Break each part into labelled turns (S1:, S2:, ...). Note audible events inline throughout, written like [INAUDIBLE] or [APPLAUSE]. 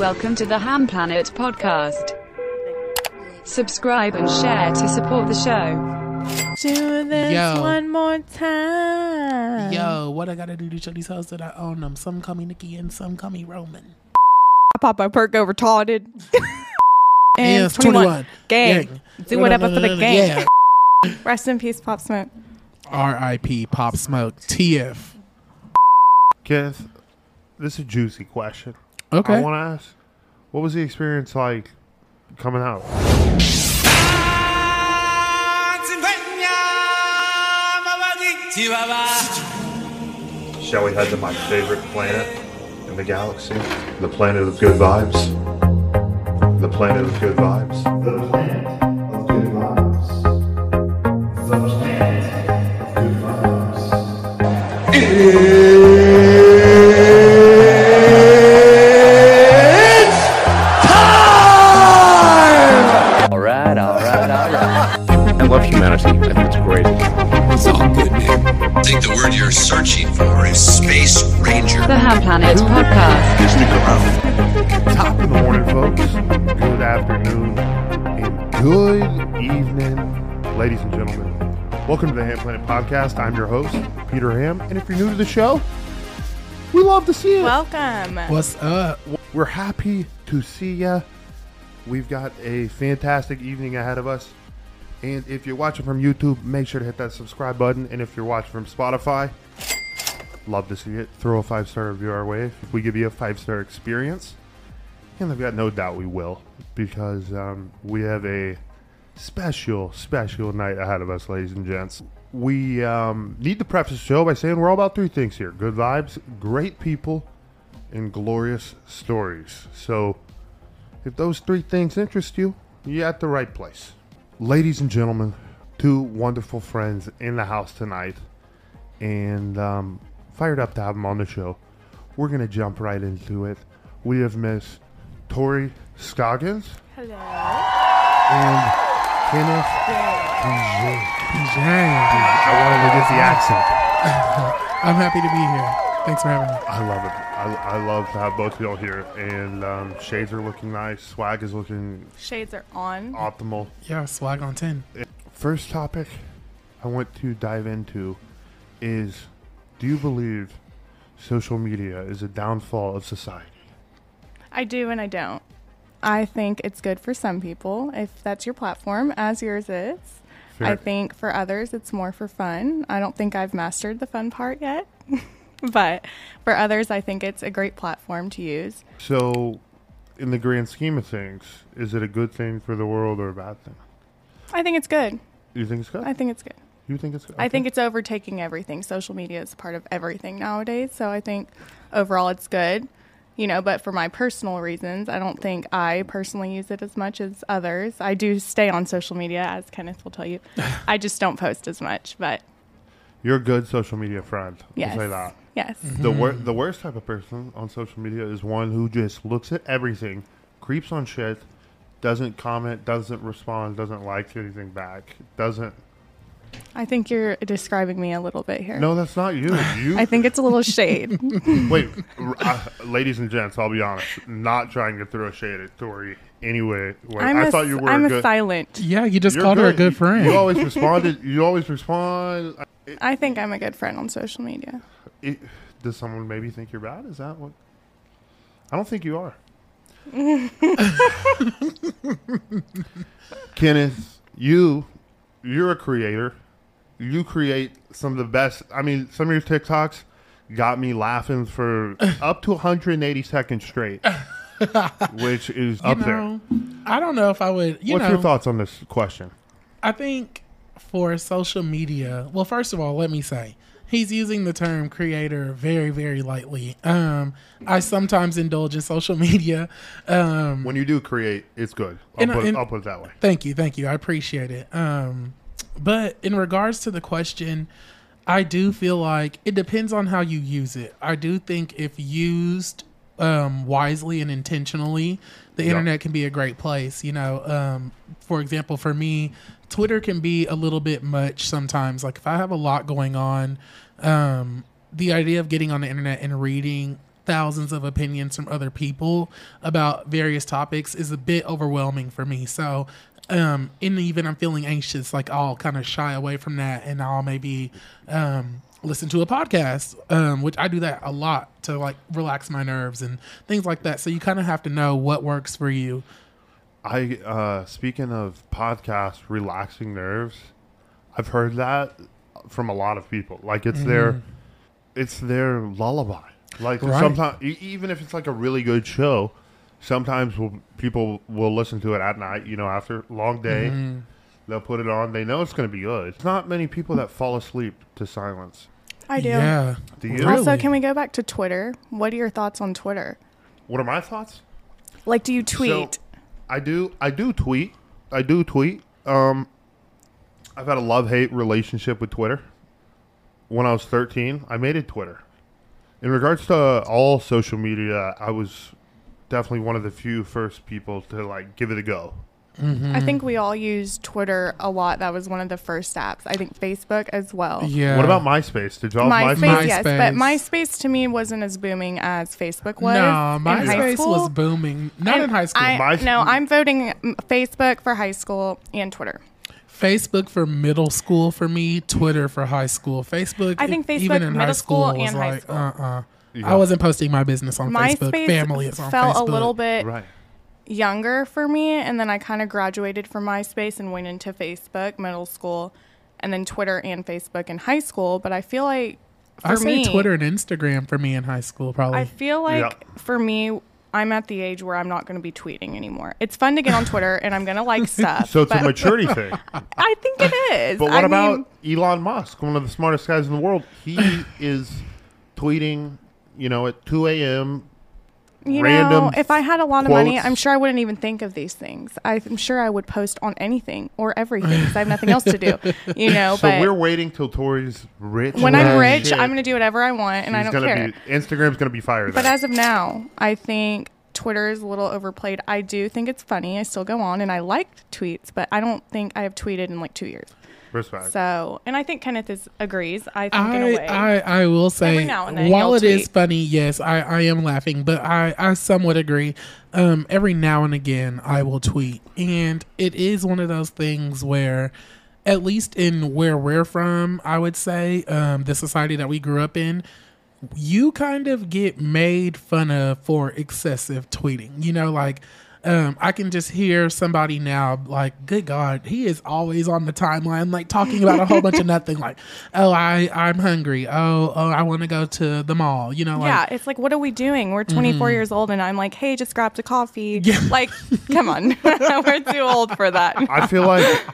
S1: Welcome to the Ham Planet podcast. Subscribe and share to support the show.
S2: Do this
S3: Yo.
S2: one more time.
S3: Yo, what I gotta do to show these hoes that I own them? Some call me Nikki and some call me Roman.
S2: I pop my perk over retarded.
S3: [LAUGHS]
S2: and
S3: Yes,
S2: 21.
S3: 21.
S2: Gang.
S3: Gang.
S2: Do whatever for the gang.
S3: Yeah.
S2: Rest in peace, Pop Smoke.
S3: R.I.P. Pop Smoke. TF.
S4: Kenneth, this is a juicy question. I
S3: Okay.
S4: want to ask, what was the experience like coming out? Shall we head to my favorite planet in the galaxy? The planet of good vibes. The planet of good vibes. The planet of good vibes. The planet of good vibes.
S5: All right, all right, all right. I love humanity. I think it's great.
S6: I think the word you're searching for is Space Ranger.
S1: The Ham Planet podcast.
S4: Top of the morning, folks. Good afternoon and good evening, ladies and gentlemen. Welcome to the Ham Planet Podcast. I'm your host, Peter Ham. And if you're new to the show, we love to see you.
S2: Welcome.
S3: What's up?
S4: We're happy to see ya. We've got a fantastic evening ahead of us. And if you're watching from YouTube, make sure to hit that subscribe button. And if you're watching from Spotify, love to see it. Throw a five star review our way if we give you a five star experience. And I've got no doubt we will because um, we have a special, special night ahead of us, ladies and gents. We um, need to preface the show by saying we're all about three things here good vibes, great people, and glorious stories. So, if those three things interest you, you're at the right place. Ladies and gentlemen, two wonderful friends in the house tonight, and um, fired up to have them on the show. We're going to jump right into it. We have Miss Tori Scoggins
S2: Hello.
S4: and Kenneth Pigeon. I wanted to get the accent.
S3: I'm happy to be here. Thanks for having me.
S4: I love it. I, I love to have both of y'all here. And um, shades are looking nice. Swag is looking
S2: Shades are on.
S4: optimal.
S3: Yeah, swag on 10.
S4: First topic I want to dive into is do you believe social media is a downfall of society?
S2: I do and I don't. I think it's good for some people if that's your platform, as yours is. I
S4: Fair.
S2: think for others, it's more for fun. I don't think I've mastered the fun part yet. [LAUGHS] but for others, I think it's a great platform to use.
S4: So, in the grand scheme of things, is it a good thing for the world or a bad thing?
S2: I think it's good.
S4: You think it's good?
S2: I think it's good.
S4: you think it's good?
S2: I think it's overtaking everything. Social media is part of everything nowadays. So I think overall it's good, you know, but for my personal reasons, I don't think I personally use it as much as others. I do stay on social media, as Kenneth will tell
S4: [LAUGHS]
S2: you. I just don't post as much, but
S4: you're a good social media friend. I'll
S2: yes.
S4: say that.
S2: Yes.
S4: The, wor- the worst type of person on social media is one who just looks at everything, creeps on shit, doesn't comment, doesn't respond, doesn't like anything back, doesn't.
S2: I think you're describing me a little bit here.
S4: No, that's
S2: [LAUGHS]
S4: not you. You
S2: I think it's a little shade.
S4: [LAUGHS] Wait, r- uh, ladies and gents, I'll be honest. Not trying to throw shade at Tori anyway. Like,
S2: I'm
S4: I
S2: a
S4: thought you
S2: s-
S4: were
S2: I'm
S4: a
S2: a
S4: good.
S2: silent.
S3: Yeah, you just
S4: you're
S3: called her a good
S4: You-
S3: friend.
S4: You always responded. You always respond. I-
S2: I think I'm a good friend on social media.
S4: It, does someone maybe think you're bad? Is that what? I don't think
S3: [LAUGHS]
S4: you are. Kenneth, you, you're a creator. You create some of the best. I mean, some of your TikToks got me
S3: [LAUGHS]
S4: laughing for up to 180 seconds straight, which is up there.
S3: No, I don't know if I would. You
S4: What's
S3: know,
S4: your thoughts on this question?
S3: I think for social media, well, first of all, let me say he's using the term creator very, very lightly. Um, I sometimes indulge in social media. Um,
S4: When you do create, it's good. I'll,
S3: And I-
S4: put,
S3: and-
S4: I'll put it that way.
S3: Thank you, thank you. I appreciate it. Um, but in regards to the question, I do feel like it depends on how you use it. I do think if used um, wisely and intentionally, the internet can be a great place. You know, um, for example, for me, Twitter can be a little bit much sometimes. Like if I have a lot going on, um, the idea of getting on the internet and reading thousands of opinions from other people about various topics is a bit overwhelming for me. So, um, and even I'm feeling anxious, like I'll kind of shy away from that, and I'll maybe um, listen to a podcast, um, which I do that a lot to like relax my nerves and things like that. So you kind of have to know what works for you.
S4: I uh, speaking of podcasts, relaxing nerves. I've heard that from a lot of people. Like it's their, it's their lullaby. Like
S3: Right.
S4: sometimes, even if it's like a really good show, sometimes will people will listen to it at night. You know, after a long day, they'll put it on. They know it's going to be good. There's not many people that fall asleep to silence.
S2: I do.
S3: Yeah.
S4: Do you?
S2: Also,
S3: Really?
S2: can we go back to Twitter? What are your thoughts on Twitter?
S4: What are my thoughts?
S2: Like, do you
S4: So,
S2: tweet?
S4: I do. I do tweet. I do tweet. Um, I've had a love hate relationship with Twitter. When I was thirteen, I made it Twitter. In regards to all social media, I was definitely one of the few first people to like give it a go.
S2: I
S3: Mm.
S2: think we all use Twitter a lot. That was one of the first apps. I think Facebook as well.
S3: Yeah.
S4: What about MySpace? Did y'all have
S2: MySpace,
S4: MySpace?
S2: yes, but
S3: MySpace.
S2: MySpace to me wasn't as booming as Facebook was.
S3: no,
S2: in high
S3: MySpace
S2: school.
S3: was booming. Not in high school.
S2: I,
S4: My-
S2: no, I'm voting mm, Facebook for high school and Twitter.
S3: Facebook for middle school for me, Twitter for high school. Facebook, e-,
S2: I think Facebook
S3: even in high
S2: middle
S3: school,
S2: school
S3: was
S2: and high
S3: like, uh
S2: school.
S3: uh I wasn't posting my business on Facebook.
S2: MySpace
S3: Family is on
S2: felt
S3: Facebook.
S2: a little bit
S4: Right.
S2: younger for me, and then I kind of graduated from MySpace and went into Facebook middle school, and then Twitter and Facebook in high school. But I feel like for
S3: I say
S2: me,
S3: Twitter and Instagram for me in high school, probably.
S2: I feel like
S4: Mm. Yeah.
S2: for me, I'm at the age where I'm not going to be tweeting anymore. It's fun to get on Twitter and I'm going to
S4: [LAUGHS]
S2: like stuff.
S4: So it's
S2: but
S4: a
S2: [LAUGHS]
S4: maturity thing.
S2: I think it is.
S4: But what
S2: I
S4: about
S2: mean,
S4: Elon Musk, one of the smartest guys in the world?
S2: [LAUGHS]
S4: He is tweeting, you know, at 2 a.m.
S2: you know,
S4: random
S2: if I had a lot of money,
S4: quotes?
S2: I'm sure I wouldn't even think of these things. I'm sure I would post on anything or everything 'cause I have nothing else to do.
S4: [LAUGHS]
S2: You know,
S4: So
S2: but
S4: we're waiting till Tori's rich.
S2: when
S4: as
S2: I'm rich,
S4: shit.
S2: I'm going to do whatever I want and I
S4: He's
S2: don't
S4: gonna
S2: care.
S4: Be, Instagram's gonna be fired.
S2: But
S4: at.
S2: as of now, I think Twitter is a little overplayed. I do think it's funny. I still go on and I like tweets, but I don't think I have tweeted in like two years.
S4: respect,
S2: So, and I think Kenneth is agrees. I think in a
S3: I,
S2: way.
S3: I, I will say,
S2: Every now and then
S3: while
S2: you'll
S3: it is
S2: tweet.
S3: funny, yes, I, I am laughing, but I, I somewhat agree. Um, every now and again, I will tweet. And it is one of those things where, at least in where we're from, I would say, um, the society that we grew up in, you kind of get made fun of for excessive tweeting. You know, like um, I can just hear somebody now, like, good God, he is always on the timeline, like talking about a whole bunch of nothing. Like, oh, I, I'm hungry. Oh, oh, I want to go to the mall. You know, like,
S2: yeah, it's like, what are we doing? We're
S4: Mm.
S2: 24 years old, and I'm like, hey, just grabbed a
S4: [LAUGHS]
S2: coffee. Like, come on, [LAUGHS] we're too old for that.
S4: I
S2: [LAUGHS]
S4: feel like,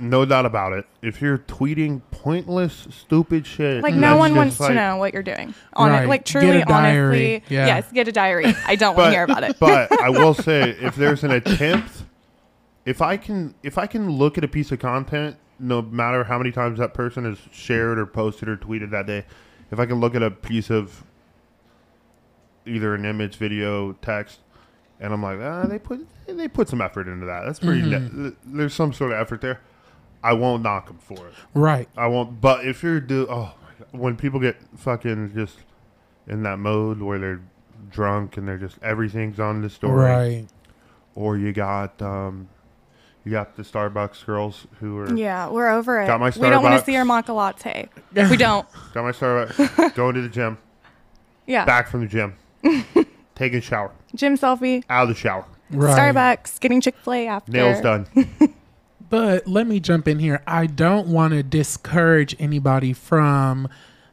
S4: no doubt about it. If you're tweeting pointless, stupid shit,
S2: Like, no
S4: that's
S2: one
S4: just
S2: wants to
S4: like-
S2: know what you're doing. On
S3: Right.
S2: like,
S3: Get a
S2: truly,
S3: diary.
S2: honestly,
S3: Yeah.
S2: yes, get a diary. I don't want to hear about it. [LAUGHS]
S4: But I will say, if there's an attempt, if I can, if I can look at a piece of content, no matter how many times that person has shared or posted or tweeted that day, if I can look at a piece of either an image, video, text, and I'm like, ah, they put they put some effort into that. That's pretty.
S2: Mm-hmm.
S4: ne- there's some sort of effort there. I won't knock them for it.
S3: right.
S4: I won't. But if you're do, oh, my God. when people get fucking just in that mode where they're drunk and they're just everything's on the story,
S3: Right.
S4: or you got um, you got the Starbucks girls who are
S2: Yeah, we're over it.
S4: Got my
S2: we don't want
S4: Starbucks.
S2: to see your maca latte. we don't.
S4: [LAUGHS] got my Starbucks going to the gym,
S2: Yeah,
S4: back from the gym, taking a shower,
S2: gym selfie,
S4: out of the shower,
S3: Right.
S2: Starbucks, getting Chick Fil A after.
S4: nails done.
S3: But let me jump in here. I don't want to discourage anybody from,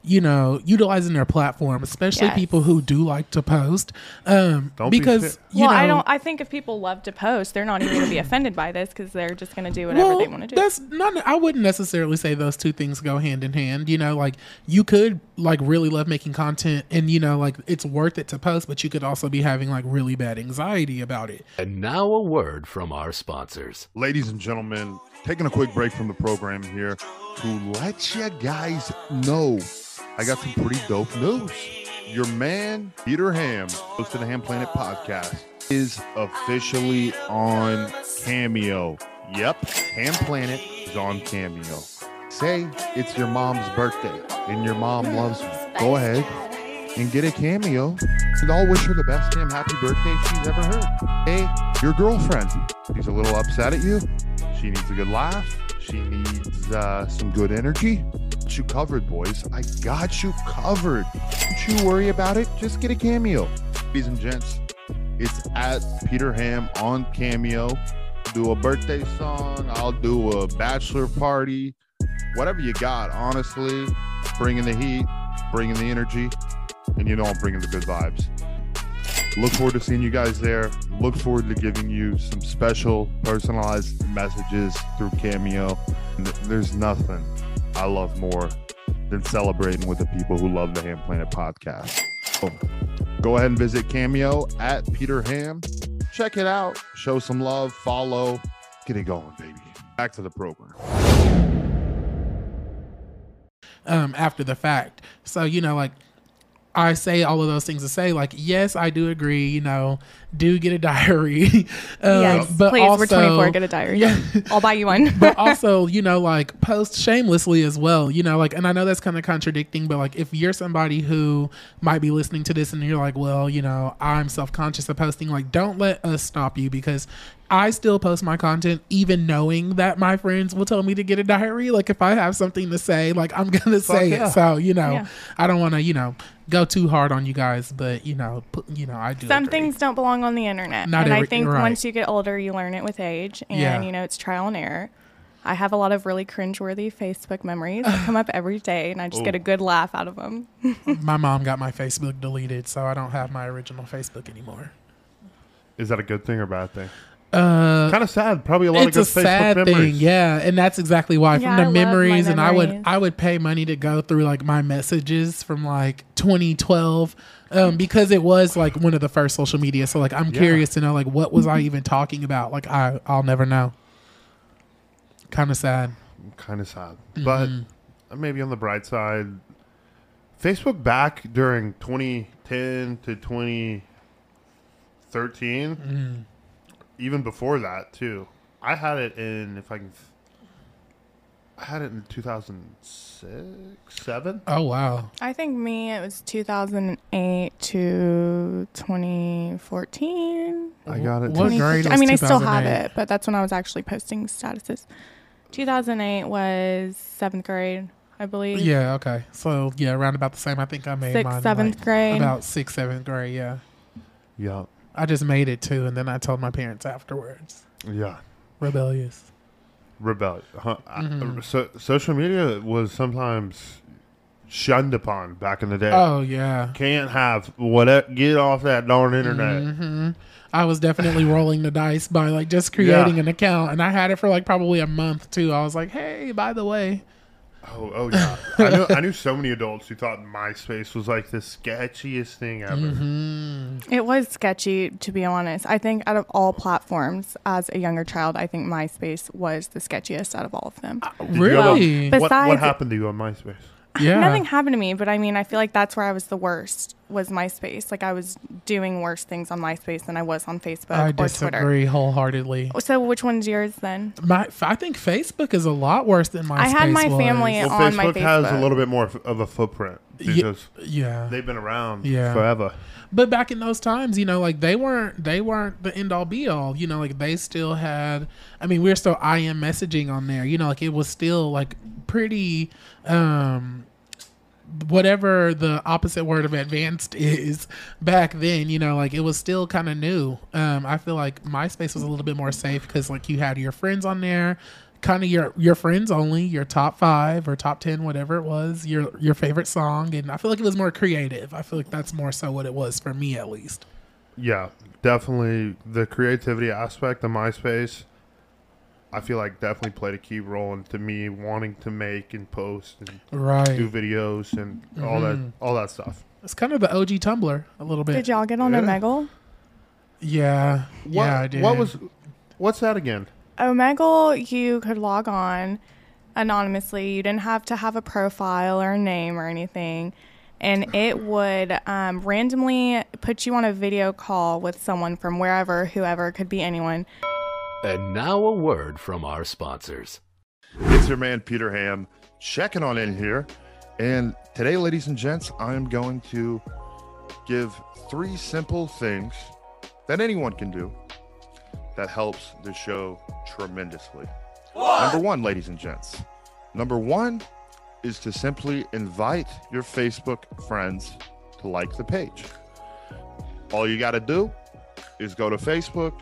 S3: you know, utilizing their platform, especially
S2: Yes.
S3: people who do like to post. Um,
S4: Don't be
S3: because
S4: sick.
S3: you
S2: well,
S3: know,
S2: I don't. I think if people love to post, they're not even going to be offended by this because they're just going to do whatever they want to do.
S3: That's not. I wouldn't necessarily say those two things go hand in hand. You know, like you could like really love making content, and you know, like it's worth it to post, but you could also be having like really bad anxiety about it.
S7: And now a word from our sponsors.
S4: Ladies and gentlemen, taking a quick break from the program here to let you guys know I got some pretty dope news. Your man, Peter Ham, host of the Ham Planet podcast, is officially on Cameo. Yep, Ham Planet is on Cameo. Say it's your mom's birthday and your mom loves you. Go ahead, and get a cameo, and I'll wish her the best damn happy birthday she's ever heard. Hey, your girlfriend, she's a little upset at you. She needs a good laugh. She needs uh, some good energy. Got you covered, boys. I got you covered. Don't you worry about it. Just get a cameo. Ladies and gents, it's at Peter Ham on Cameo. Do a birthday song. I'll do a bachelor party. Whatever you got, honestly, bringing the heat, bringing the energy, and you know I'm bringing the good vibes. Look forward to seeing you guys there. Look forward to giving you some special personalized messages through Cameo. N- There's nothing I love more than celebrating with the people who love the Ham Planet podcast. So, go ahead and visit Cameo at Peter Ham. Check it out. Show some love. Follow. Get it going, baby. Back to the program.
S3: um, after the fact. So, you know, like I say all of those things to say, like, yes, I do agree, you know, do get a [LAUGHS] diary. um,
S2: yes,
S3: but
S2: please.
S3: also,
S2: we're 24. Get a diary.
S3: Yeah.
S2: [LAUGHS] I'll buy you one.
S3: [LAUGHS] but also, you know, like post shamelessly as well, you know, like, and I know that's kind of contradicting, but like, if you're somebody who might be listening to this and you're like, well, you know, I'm self conscious of posting, like, don't let us stop you because I still post my content, even knowing that my friends will tell me to get a diary. Like, if I have something to say, like, I'm going to say
S4: yeah.
S3: it. So, you know,
S2: Yeah.
S3: I don't want to, you know, go too hard on you guys, but, you know, pu- you know, I
S2: [LAUGHS]
S3: do.
S2: Some
S3: agree.
S2: things don't belong on the internet.
S3: Not
S2: and I
S3: every-
S2: think
S3: right.
S2: once you get older, you learn it with age. And,
S3: Yeah.
S2: you know, it's trial and error. I have a lot of really cringeworthy Facebook memories that come up every day, and I just get a good laugh out of them.
S3: My mom got my Facebook deleted, so I don't have my original Facebook anymore.
S4: Is that a good thing or a bad thing?
S3: Uh,
S4: Kind of sad. Probably a lot
S3: it's
S4: of
S3: a
S4: good Facebook
S3: sad
S4: memories.
S3: thing, yeah, and that's exactly why.
S2: Yeah, I
S3: from
S2: love
S3: the
S2: my
S3: memories, and I would
S2: memories.
S3: I would pay money to go through like my messages from like 2012, um, because it was like one of the first social media. So like I'm curious to know like what was
S4: Mm-hmm.
S3: I even talking about? Like I I'll never know. Kind of sad.
S4: kind of sad.
S3: Mm-hmm.
S4: But uh, maybe on the bright side, Facebook back during 2010 to 2013,
S3: Mm-hmm.
S4: even before that too. I had it in if I can. f- I had it in 2006, seven.
S3: Oh wow,
S2: I think me, it was 2008 to 2014.
S4: I got it.
S3: Uh, What
S4: too.
S3: grade?
S2: I
S3: was
S2: mean, I still have
S3: 2008?
S2: it, but that's when I was actually posting statuses. 2008 was seventh grade, I believe.
S4: Mm.
S3: Yeah. Okay. So yeah, around about the same. I think I made
S2: Sixth,
S3: mine
S2: seventh
S3: like,
S2: grade.
S3: About sixth, seventh grade. Yeah.
S4: Yeah,
S3: I just made it too, and then I told my parents afterwards.
S4: yeah.
S3: Rebellious.
S4: Rebel. Huh? I-
S3: Mm-hmm.
S4: so, social media was sometimes shunned upon back in the day.
S3: Oh yeah.
S4: Can't have what? Get off that darn internet.
S3: Mm-hmm. I was definitely rolling the dice by like just creating
S4: Yeah.
S3: an account, and I had it for like probably a month too. I was like, "Hey, by the way,
S4: Oh, oh yeah. I, knew,
S3: [LAUGHS]
S4: I knew so many adults who thought MySpace was like the sketchiest thing ever.
S3: Mm-hmm.
S2: It was sketchy, to be honest. I think out of all platforms, as a younger child, I think MySpace was the sketchiest out of all of them.
S3: Uh,
S4: Did you have a-
S3: really?
S2: But-
S4: what, what
S2: Besides-
S4: happened to you on MySpace?
S3: yeah,
S2: Nothing happened to me, but I mean, I feel like that's where I was the worst was MySpace. Like I was doing worse things on MySpace than I was on Facebook
S3: I
S2: or Twitter.
S3: disagree wholeheartedly.
S2: So which one's yours then?
S3: My, I think Facebook is a lot worse than MySpace.
S2: I had my
S3: was.
S2: family-
S4: Well,
S2: on my
S4: Facebook has a
S2: Facebook.
S4: little bit more of- of a footprint because
S3: Yeah,
S4: they've been around
S3: Yeah.
S4: forever.
S3: but back in those times, you know, like they weren't they weren't the end all be all. You know, like they still had. I mean, we are still IM messaging on there. You know, like it was still like pretty. um whatever the opposite word of advanced [LAUGHS] is back then you know like it was still kind of new um i feel like myspace was a little bit more safe because like you had your friends on there kind of your your friends only your top five or top 10 whatever it was your your favorite song and i feel like it was more creative i feel like that's more so what it was for me at least
S4: Yeah, definitely the creativity aspect of MySpace. I feel like definitely played a key role into me wanting to make and post and do
S3: right Mm-hmm.
S4: videos and all that all that stuff.
S3: it's kind of the og tumblr a little bit
S2: Did y'all get on
S4: Yeah.
S2: Omegle?
S3: yeah
S4: What,
S3: yeah I did.
S4: What was what's that again?
S2: Omegle, you could log on anonymously. You didn't have to have a profile or a name or anything. And it would um, randomly put you on a video call with someone from wherever, whoever, could be anyone.
S7: And now a word from our sponsors.
S4: It's your man Peter Ham checking on in here. And today, ladies and gents, I'm going to
S8: give three simple things that anyone can do that helps the show tremendously. Number one, ladies and gents. Number one is to simply invite your Facebook friends to like the page. All you got to do is go to Facebook,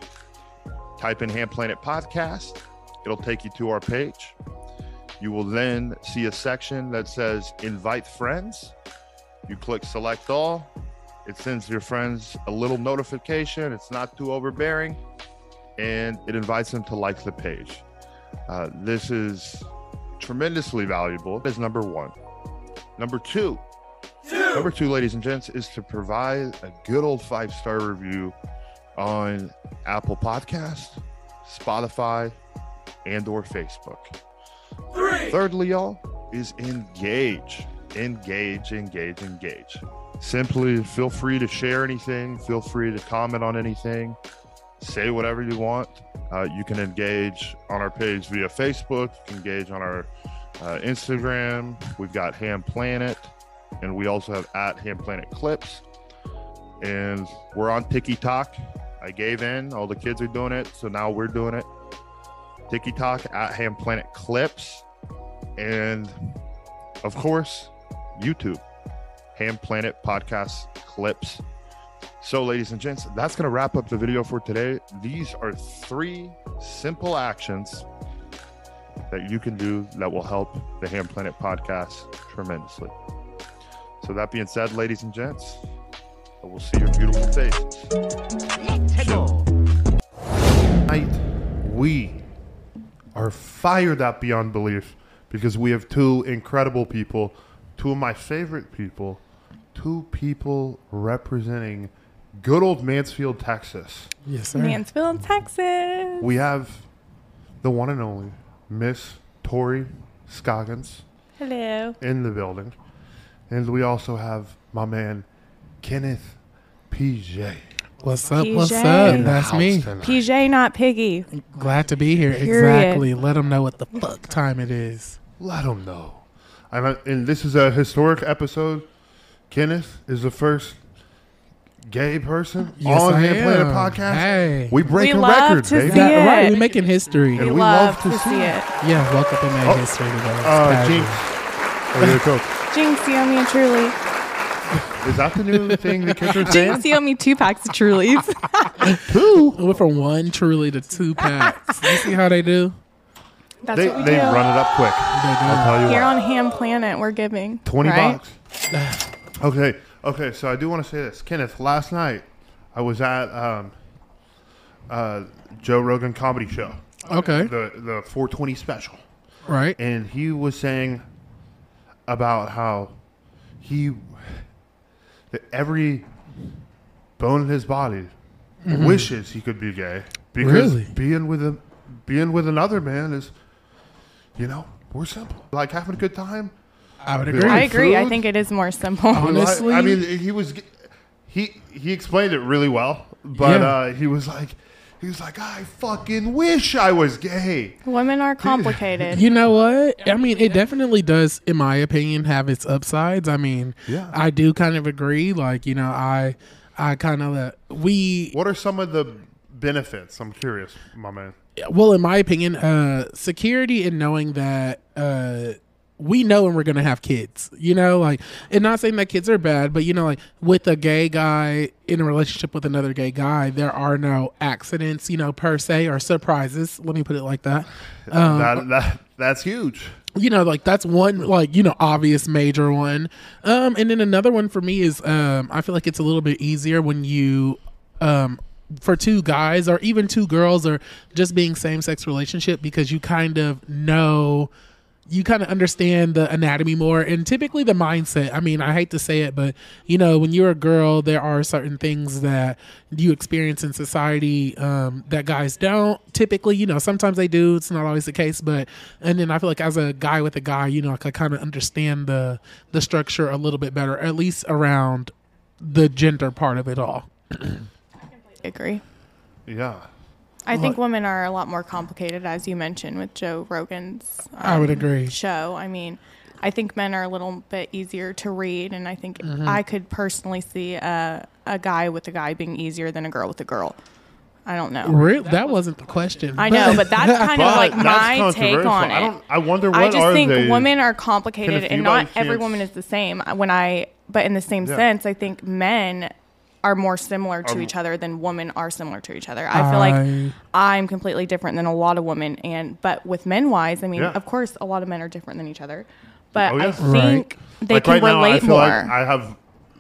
S8: type in Hand Planet Podcast. It'll take you to our page. You will then see a section that says Invite Friends. You click Select All. It sends your friends a little notification. It's not too overbearing, and it invites them to like the page. Uh, this is tremendously valuable. Is number one. Number two. Number two, ladies and gents, is to provide a good old five star review on Apple Podcast, Spotify, and or Facebook. Thirdly, y'all, is engage, engage, engage, engage. Simply feel free to share anything. Feel free to comment on anything. Say whatever you want. Uh, you can engage on our page via Facebook. You can engage on our uh, Instagram. We've got Ham Planet, and we also have at Ham Planet Clips. And we're on TikTok. I gave in. All the kids are doing it, so now we're doing it. TikTok at Ham Planet Clips, and of course, YouTube, Ham Planet Podcast Clips. So, ladies and gents, that's going to wrap up the video for today. These are three simple actions that you can do that will help the Ham Planet Podcast tremendously. So, that being said, ladies and gents, I will see your beautiful faces.
S4: Tonight, we are fired up beyond belief because we have two incredible people, two of my favorite people, two people representing good old Mansfield, Texas.
S3: Yes, sir.
S2: Mansfield, Texas.
S4: We have the one and only Miss Tori Scoggins
S2: Hello.
S4: in the building. And we also have my man, Kenneth PJ.
S3: What's up? What's
S2: PJ.
S3: up?
S2: In the
S3: That's me.
S4: House tonight.
S2: PJ, not Piggy.
S3: Glad to be here.
S2: Period.
S3: Exactly. Let them know what the fuck time it is.
S4: Let them know. I'm a, and this is a historic episode. Kenneth is the first gay person
S3: Yes,
S4: on
S3: I
S4: Hand Planet
S3: am.
S4: Podcast.
S3: Hey.
S4: We breaking
S2: We love
S4: records,
S2: to
S4: baby.
S2: see it.
S3: Yeah, right. We're making history.
S4: And
S2: We
S4: we
S2: love to see it.
S3: Yeah, welcome to Mad
S4: Oh.
S3: History today. It's
S4: Uh,
S3: fabulous.
S4: Jinx. Oh, yeah, Coke.
S2: Jinx, you owe me a truly.
S4: Is that
S2: [LAUGHS]
S4: the new thing the kids are saying?
S2: Jinx, you owe me two packs of
S4: [LAUGHS]
S2: Trulies.
S3: We went from one truly to two packs. you see how they do?
S2: That's
S4: They,
S2: what we
S4: they
S2: do.
S4: run it up quick.
S3: They do.
S4: I'll tell you
S2: Here
S4: what.
S2: on Ham Planet, we're giving
S4: 20
S2: right?
S4: bucks. [SIGHS] okay. Okay. So I do want to say this. Kenneth, last night I was at um, uh, Joe Rogan Comedy Show,
S3: Okay.
S4: the, the 420 special.
S3: Right.
S4: and he was saying about how he that every bone in his body wishes he could be gay because
S3: Really?
S4: being with a being with another man is you know we're simple like having a good time
S3: I would
S4: Right.
S2: I
S3: agree.
S2: agree. I
S4: Food?
S2: think it is more simple.
S4: Well, I-
S3: Honestly-
S4: I, mean he was he he explained it really well but
S3: Yeah.
S4: uh, he was like he was like I fucking wish I was gay
S2: Women are complicated.
S3: You know what? I mean, it definitely does, in my opinion, have its upsides. I mean,
S4: Yeah.
S3: I do kind of agree. Like, you know, I, I kind of, uh, we,
S4: what are some of the benefits I'm curious my man
S3: well in my opinion uh security in knowing that uh we know when we're gonna have kids you know like and not saying that kids are bad but you know like with a gay guy in a relationship with another gay guy there are no accidents you know per se or surprises let me put it like that Uh,
S4: that, that that's huge.
S3: you know like that's one like you know obvious major one um and then another one for me is um i feel like it's a little bit easier when you um for two guys or even two girls or just being same-sex relationship because you kind of know you kind of understand the anatomy more and typically the mindset. I mean, I hate to say it, but you know, when you're a girl, there are certain things that you experience in society um, that guys don't. Typically, you know, sometimes they do. It's not always the case, but and then I feel like as a guy with a guy, you know, I could kind of understand the the structure a little bit better, at least around the gender part of it all.
S2: agree.
S4: Yeah.
S2: I think women are a lot more complicated, as you mentioned with Joe Rogan's uh,
S3: I would agree.
S2: show. I mean, I think men are a little bit easier to read, and I think I could personally see a a guy with a guy being easier than a girl with a girl. I don't know.
S3: Real, that wasn't the question.
S2: I know, but that's kind of like
S4: that's
S2: my take
S4: controversial.
S2: on it.
S4: I don't. I wonder what
S2: I just
S4: are
S2: think
S4: they?
S2: women are complicated,
S4: Can a
S2: and
S4: female
S2: not every
S4: chance-
S2: woman is the same. uh, When I, but in the same
S4: Yeah. Um,
S2: sense, I think men are more similar to each other than women are similar to each other. I feel like
S3: I-
S2: I'm completely different than a lot of women, and but with men wise, I mean,
S4: Yeah.
S2: of course, a lot of men are different than each other, but
S4: Oh, yeah.
S2: I
S4: Right.
S2: think they
S4: like
S2: can
S4: right now, I
S2: relate
S4: feel
S2: more.
S4: like I have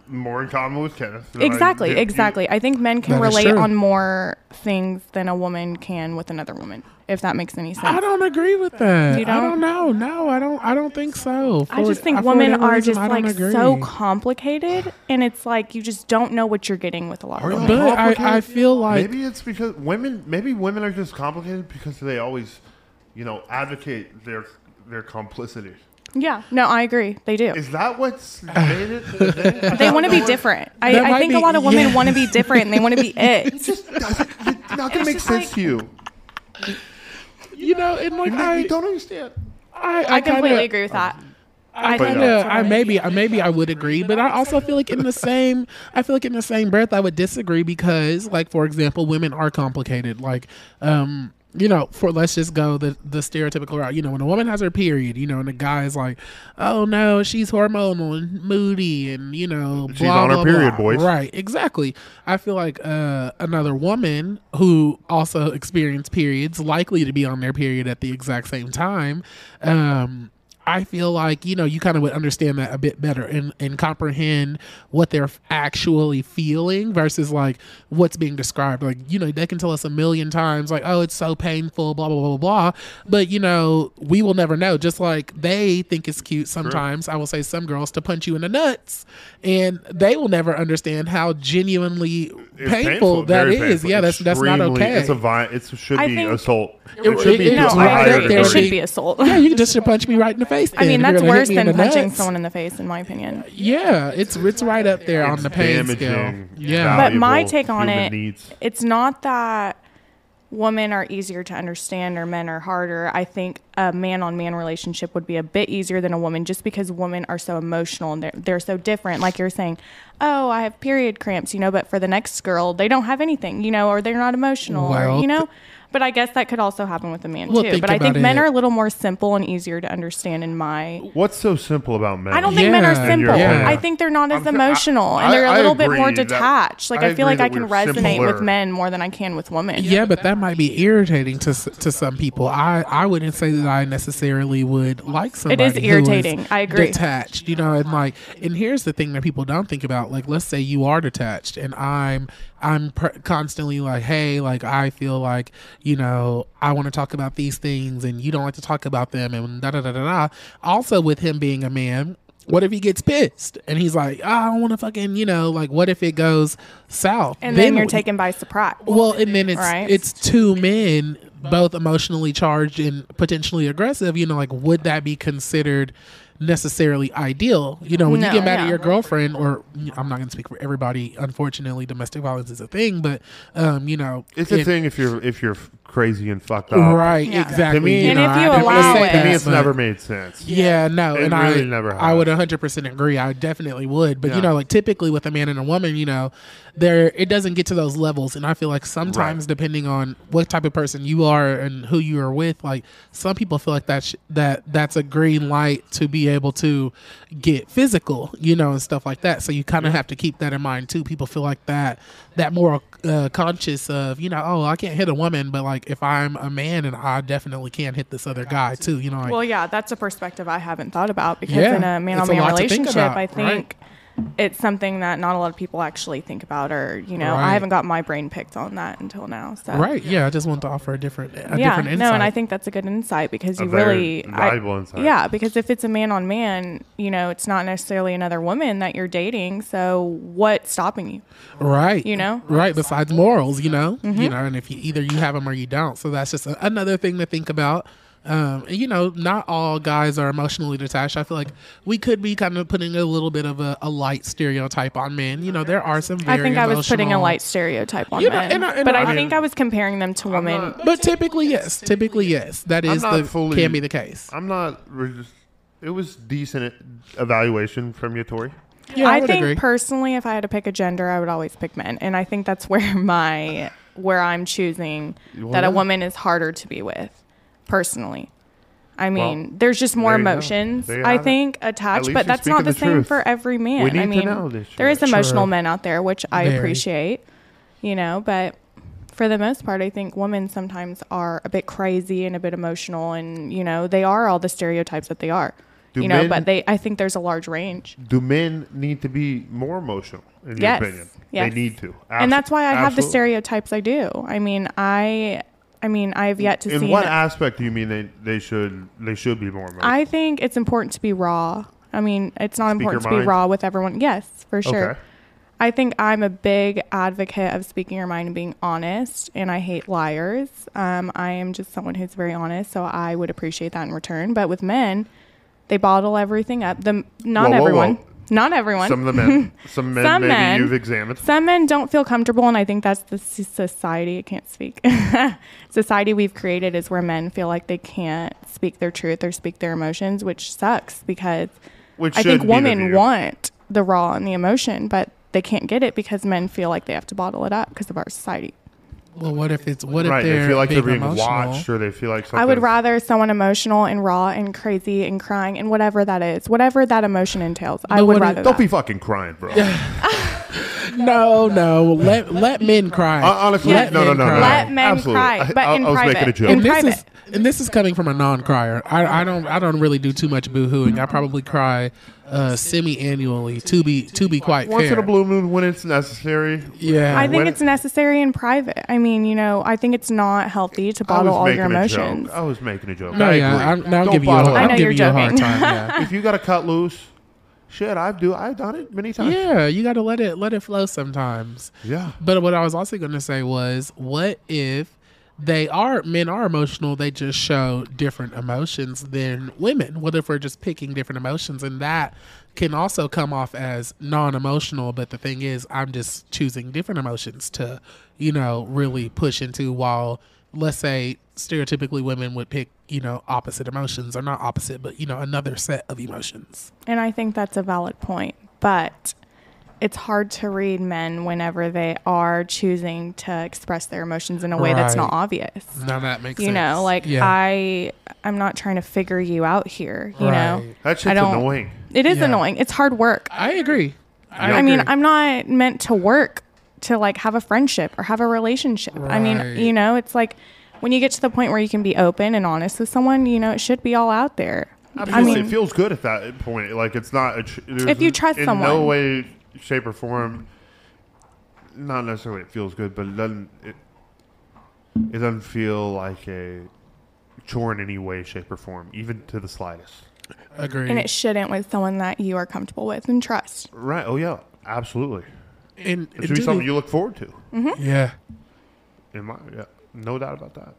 S4: more in common with Kenneth. than I
S2: exactly,
S4: do- you-
S2: exactly. I think men can
S3: That is
S2: relate
S3: true.
S2: on more things than a woman can with another woman, if that makes any sense.
S3: [LAUGHS] I don't agree with that.
S2: You
S3: I
S2: don't?
S3: don't know. No, I don't. I don't think so.
S2: I just
S3: For-
S2: think
S3: for
S2: women
S3: whatever
S2: are
S3: reason,
S2: just
S3: I don't
S2: like
S3: agree.
S2: so complicated, and it's like you just don't know what you're getting with a lot of
S4: Are
S2: women.
S4: y'all
S3: But I, I
S4: complicated?
S3: feel like
S4: maybe it's because women. Maybe women are just complicated because they always, you know, advocate their their complicity.
S2: Yeah, no, I agree. They do.
S4: Is that
S3: [LAUGHS]
S4: what's made it? to the thing?
S2: they want to be different. I,
S3: That
S2: I
S3: might
S2: think a
S3: be-
S2: lot of women
S3: yeah.
S2: want to be different, and they
S3: [LAUGHS]
S2: want to be it.
S4: Just doesn't- it's not gonna
S2: It's
S4: make
S2: just
S4: sense
S2: like-
S4: to you.
S3: you know, and like
S4: You,
S3: I,
S4: you don't understand.
S3: I, I,
S2: I completely
S3: kinda-
S2: agree with that.
S3: I
S2: think
S3: kind
S2: that's
S3: of,
S4: uh,
S2: what
S3: I
S2: I'm-
S3: maybe, I maybe I would agree, but I also feel like in the same, I feel like in the same breath, I would disagree because, like for example, women are complicated. Like, um, you know, for let's just go the the stereotypical route. You know, when a woman has her period, you know, and the guy is like, "Oh no, she's hormonal and moody, and you know,
S4: She's
S3: blah,
S4: on her
S3: blah,
S4: period,
S3: blah."
S4: boys.
S3: Right, exactly. I feel like uh, another woman who also experienced periods, likely to be on their period at the exact same time. Um, I feel like you know you kind of would understand that a bit better and, and comprehend what they're actually feeling versus like what's being described. Like you know they can tell us a million times like oh it's so painful blah blah blah blah blah, but you know we will never know. Just like they think it's cute sometimes. I will say some girls to punch you in the nuts, and they will never understand how genuinely
S4: It's
S3: painful, that
S4: very
S3: is.
S4: painful,
S3: Yeah, that's that's not
S4: extremely-
S3: okay.
S4: It's a vi- It should
S2: I
S4: be
S2: think-
S4: assault. It,
S3: it-
S4: should be
S3: it-
S2: No,
S3: it's
S2: I
S3: right
S4: higher
S2: agree.
S3: there.
S2: It
S4: degree.
S2: should be assault. [LAUGHS]
S3: yeah, you can just punch me right in the face.
S2: I mean,
S3: then if you're
S2: that's
S3: gonna hit
S2: worse
S3: me in
S2: than
S3: the
S2: punching
S3: nuts.
S2: someone in the face, in my opinion.
S3: Yeah, it's it's right up there on the pain scale.
S4: damaging.
S3: Yeah,
S2: But my
S4: valuable
S2: take on
S4: human
S2: it,
S4: needs.
S2: it's not that women are easier to understand or men are harder. I think a man on man relationship would be a bit easier than a woman just because women are so emotional and they're, they're so different. Like you're saying, oh, I have period cramps, you know, but for the next girl, they don't have anything, you know, or they're not emotional,
S3: Well,
S2: or, you know.
S3: th-
S2: But I guess that could also happen with a man
S3: Well,
S2: too.
S3: think
S2: But I think
S3: about
S2: men
S3: it.
S2: are a little more simple and easier to understand in my.
S4: What's so simple about men?
S2: I don't think men are
S3: Yeah. In your
S2: simple.
S3: opinion.
S2: I think they're not as
S4: I'm sure- I-
S2: emotional
S4: I-
S2: and they're a
S4: I
S2: little bit
S4: agree
S2: more
S4: that-
S2: detached. Like I,
S4: I
S2: feel
S4: agree
S2: like I
S4: that
S2: can
S4: we're
S2: resonate with
S4: simpler.
S2: men more than I can with women.
S3: yeah, but that might be irritating to s- to some people. I I wouldn't say that I necessarily would like somebody. who is
S2: irritating. I agree.
S3: Detached, you know, and like, and here's the thing that people don't think about. Like, let's say you are detached, and I'm I'm per- constantly like, hey, like I feel like you know I want to talk about these things, and you don't like to talk about them, and da da da da da. Also, with him being a man, what if he gets pissed and he's like, "Ah, I don't want to fucking, you know, like, what if it goes south?
S2: And then, you're
S3: w-
S2: taken by surprise.
S3: Well, and then it's
S2: Right.
S3: it's two men, both emotionally charged and potentially aggressive. You know, like would that be considered necessarily ideal? You know, when you
S2: No,
S3: get mad at
S2: yeah.
S3: your girlfriend, or I'm not going to speak for everybody. Unfortunately, domestic violence is a thing, but um, you know, [LAUGHS]
S4: It's a
S3: it-
S4: thing if you're if you're crazy and fucked up.
S3: right?
S2: Yeah.
S3: Exactly.
S4: To me-
S3: you
S4: And
S3: know,
S2: if
S3: I
S2: you
S3: don't wanna
S2: allow
S3: say
S2: it-
S4: To
S3: that,
S4: me, it's
S3: but-
S4: never made sense.
S3: yeah, no,
S4: It
S3: and I
S4: really never
S3: I would
S4: has.
S3: 100% agree. I definitely would, but
S4: Yeah.
S3: you know, like typically with a man and a woman, you know, there it doesn't get to those levels, and I feel like sometimes
S4: Right.
S3: depending on what type of person you are and who you are with, like some people feel like that sh- that that's a green light to be able to get physical, you know, and stuff like that. So you kind of have to keep that in mind too. People feel like that that more uh, conscious of you know, oh, I can't hit a woman, but like if I'm a man and I definitely can hit this other guy too, you know. Like,
S2: Well, yeah, that's a perspective I haven't thought about because
S3: Yeah,
S2: in a man on
S3: it's a
S2: man
S3: lot to think
S2: relationship,
S3: about,
S2: I
S3: right.
S2: think it's something that not a lot of people actually think about, or, you know,
S3: Right.
S2: I haven't got my brain picked on that until now. So.
S3: Right. Yeah. I just want to offer a different, a
S2: Uh, yeah,
S3: different insight.
S2: no, and I think that's a good insight because
S4: A
S2: you
S4: very
S2: really
S4: valuable insight.
S2: Yeah, because if it's a man on man, you know, it's not necessarily another woman that you're dating. So what's stopping you?
S3: right.
S2: you know? Mm-hmm.
S3: Right. Besides morals, you know, you know, and if you either you have them or you don't, so that's just a, another thing to think about. Um, and, you know, not all guys are emotionally detached. I feel like we could be kind of putting a little bit of a, a light stereotype on men. You know, there are some. Very
S2: I think I was putting a
S3: emotional-
S2: light stereotype on
S3: You know,
S2: men,
S3: and I- and
S2: but
S3: I
S2: I,
S3: mean-
S2: think I was comparing them to women.
S4: not-
S3: But typically, yes. Typically, yes. That is
S4: not
S3: the
S4: fully-
S3: can be the case.
S4: I'm not. Re- it was decent evaluation from you, Tori.
S3: Yeah,
S2: I,
S3: would
S2: think
S3: agree.
S2: personally, if I had to pick a gender, I would always pick men, and I think that's [LAUGHS] where my where I'm choosing
S4: Well,
S2: that
S4: yeah.
S2: a woman is harder to be with, personally. I mean,
S4: Well,
S2: there's just more
S4: there you go.
S2: emotions
S4: There you
S2: I
S4: have it.
S2: think
S4: At
S2: attached,
S4: least
S2: but
S4: you're
S2: that's not
S4: speaking
S2: the,
S4: the
S2: same
S4: truth.
S2: for every man.
S4: need
S2: I
S4: to
S2: mean,
S4: know this
S2: there is
S4: shit.
S2: emotional
S3: Sure.
S2: men out there, which I
S3: Very.
S2: appreciate, you know, but for the most part, I think women sometimes are a bit crazy and a bit emotional, and you know, they are all the stereotypes that they are.
S4: Do
S2: you know,
S4: men-
S2: but they, I think there's a large range.
S4: Do men need to be more emotional? In
S2: Yes.
S4: your opinion,
S2: Yes.
S4: they need to, Abso-
S2: and that's why I have the
S4: absolutely.
S2: stereotypes I do. I mean, I, I mean, I've yet to see.
S4: In what aspect do you mean they, they should they should be more emotional?
S2: I think it's important to be raw. I mean, it's not
S4: Speak your
S2: important to be
S4: mind?
S2: raw with everyone. Yes, for sure.
S4: Okay.
S2: I think I'm a big advocate of speaking your mind and being honest, and I hate liars. Um, I am just someone who's very honest, so I would appreciate that in return. But with men, they bottle everything up. The not
S4: Whoa, whoa,
S2: everyone,
S4: whoa.
S2: not everyone.
S4: Some of the men,
S2: [LAUGHS]
S4: some men,
S2: Some
S4: maybe
S2: men.
S4: you've examined.
S2: Some men don't feel comfortable, and I think that's the s- society. I can't speak. [LAUGHS] society we've created is where men feel like they can't speak their truth or speak their emotions, which sucks because
S4: Which
S2: I
S4: should
S2: think
S4: be the
S2: women
S4: view.
S2: want the raw and the emotion, but they can't get it because men feel like they have to bottle it up because of our society.
S3: Well, what if it's what if
S4: Right,
S3: they're,
S4: they feel like
S3: being
S4: they're being
S3: emotional?
S4: watched, or they feel like something.
S2: I would rather someone emotional and raw and crazy and crying and whatever that is, whatever that emotion entails. I would
S3: But what if-
S2: rather
S4: Don't
S2: that.
S4: be fucking crying, bro.
S3: No, no. Let let men cry.
S4: Uh, honestly,
S3: Let
S4: no, no,
S3: men
S4: no, no,
S3: cry.
S4: no.
S2: Let men
S4: Absolutely.
S2: cry,
S4: I-
S2: but
S4: I,
S2: in
S4: I was making a
S2: private.
S4: joke.
S2: In
S3: and this is
S2: private.
S3: and this is coming from a non-crier. I, I don't I don't really do too much boohooing. I probably cry uh, semi-annually to be to be quite
S4: Once
S3: fair.
S4: in a blue moon, when it's necessary.
S3: Yeah.
S2: I think
S4: When-
S2: it's necessary in private. I mean, you know, I think it's not healthy to
S4: I
S2: bottle
S4: was
S2: all your
S4: making a
S2: emotions.
S4: joke. I was making a joke.
S3: no,
S4: I
S3: yeah. I'm,
S4: agree.
S3: no, I'm
S4: Don't
S3: giving you a
S4: bottle
S3: hard,
S4: it
S2: I
S3: I'm
S2: know
S4: up.
S2: you're
S3: giving you a hard
S2: joking.
S3: time.
S4: [LAUGHS]
S3: Yeah.
S4: If you got to cut loose, shit, I've do. I've done it many times.
S3: Yeah, you got to let it let it flow sometimes.
S4: Yeah.
S3: But what I was also going to say was, what if they are men are emotional? They just show different emotions than women. What if we're just picking different emotions, and that can also come off as non-emotional? But the thing is, I'm just choosing different emotions to, you know, really push into. While let's say stereotypically women would pick, you know, opposite emotions or not opposite, but you know, another set of emotions.
S2: And I think that's a valid point, but it's hard to read men whenever they are choosing to express their emotions in a way that's not
S3: Right.
S2: obvious.
S3: Now that makes
S2: You
S3: sense.
S2: know, like
S3: Yeah.
S2: I I'm not trying to figure you out here, you know.
S3: Right.
S4: That shit's
S2: I don't-
S4: annoying.
S2: It is
S3: Yeah.
S2: annoying. It's hard work.
S3: I agree.
S2: I mean,
S3: agree.
S2: I'm not meant to work to like have a friendship or have a relationship. I
S3: Right.
S2: mean, you know, it's like when you get to the point where you can be open and honest with someone, you know, it should be all out there.
S4: Absolutely.
S2: I mean,
S4: it feels good at that point. Like it's not. A tr- there's
S2: If you trust
S4: in no
S2: someone.
S4: way, shape, or form, not necessarily it feels good, but it doesn't. It, it doesn't feel like a chore in any way, shape, or form, even to the slightest.
S3: Agreed.
S2: and it shouldn't with someone that you are comfortable with and trust.
S4: Right? Oh yeah, absolutely.
S3: And-
S4: It
S3: and
S4: should be
S3: do
S4: something
S3: the-
S4: you look forward to.
S2: Mm.
S3: yeah.
S4: In my, yeah, no doubt about that.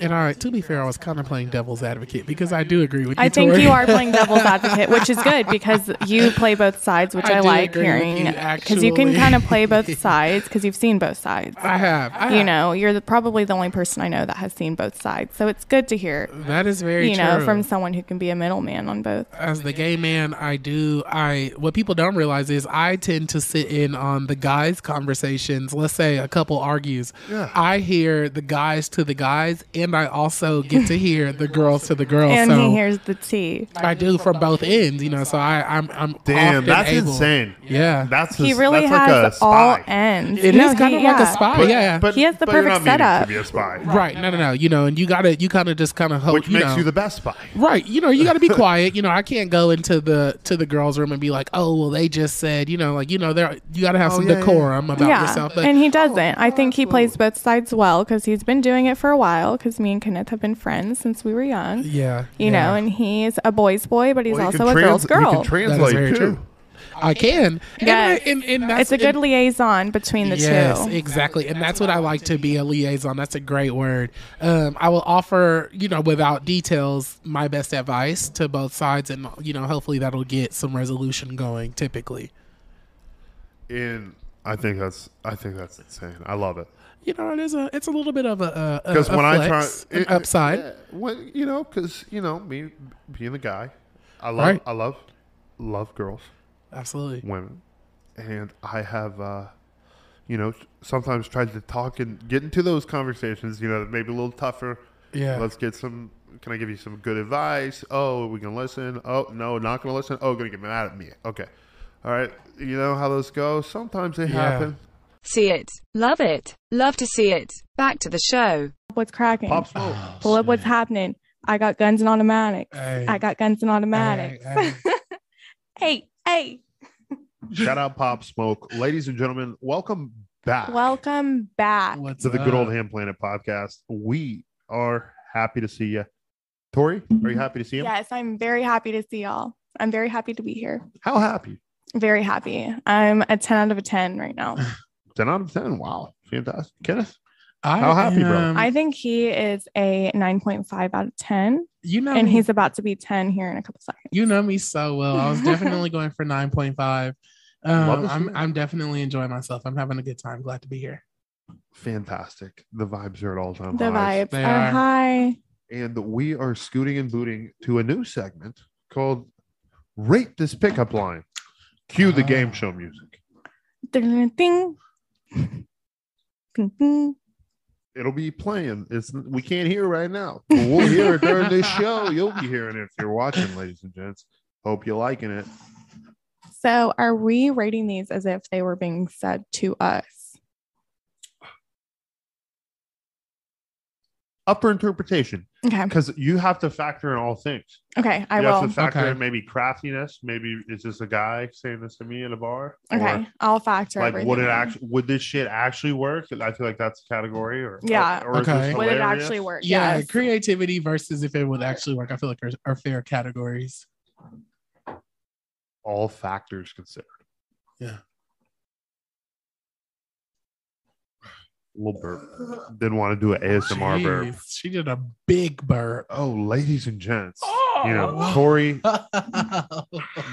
S3: And I, to be fair, I was kind of playing devil's advocate because I do agree with you.
S2: I think
S3: Tori.
S2: you are playing devil's advocate, which is good because you play both sides, which
S3: I
S2: I,
S3: do
S2: like
S3: agree with
S2: hearing
S3: you,
S2: because you can
S3: actually.
S2: kind of play both
S3: [LAUGHS]
S2: sides because you've seen both sides.
S3: [LAUGHS] I have. I
S2: You
S3: have.
S2: know, you're the, probably the only person I know that has seen both sides, so it's good to hear.
S3: That is very
S2: You
S3: true.
S2: know, from someone who can be a middleman on both.
S3: as the gay man, I do. I what people don't realize is I tend to sit in on the guys' conversations. Let's say a couple argues, I hear the guys to the guys, and I also get to hear the girls to the girls.
S2: And
S3: so
S2: he hears the T.
S3: I do from both ends. You know, so I, I'm. I'm
S4: Damn,
S3: often
S4: that's
S3: able-
S4: insane.
S3: Yeah.
S4: That's a,
S2: He really
S4: that's
S2: has
S4: like a
S2: all
S4: spy.
S2: ends.
S3: It is
S2: No,
S3: kind of
S2: he-
S3: like a
S2: yeah.
S3: spy. yeah, yeah.
S2: He has the
S4: but you're
S2: perfect
S4: not meaning
S2: setup.
S4: To be a spy.
S3: Right. No, no, no. You know, and you gotta, you kind of just kind of hope,
S4: Which makes
S3: know.
S4: you the best spy.
S3: Right, you know, you got to
S4: [LAUGHS]
S3: be quiet. You know, I can't go into the to the girls' room and be like, "Oh, well, they just said," you know, like you know, there you got to have
S4: Oh,
S3: some
S4: yeah, yeah.
S3: decorum about yourself. But Oh.
S2: and he doesn't. I think he plays both sides well because he's been doing it for a while. Because me and Kenneth have been friends since we were young.
S3: yeah,
S2: You know, and he's a boy's boy, but he's
S4: Well, you
S2: also
S4: can
S2: a
S4: trans-
S2: girl's girl.
S4: You can translate
S3: very
S4: too.
S3: true. I can. And I-
S2: Yes.
S3: and, and, that's
S2: it's a good
S3: and-
S2: liaison between the
S3: yes,
S2: two.
S3: exactly. And that's what I like to be a liaison. That's a great word. Um, I will offer, you know, without details, my best advice to both sides, and you know, hopefully that'll get some resolution going. Typically.
S4: And I think that's I think that's insane. I love it.
S3: you know, it is a it's a little bit of a because
S4: Because when I try
S3: an
S4: it-
S3: upside.
S4: yeah, well, you know, because you know me being a guy, I love
S3: Right.
S4: I love love girls,
S3: Absolutely.
S4: women, and I have uh, you know sometimes tried to talk and get into those conversations. You know, maybe a little tougher.
S3: Yeah.
S4: Let's get some. Can I give you some good advice? Oh, we can listen. Oh, no, not gonna listen. Oh, gonna get mad at me. Okay, all right. You know how those go. Sometimes they
S3: Yeah.
S4: happen.
S1: See it. Love it. Love to see it. Back to the show.
S2: What's cracking?
S4: Pop smoke.
S3: [LAUGHS]
S2: Pull up what's happening. I got guns and automatics.
S3: Hey.
S2: I got guns and automatics.
S3: Hey,
S2: [LAUGHS] hey, hey,
S4: Shout out Pop Smoke, ladies and gentlemen. Welcome back.
S2: welcome back.
S3: What's
S4: to the good old
S3: up?
S4: Ham Planet podcast. We are happy to see you. Tori, are you happy to see him?
S2: Yes, I'm very happy to see y'all. I'm very happy to be here.
S4: How happy?
S2: Very happy. I'm a 10 out of a 10 right now.
S4: 10 out of 10. Wow. Fantastic. Kenneth?
S3: I
S4: How happy, bro?
S3: am-
S2: I think he is a 9.5 out of 10,
S3: you know,
S2: and
S3: me,
S2: he's about to be 10 here in a couple seconds.
S3: you know me so well. I was definitely going for nine point five.
S4: Love
S3: Um,
S4: this
S3: I'm
S4: man.
S3: I'm definitely enjoying myself. I'm having a good time. Glad to be here.
S4: Fantastic. The vibes are at all time
S2: The
S4: highs.
S2: vibes
S3: They
S2: are,
S3: are.
S2: high.
S4: And we are scooting and booting to a new segment called Rate This Pickup Line. Cue the
S3: Ah.
S4: game show music.
S2: Ding, ding. [LAUGHS] Ding, ding.
S4: It'll be playing. It's we can't hear right now. But we'll hear it during
S2: [LAUGHS]
S4: this show. You'll be hearing it if you're watching, ladies and gents. Hope you're liking it.
S2: So, are we rating these as if they were being said to us?
S4: Upper interpretation.
S2: Okay.
S4: because you have to factor in all things.
S2: Okay. I
S4: you have
S2: will.
S4: to factor
S3: Okay.
S4: in maybe craftiness. Maybe is this a guy saying this to me in a bar?
S2: Okay.
S4: Or,
S2: I'll factor.
S4: like,
S2: everything
S4: would it
S2: in.
S4: actually? Would this shit actually work? I feel like that's a category. Or
S2: Yeah.
S4: Or, or is
S3: Okay.
S4: this
S2: Would it
S4: hilarious?
S2: actually work?
S3: Yeah,
S2: Yes.
S3: creativity versus if it would actually work. I feel like are, are fair categories.
S4: All factors considered.
S3: Yeah.
S4: Little burp. Didn't want to do an ASMR burp.
S3: Jeez, she did a big burp. [LAUGHS]
S4: Oh, ladies and gents, you know, Tori,
S3: I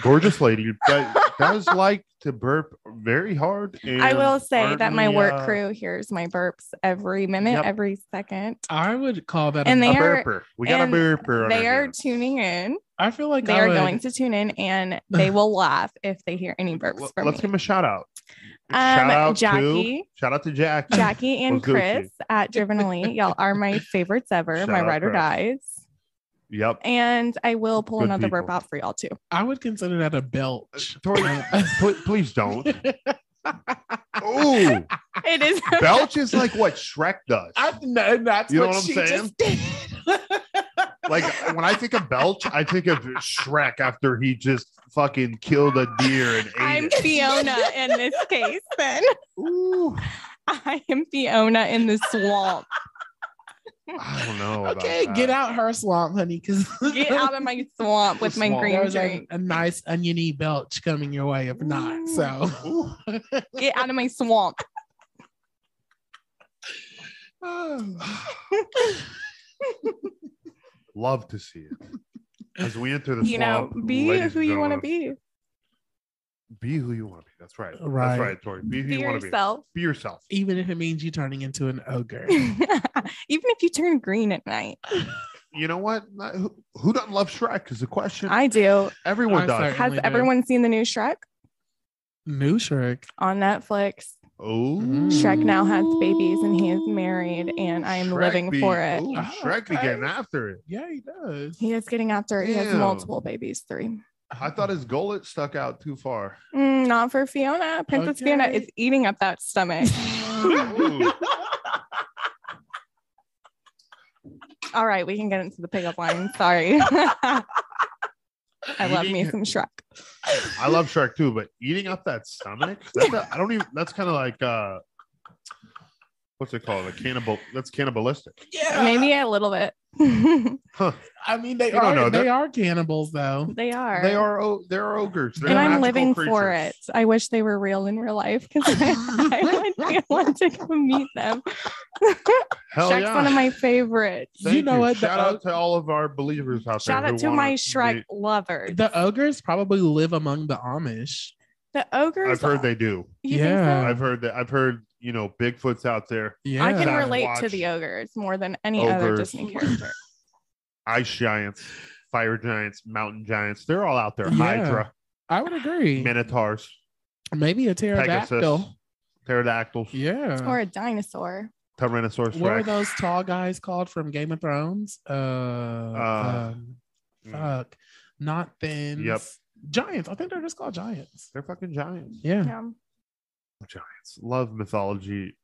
S4: gorgeous lady, that does like to burp very hard. And
S2: I will say
S4: aren't
S2: that my
S4: we,
S2: work
S4: uh,
S2: crew hears my burps every minute,
S4: Yep.
S2: every second.
S3: would call that.
S2: And
S3: a,
S2: they
S4: a
S2: are-
S4: burper. We got a
S2: and
S4: burper. on
S2: They
S4: our
S2: are
S4: hands.
S2: tuning in.
S3: I feel like
S2: They
S3: I
S2: are
S3: would-
S2: going to tune in, and they
S4: [SIGHS]
S2: will laugh if they hear any burps
S4: Well,
S2: from
S4: let's
S2: me.
S4: give him a shout out.
S2: Um, Jackie.
S4: To, shout out to Jack. [LAUGHS]
S2: Jackie and
S4: Well, Gucci.
S2: Chris at Driven Elite, y'all are my favorites ever.
S4: [LAUGHS] Shout
S2: my
S4: out
S2: ride or
S4: Chris.
S2: dies.
S4: Yep.
S2: And I will pull
S4: Good
S2: another burp
S4: people.
S2: out for y'all too.
S3: I would consider that a belch.
S4: Tori,
S2: [LAUGHS]
S4: pl- please don't. Oh,
S2: It
S4: [LAUGHS]
S2: is
S4: belch is like what Shrek does.
S3: I, no, that's
S4: You know
S3: what,
S4: what I'm
S3: she
S4: saying?
S3: just did.
S4: Like when I think of belch, I think of Shrek after he just fucking killed a deer and ate
S2: [LAUGHS] I'm
S4: it.
S2: Fiona in this case, then.
S4: Ooh,
S2: I am Fiona in the
S4: [LAUGHS]
S2: swamp.
S4: I don't know.
S3: [LAUGHS]
S4: about
S3: okay,
S4: that.
S3: get out her swamp, honey, [LAUGHS] because
S2: Get out of my swamp with my
S4: Swamp.
S2: green
S3: there's a,
S2: drink.
S3: a nice oniony belch coming your way. If not, so
S4: [SIGHS]
S3: [LAUGHS]
S2: Get out of my swamp.
S4: Love to see it. As we enter the
S2: You know,
S4: swamp,
S2: be
S4: ladies
S2: who
S4: and
S2: you want to
S4: gentlemen,
S2: be.
S4: Be who you want to be. That's right.
S3: Right.
S4: That's right, Tori. Be who
S2: Be
S4: you want to be.
S2: yourself. [LAUGHS]
S4: Be yourself.
S3: even if it means you turning into an ogre.
S2: Even if you turn green at night,
S4: you know what? Not- who, who doesn't love Shrek is the question.
S2: I do.
S4: Everyone
S3: I'm
S4: does.
S3: sorry.
S2: Has
S3: Certainly do.
S2: everyone seen the new Shrek
S3: New Shrek.
S2: on Netflix?
S4: Oh,
S3: Mm.
S2: Shrek now has babies and he is married, and I am
S4: Shrek
S2: living
S4: be-
S2: for it.
S4: ooh,
S3: Oh,
S4: Shrek be
S3: okay.
S4: getting after it.
S3: Yeah, he does.
S2: He is getting after it. He has
S4: Ew.
S2: multiple babies, three.
S4: I thought his gullet stuck out
S2: [LAUGHS]
S4: too far.
S2: Mm, not for Fiona. Princess
S3: Okay.
S2: Fiona is eating up that
S4: [LAUGHS]
S2: stomach.
S4: Ooh.
S2: All right, we can get into the pickup line.
S4: [LAUGHS]
S2: Sorry. I love me
S4: Eating-
S2: some Shrek.
S4: I love Shrek too, but eating up that stomach, that's not- I don't even, that's kind of like, uh, what's it called? A cannibal, that's cannibalistic.
S3: Yeah,
S2: Maybe a little bit. [LAUGHS] they
S3: I mean, they
S4: You don't
S3: are
S4: know.
S3: they
S4: They're-
S3: are cannibals though.
S2: are.
S4: They are, o- they're ogres. They're
S2: And I'm
S4: magical
S2: living for
S4: creatures.
S2: it. I wish they were real in real life because
S4: [LAUGHS]
S2: I would be- want to go meet them.
S4: Hell
S2: Shrek's
S4: yeah.
S2: one of my favorites.
S4: Thank
S3: You know what? The
S4: Shout
S3: og-
S4: out to all of our believers out there.
S2: Shout
S4: who
S2: out to
S4: wanna
S2: my
S4: be-
S2: Shrek lovers.
S3: The ogres probably live among the Amish.
S2: The ogres.
S4: I've heard they do.
S2: You
S3: Yeah.
S2: Think
S4: I've heard that. I've heard you know, Bigfoot's out there.
S3: Yeah.
S2: I can
S4: I've
S2: relate to
S4: watched
S2: the ogres more than any other
S4: ogres.
S2: Disney character.
S4: Ice giants, fire giants, mountain giants. They're all out there.
S3: Yeah.
S4: Hydra,
S3: I would agree.
S4: minotaurs,
S3: Maybe a pterodactyl.
S4: Pegasus. pterodactyls,
S3: Yeah.
S2: or a dinosaur.
S4: Tyrannosaurus
S3: what are
S4: rex.
S3: those tall guys called from Game of Thrones? Uh, um,
S4: Mm.
S3: fuck, not thins.
S4: Yep.
S3: Giants. I think they're just called giants.
S4: They're fucking giants.
S3: Yeah.
S2: Yeah.
S4: Giants. Love mythology.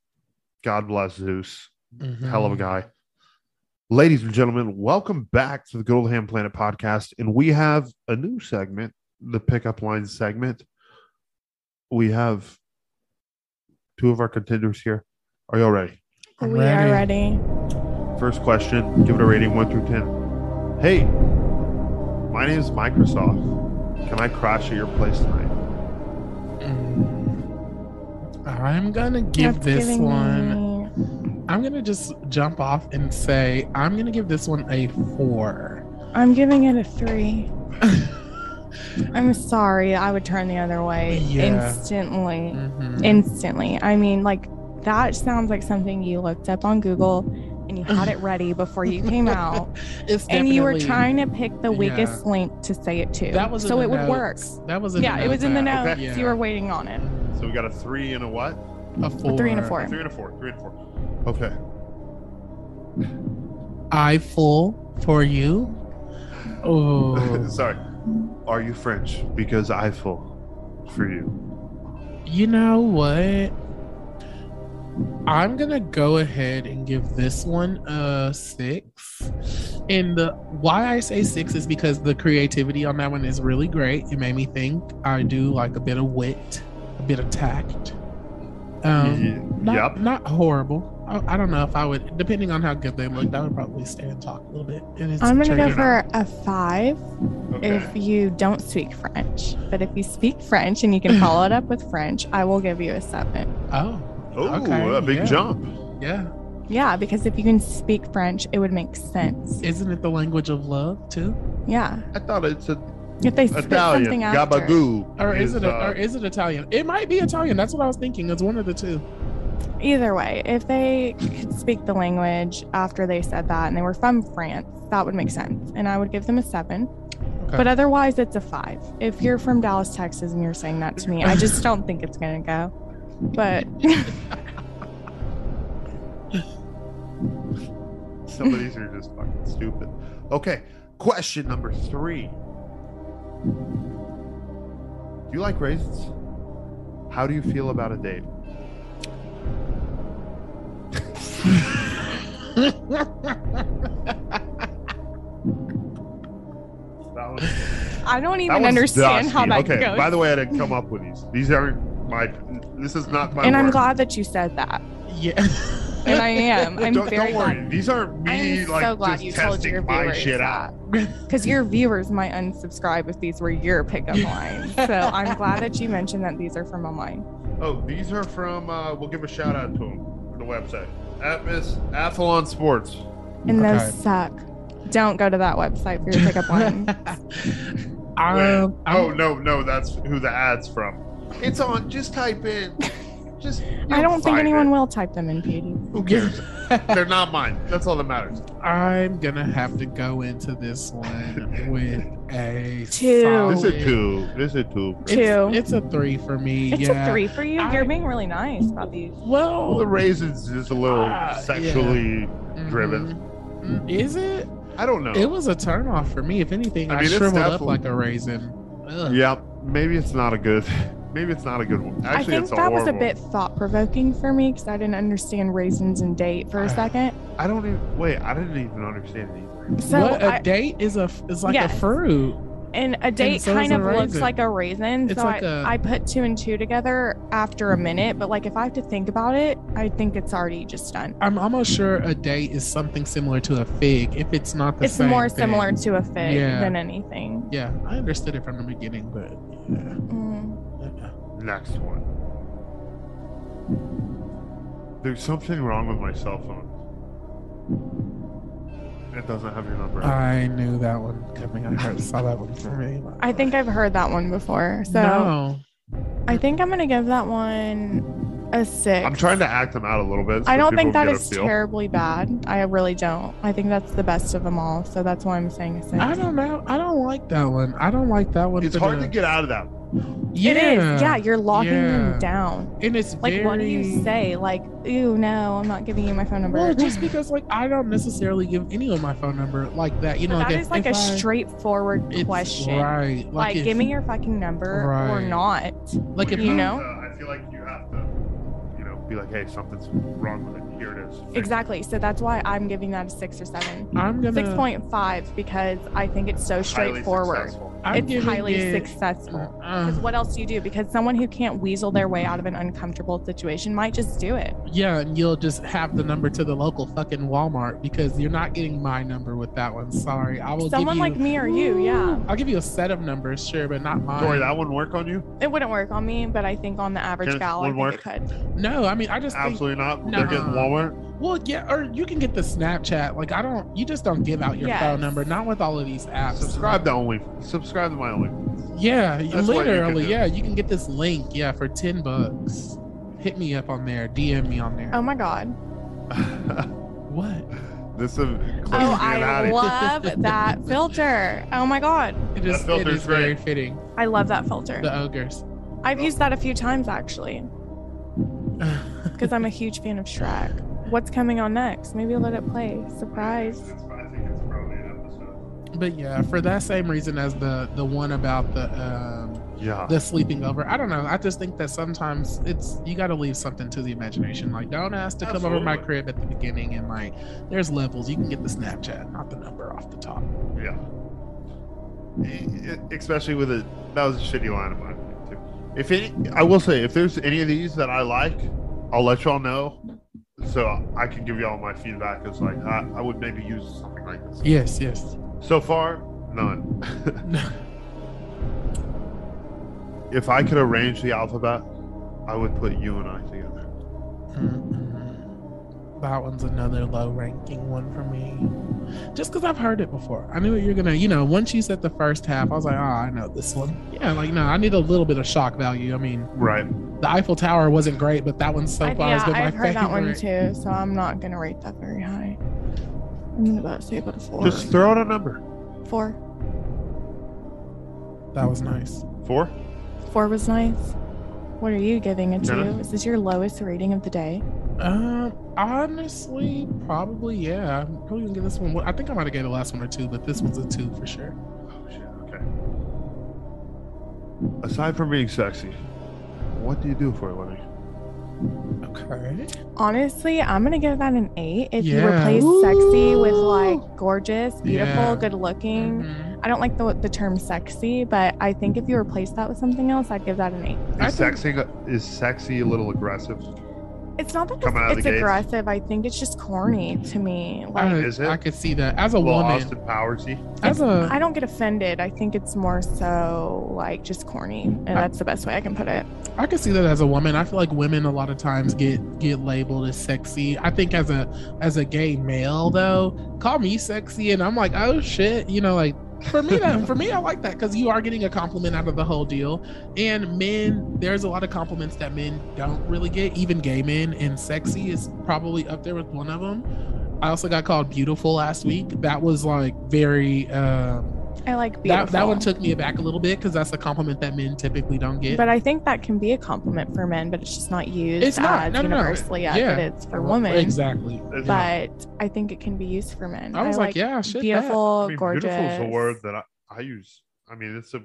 S4: God bless Zeus.
S2: Mm-hmm.
S4: Hell of a
S3: Mhm.
S4: guy. Ladies and gentlemen, welcome back to the Good Old Ham Planet podcast. And we have a new segment, the pickup line segment. We have two of our contenders here. Are y'all ready?
S3: I'm
S2: we are ready.
S4: First question, give it a rating one through 10. Hey, my name is Microsoft. Can I crash at your place tonight?
S3: Mm. I'm gonna give
S2: That's
S3: this
S2: giving
S3: one.
S2: me-
S3: I'm gonna just jump off and say I'm gonna give this one a four. Mm-hmm.
S2: I'm giving it a three. I'm sorry. I would turn the other way
S3: Yeah.
S2: instantly.
S3: Mhm.
S2: Instantly. I mean, like, that sounds like something you looked up on Google and you
S3: [LAUGHS]
S2: had it ready before you came out.
S3: It's
S2: and you were
S3: definitely-
S2: trying to pick the
S3: Yeah.
S2: weakest link to say it to.
S3: That was in
S2: so
S3: the
S2: it would work.
S3: notes. That was in
S2: Yeah,
S3: the
S2: it was in the
S3: notes.
S2: notes.
S4: Okay.
S2: You were waiting on it.
S4: So we got a three and a what?
S3: a four.
S2: A three and a four.
S4: Three and a four. Three and a four. Okay.
S3: I full for you.
S4: [LAUGHS]
S3: Oh,
S4: Sorry. Are you French? Because I full for you.
S3: you know what? I'm gonna go ahead and give this one a six. And the why I say six is because the creativity on that one is really great. It made me think. I do like a bit of wit, a bit of tact. Um,
S4: Ye-
S3: not,
S4: yep.
S3: not horrible. I, I don't know if I would, depending on how good they looked, I would probably stay and talk a little bit. And it's
S2: I'm going to
S3: turning
S2: go for
S3: it
S2: a five
S4: Okay.
S2: if you don't speak French. But if you speak French and you can follow it up with French, I will give you a seven.
S3: Oh,
S4: oh,
S3: okay,
S4: a big
S3: yeah.
S4: jump.
S3: yeah.
S2: Yeah, because if you can speak French, it would make sense.
S3: Isn't it the language of love too?
S2: Yeah.
S4: I thought it's a
S2: If they spit
S4: Italian.
S2: something after.
S4: Gabagoo.
S3: Or is, it?
S4: uh,
S3: or is it Italian? It might be Italian. That's what I was thinking. It's one of the two.
S2: Either way, if they could speak the language after they said that and they were from France, that would make sense. And I would give them a seven.
S3: Okay.
S2: But otherwise, it's a five. If you're from Dallas, Texas, and you're saying that to me, I just don't think it's going to go. But
S4: Some of these are just fucking stupid. Okay. Question number three. Do you like raisins? How do you feel about a date? That was-
S2: I don't
S4: that
S2: even
S4: was
S2: understand how that
S4: dusty. okay,
S2: goes.
S4: By the way, I didn't come up with these. These aren't my. This is not my.
S2: and I'm
S4: work.
S2: glad that you said that.
S3: Yeah.
S2: And I
S4: [LAUGHS]
S2: am. I'm
S4: don't,
S2: very
S4: don't worry. These aren't me
S2: I'm
S4: like
S2: so glad
S4: just
S2: you
S4: testing
S2: told your
S4: my
S2: viewers
S4: shit out.
S2: that. [LAUGHS] Because your viewers might unsubscribe if these were your
S4: [LAUGHS]
S2: pickup lines. So I'm glad that you mentioned that these are from online.
S4: Oh, these are from. Uh, we'll give a shout out to them. The website Atmos Athlon Sports.
S2: And
S3: Okay.
S2: those suck. Don't go to that website for your
S4: [LAUGHS]
S2: pickup
S3: [LAUGHS]
S2: line.
S3: um, I'm-
S4: oh no, no, that's who the ads from. It's on. Just
S2: [LAUGHS]
S4: type in. Just.
S2: I
S4: you'll
S2: don't think
S4: find
S2: anyone
S4: it.
S2: will type them in beauty.
S4: Who cares? They're not mine. That's all that matters.
S3: [LAUGHS] I'm gonna have to go into this one with a
S2: Two.
S3: solid-
S4: This is two. This is two.
S3: It's,
S2: Two.
S3: it's a three for me.
S2: It's
S3: yeah.
S2: a three for you.
S3: I-
S2: You're being really nice about these.
S4: Well, the
S3: Well,
S4: raisins is a little
S3: Ah, yeah.
S4: sexually. driven.
S3: mhm. Mm, Is it?
S4: I don't know.
S3: It was a turnoff for me. If anything,
S4: I
S3: I,
S4: mean, it's
S3: shriveled up
S4: definitely-
S3: like a raisin. Ugh.
S4: Yeah, maybe it's not a good. [LAUGHS] Maybe it's not a good one. Actually,
S2: I think
S4: it's a
S2: that was a
S4: horrible-
S2: bit thought provoking for me because I didn't understand raisins and date for
S3: [SIGHS]
S4: I-
S2: a second.
S4: I don't even. Wait, I didn't even understand it either.
S2: So
S3: what a
S2: I,
S3: date is a f- is like
S2: Yes.
S3: a fruit.
S2: and a date
S3: so is
S2: kind
S3: a
S2: of looks
S3: raisin.
S2: like a raisin.
S3: It's
S2: so
S3: like
S2: I
S3: a-
S2: I put two and two together after a minute, but like if I have to think about it, I think it's already just done.
S3: I'm almost sure a date is something similar to a fig. If it's not the
S2: it's
S3: same
S2: more
S3: thing.
S2: similar to a fig
S3: Yeah.
S2: than anything.
S3: Yeah, I understood it from the beginning, but yeah.
S2: Mm.
S3: Uh-uh.
S4: Next one. There's something wrong with my cell phone. It doesn't have your number.
S3: I knew that one coming. I heard, saw that one coming.
S2: I think I've heard that one before. So
S3: no.
S2: I think I'm gonna give that one a six.
S4: I'm trying to act them out a little bit. so
S2: I don't think
S4: people
S2: that
S4: get a
S2: is
S4: feel.
S2: terribly bad. I really don't. I think that's the best of them all. So that's why I'm saying a six.
S3: I don't know. I don't like that one. I don't like that one.
S4: It's
S3: for
S4: hard
S3: the-
S4: to get out of that.
S3: Yeah.
S2: It is. Yeah, you're locking
S3: yeah.
S2: them down.
S3: And it's
S2: Like,
S3: very,
S2: what do you say? Like, ew, no, I'm not giving you my phone number.
S3: Well, just because like I don't necessarily give anyone my phone number like that. You know,
S2: that
S3: if-
S2: is [LAUGHS] like
S3: if
S2: a
S3: I-
S2: straightforward
S3: it's
S2: question.
S3: right? Like,
S2: Like,
S3: if,
S2: give me your fucking number or
S3: Right.
S2: not.
S3: like if
S2: you
S3: I-
S2: know?
S4: Uh, I feel like you have to, you know, be like, hey, something's wrong with it. Here it is. Fix it."
S2: Exactly. So that's why I'm giving that a six or seven.
S3: I'm gonna
S2: Six point five because I think it's so
S4: Highly
S2: straightforward.
S4: successful.
S3: I'm
S2: it's
S3: giving
S2: highly
S3: it-
S2: successful.
S3: Uh,
S2: Because what else do you do? Because someone who can't weasel their way out of an uncomfortable situation might just do it.
S3: yeah, and you'll just have the number to the local fucking Walmart because you're not getting my number with that one. Sorry, I will.
S2: Someone
S3: give you,
S2: like me or you, yeah.
S3: I'll give you a set of numbers, sure, but not mine.
S4: Dory, that one work on you?
S2: It wouldn't work on me, but I think on the average
S4: Kenneth,
S2: gal, I think
S4: would
S2: it could.
S3: No, I mean I just think
S4: Absolutely not. They're getting
S3: Nah.
S4: Walmart.
S3: Well, yeah, or you can get the Snapchat. Like, I don't, you just don't give out your
S2: Yes.
S3: phone number, not with all of these apps.
S4: Subscribe to only. Subscribe to my only.
S3: Yeah,
S4: That's what you can
S3: literally.
S4: do.
S3: yeah, you can get this link. Yeah, for 10 bucks. Hit me up on there. DM me on there.
S2: Oh my god.
S3: [LAUGHS] what?
S4: this is oh,
S2: Oh, I love that filter. Oh my god.
S3: It is, it
S4: filter's
S3: is very
S4: great.
S3: fitting.
S2: I love that filter.
S3: The
S4: [LAUGHS]
S3: ogres.
S2: I've used that a few times actually. Because I'm a huge fan of Shrek. What's coming on next? Maybe I'll let it play. Surprise.
S3: But yeah, for that same reason as the the one about the um
S4: Yeah.
S3: the sleeping over. I don't know. I just think that sometimes it's you got to leave something to the imagination. Like, don't ask to come over my
S4: Absolutely.
S3: crib at the beginning, and like, there's levels. You can get the Snapchat, not the number off the top.
S4: Yeah. E- e- Especially with a that was a shitty line of mine too. If any, I will say, if there's any of these that I like, I'll let y'all know, so I can give y'all my feedback. It's like I, I would maybe use something like this.
S3: Yes, yes.
S4: So far, none. [LAUGHS] if I could arrange the alphabet, I would put you and I together.
S3: Mm-mm. Mm-hmm. That one's another low ranking one for me. Just because I've heard it before. I knew you're going to, you know, once you said the first half, I was like, oh, I know this one. Yeah, like, no, I need a little bit of shock value. I mean,
S4: Right.
S3: the Eiffel Tower wasn't great, but that one so
S2: I,
S3: far
S2: yeah,
S3: has been my
S2: I've heard
S3: favorite.
S2: that one too, so I'm not gonna rate that very high. I'm about to say about a four.
S4: Just throw out a number.
S2: four.
S3: That was nice.
S4: Four.
S2: Four was nice. What are you giving it to?
S4: Jenna?
S2: Is this your lowest rating of the day?
S3: Um, honestly, probably, yeah. I'm probably going to give this one. I think I might have gave the last one or two, but this one's a two for sure.
S4: Oh shit. Okay. Aside from being sexy, what do you do for a living?
S3: Okay.
S2: Honestly, I'm gonna give that an eight. If you
S3: Yeah.
S2: replace sexy with like gorgeous, beautiful,
S3: Yeah.
S2: good looking.
S3: Mhm.
S2: I don't like the the term sexy, but I think if you replace that with something else, I'd give that an eight.
S3: I
S4: Is
S3: think-
S4: sexy is sexy a little aggressive?
S2: It's not that
S4: Coming out of
S2: it's,
S4: the
S2: it's
S4: gates.
S2: aggressive. I think it's just corny to me. Like
S3: I,
S4: Is it?
S3: I could see that. As a
S4: A little
S3: woman,
S4: Austin Powersy.
S3: as a.
S2: I don't get offended. I think it's more so like just corny, and that's the best way I can put it.
S3: I can see that as a woman. I feel like women a lot of times get get labeled as sexy. I think as a as a gay male though, call me sexy and I'm like, oh shit, you know, like for me that for me I like that because you are getting a compliment out of the whole deal. And men, there's a lot of compliments that men don't really get, even gay men, and sexy is probably up there with one of them. I also got called beautiful last week. That was like very um
S2: I like beautiful.
S3: that, that one took me aback a little bit because that's a compliment that men typically don't get.
S2: But I think that can be a compliment for men, but it's just not used
S3: It's not.
S2: as
S3: No, no, no.
S2: universally as
S3: Yeah.
S2: it is for women.
S3: Exactly.
S4: It's not-
S2: But I think it can be used for men.
S3: I was like, yeah, shit. that.
S2: beautiful,
S4: I mean,
S2: Oh, gorgeous.
S4: Beautiful is a word that I, I use. I mean, it's a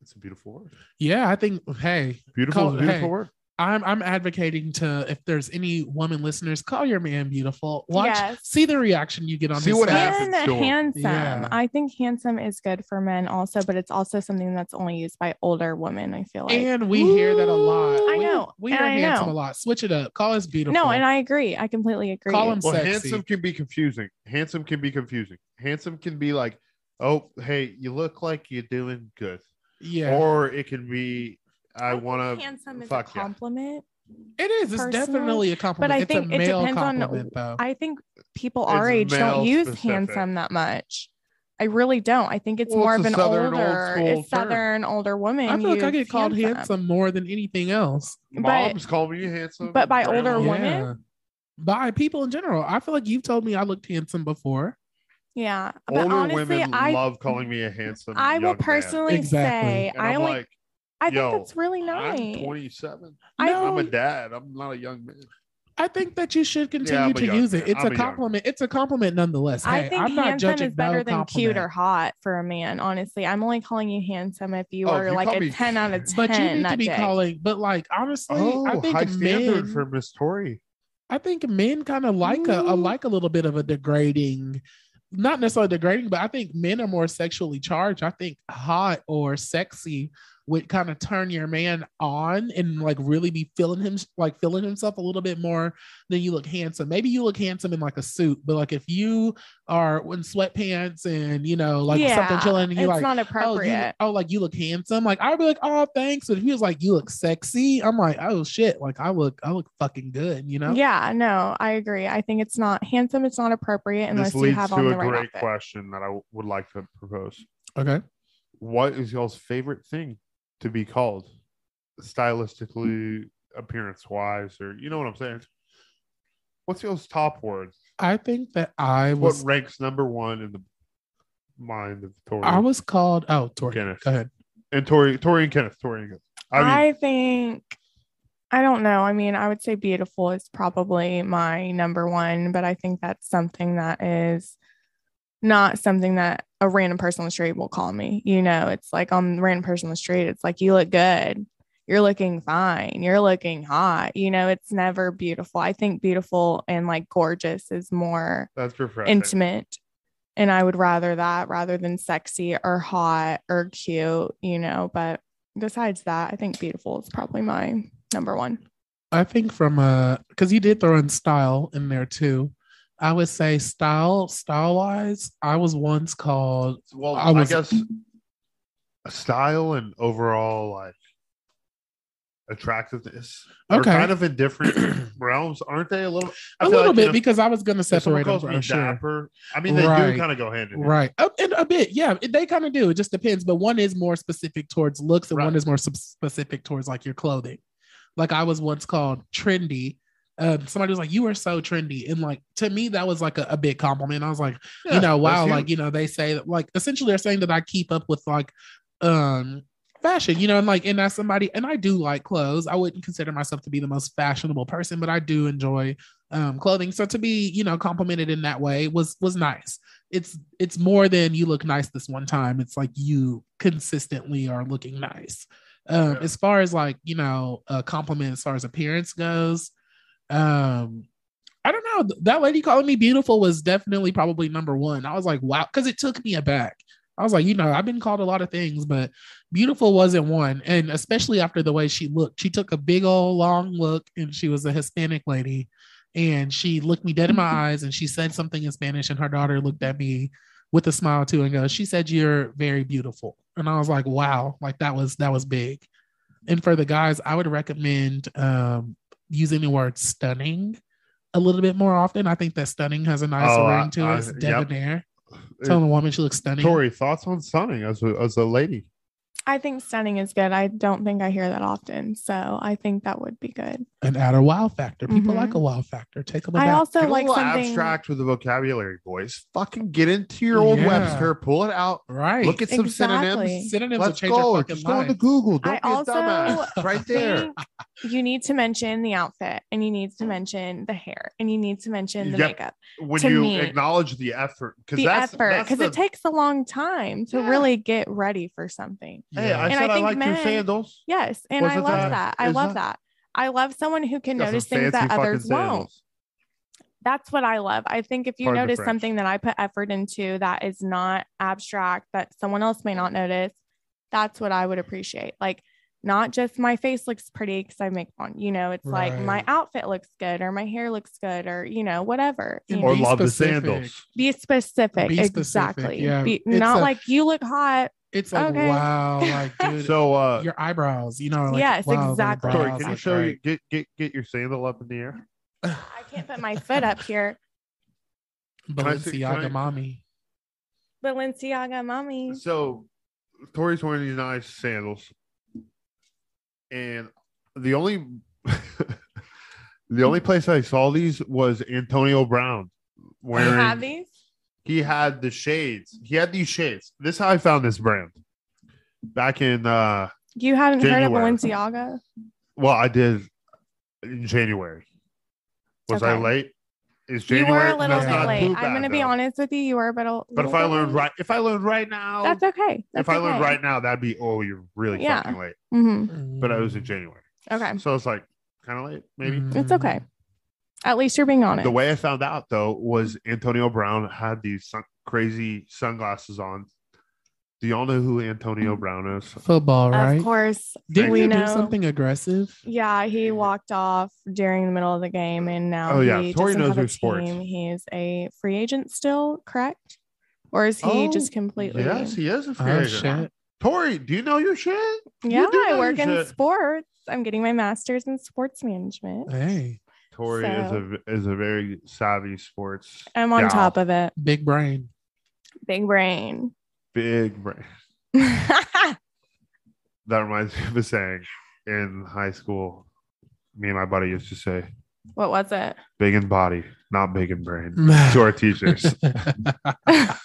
S4: it's a beautiful word.
S3: Yeah, I think. Hey,
S4: Beautiful
S3: Call-
S4: is a beautiful
S3: hey.
S4: word.
S3: I'm I'm advocating to if there's any woman listeners, call your man beautiful. Watch,
S2: Yes.
S3: see the reaction you get on
S4: See
S3: his
S4: what
S3: face.
S4: happens.
S2: And
S4: to 'em.
S2: handsome.
S3: Yeah.
S2: I think handsome is good for men also, but it's also something that's only used by older women, I feel like.
S3: And we hear that a lot.
S2: I
S3: We-
S2: know,
S3: We,
S2: and
S3: are
S2: I
S3: handsome
S2: know.
S3: a lot. Switch it up. Call us beautiful.
S2: no, and I agree. I completely agree.
S3: call him
S4: Well,
S3: sexy.
S4: handsome can be confusing. Handsome can be confusing. Handsome can be like, oh, hey, you look like you're doing good,
S3: Yeah,
S4: or it can be, I,
S2: think
S4: want to.
S2: handsome is a
S4: fuck yeah.
S2: compliment.
S3: it is. It's
S2: personally,
S3: definitely a compliment.
S2: I
S3: it's
S2: think
S3: a
S2: it
S3: male
S2: depends on-
S3: compliment, though.
S2: I think people our
S4: It's
S2: age don't
S4: male
S2: use
S4: specific.
S2: handsome that much. I really don't. I think it's
S4: Well,
S2: more
S4: it's
S2: of
S4: a
S2: an
S4: southern, old
S2: older,
S4: school term.
S2: it's southern, older woman.
S3: I feel like I
S2: who's
S3: get called handsome more than anything else.
S2: But-
S4: Mom's called me handsome.
S2: but by
S4: grandma-
S2: older women?
S3: By people in general. I feel like you've told me I looked handsome before.
S2: Yeah, but
S4: older
S2: honestly,
S4: women
S2: I
S4: love calling me a handsome.
S2: I
S4: young
S2: will
S4: man.
S2: personally
S3: Exactly.
S2: say
S4: And
S2: I
S4: I'm
S2: only
S4: like,
S2: I think
S4: yo,
S2: that's really nice.
S4: I'm 27.
S2: I-
S4: I'm a dad. I'm not a young man.
S3: I think that you should continue
S4: I'm a
S3: to
S4: young
S3: use
S4: man.
S3: it. It's
S4: I'm
S3: a
S4: a young
S3: compliment. It's a compliment nonetheless.
S2: I
S3: Hey,
S2: think
S3: I'm not
S2: handsome
S3: judging
S2: is better
S3: no
S2: than cute
S3: compliment.
S2: or hot for a man. Honestly, I'm only calling you handsome if you
S4: Oh,
S2: are
S4: you
S2: like
S4: call
S2: a
S4: me
S2: ten out of ten.
S3: But you need to
S2: nut
S3: be
S2: dick.
S3: calling. But like honestly, I
S4: Oh, high
S3: think men.
S4: standard for Miss Tori.
S3: I think men kind of like a, a
S2: Mm-hmm.
S3: like a little bit of a degrading, not necessarily degrading, but I think men are more sexually charged. I think hot or sexy would kind of turn your man on and like really be feeling him like feeling himself a little bit more than you look handsome. Maybe you look handsome in like a suit, but like if you are in sweatpants and you know like something
S2: Yeah,
S3: chilling and
S2: it's
S3: you like
S2: not
S3: oh, you, look-
S2: appropriate.
S3: oh, like you look handsome. Like I'd be like, oh, thanks. But if he was like, you look sexy, I'm like, oh shit, like I look, I look fucking good, you know?
S2: Yeah, no, I agree. I think it's not handsome. It's not appropriate unless
S4: This
S2: you
S4: leads
S2: have
S4: to
S2: on
S4: a
S2: the right
S4: great
S2: outfit.
S4: question that I w- would like to propose.
S3: Okay.
S4: What is y'all's favorite thing to be called, stylistically, appearance wise, or you know what I'm saying? What's y'all's top word?
S3: I think that I
S4: What
S3: was,
S4: ranks number one in the mind of Tori?
S3: I was called. Oh, Tori,
S4: Kenneth.
S3: go ahead.
S4: and Tori, Tori and Kenneth, Tori and Kenneth. I mean,
S2: I think I don't know. I mean, I would say beautiful is probably my number one, but I think that's something that is not something that a random person on the street will call me. You know, it's like on the random person on the street, it's like you look good. You're looking fine. You're looking hot. You know, it's never beautiful. I think beautiful and like gorgeous is more
S4: that's refreshing.
S2: intimate. And I would rather that rather than sexy or hot or cute, you know. But besides that, I think beautiful is probably my number one.
S3: I think from uh, because you did throw in style in there too. I would say style, style wise, I was once called.
S4: Well,
S3: I
S4: I,
S3: was-
S4: guess a style and overall like attractiveness are
S3: Okay.
S4: kind of
S3: [CLEARS THROAT]
S4: in different realms, aren't they? A little,
S3: a
S4: I feel
S3: little
S4: like,
S3: bit
S4: you know,
S3: because I was gonna
S4: if someone
S3: separate them
S4: calls
S3: for
S4: me
S3: sure.
S4: dapper. I mean, they
S3: Right.
S4: do kind of go hand in hand.
S3: Right. Up and a bit. Yeah. it- They kind of do. It just depends. But one is more specific towards looks and one
S4: Right.
S3: is more sub- specific towards like your clothing. Like I was once called trendy. Um, somebody was like, You are so trendy. And like to me, that was like a, a big compliment. I was like,
S4: Yeah,
S3: you know, wow,
S4: that's
S3: like,
S4: huge.
S3: you know, they say that like essentially they're saying that I keep up with like um fashion, you know, and like and that's somebody and I do like clothes. I wouldn't consider myself to be the most fashionable person, but I do enjoy um clothing. So to be, you know, complimented in that way was was nice. It's it's more than you look nice this one time. It's like you consistently are looking nice. Um
S4: Yeah.
S3: as far as like, you know, a compliment as far as appearance goes, um I don't know. Th- That lady calling me beautiful was definitely probably number one. I was like, wow, because it took me aback. I was like, you know, I've been called a lot of things, but beautiful wasn't one. And especially after the way she looked, she took a big old long look and she was a Hispanic lady. And she looked me
S4: [LAUGHS]
S3: dead in my eyes and she said something in Spanish. And her daughter looked at me with a smile too and goes, She said, You're very beautiful. And I was like, Wow, like that was that was big. And for the guys, I would recommend um using the word stunning a little bit more often. I think that stunning has a nice
S4: Oh, I-
S3: ring to
S4: I-
S3: it. It's
S4: yep.
S3: debonair.
S4: It-
S3: Telling a woman she looks stunning.
S4: Tori, thoughts on stunning as a, as a lady?
S2: I think stunning is good. I don't think I hear that often. So I think that would be good.
S3: An outer wow factor. People
S2: Mhm.
S3: like a wow factor. Take them
S2: I
S3: aback.
S2: also
S4: Get a
S2: like
S4: little
S2: something
S4: abstract with the vocabulary, boys. Fucking get into your old
S3: Yeah.
S4: Webster, pull it out,
S3: right.
S4: look at some synonyms.
S2: Exactly.
S3: synonyms will
S4: Let's
S3: change your
S4: go.
S3: fucking
S4: Just go
S3: life.
S4: into Google. Don't
S2: I
S4: be a dumbass.
S2: also [LAUGHS]
S4: Right there.
S2: think you need to mention the outfit and you need to mention the hair and you need to mention the
S4: Yep.
S2: makeup.
S4: when
S2: to
S4: you
S2: me,
S4: acknowledge the effort because
S2: The
S4: that's,
S2: effort.
S4: that's
S2: Because it
S4: the-
S2: takes a long time to
S4: Yeah.
S2: really get ready for something.
S4: hey i
S3: Yeah.
S2: And I
S4: said i,
S2: think
S4: like your
S2: men-
S4: sandals
S2: Yes, and I
S4: Wasn't
S2: love
S4: that-
S2: that. I
S4: is
S2: love
S4: that-
S2: that. I love someone who can
S4: Got some
S2: notice things
S4: fancy
S2: that
S4: fucking
S2: others won't.
S4: sandals.
S2: That's what I love. I think if you
S4: Pardon the
S2: notice
S4: French.
S2: something that I put effort into that is not abstract, that someone else may not notice, that's what I would appreciate. Like, not just my face looks pretty because I make one. You know, it's like my
S3: Right.
S2: outfit looks good or my hair looks good or you know whatever.
S3: And
S2: you
S4: or
S2: know.
S3: Be
S4: love the
S3: specific.
S4: sandals
S2: Be specific,
S3: Be specific,
S2: exactly.
S3: yeah.
S2: Be,
S3: It's
S2: not
S3: a-
S2: like you look hot.
S3: It's like
S2: Okay. [LAUGHS]
S3: wow, like dude,
S4: so uh
S3: your eyebrows, you know, like
S2: Yes,
S3: wow, those
S2: exactly.
S4: Tori,
S3: brows
S4: can you
S3: look
S4: show you
S3: great.
S4: [LAUGHS] get get get your sandal up in the air
S3: [LAUGHS]
S2: I can't put my foot up here.
S4: Can I see- can I-
S3: Balenciaga mommy.
S2: Balenciaga mommy.
S4: So, Tori's wearing these nice sandals, and the only [LAUGHS] the only place I saw these was Antonio Brown
S2: Do you
S4: wearing.
S2: have these?
S4: he had the shades. He had these shades. This is how I found this brand. Back in uh
S2: You haven't
S4: January.
S2: heard of Balenciaga?
S4: well, I did in January. Was I
S2: Okay.
S4: late? Is
S2: You
S4: January?
S2: were a little
S4: that's
S2: bit
S4: not
S2: late.
S4: too
S2: I'm
S4: bad,
S2: going to be
S4: though.
S2: honest with you. You were, but a
S4: But if I learned right if I learned right now
S2: that's okay.
S4: if
S2: That's
S4: I learned
S2: okay.
S4: right now, that'd be oh you're really
S2: Yeah.
S4: fucking late.
S2: hmm
S4: But I was
S3: Mm-hmm.
S4: in January.
S2: Okay. Mm-hmm.
S4: So it's like kind of late, maybe.
S2: It's okay. At least you're being honest.
S4: The way I found out though was Antonio Brown had these sun- crazy sunglasses on. Do y'all know who Antonio Brown is?
S3: Football, right?
S2: Of course,
S3: Didn't
S2: we
S3: you
S2: know.
S3: do something aggressive?
S2: Yeah, he walked off during the middle of the game, and now
S4: Oh, yeah.
S2: he
S4: Tori
S2: doesn't
S4: knows
S2: have a
S4: her sports.
S2: team. He is a free agent still, correct? Or is he
S4: Oh,
S2: just completely?
S4: Yes, he is a free
S3: Oh
S4: agent.
S3: shit!
S4: Tori, do you know your shit?
S2: yeah,
S4: do
S2: I
S4: know
S2: work in
S4: shit.
S2: sports. I'm getting my master's in sports management.
S3: Hey,
S4: Tori is a is a very savvy sports.
S2: I'm on
S4: gal.
S2: top of it.
S3: big brain.
S2: Big brain.
S4: Big brain.
S2: [LAUGHS] That's
S4: That reminds [LAUGHS] me of a saying in high school. Me and my buddy used to say,
S2: what was it?
S4: "Big in body, not big
S3: [LAUGHS]
S4: in brain." To our teachers,
S3: I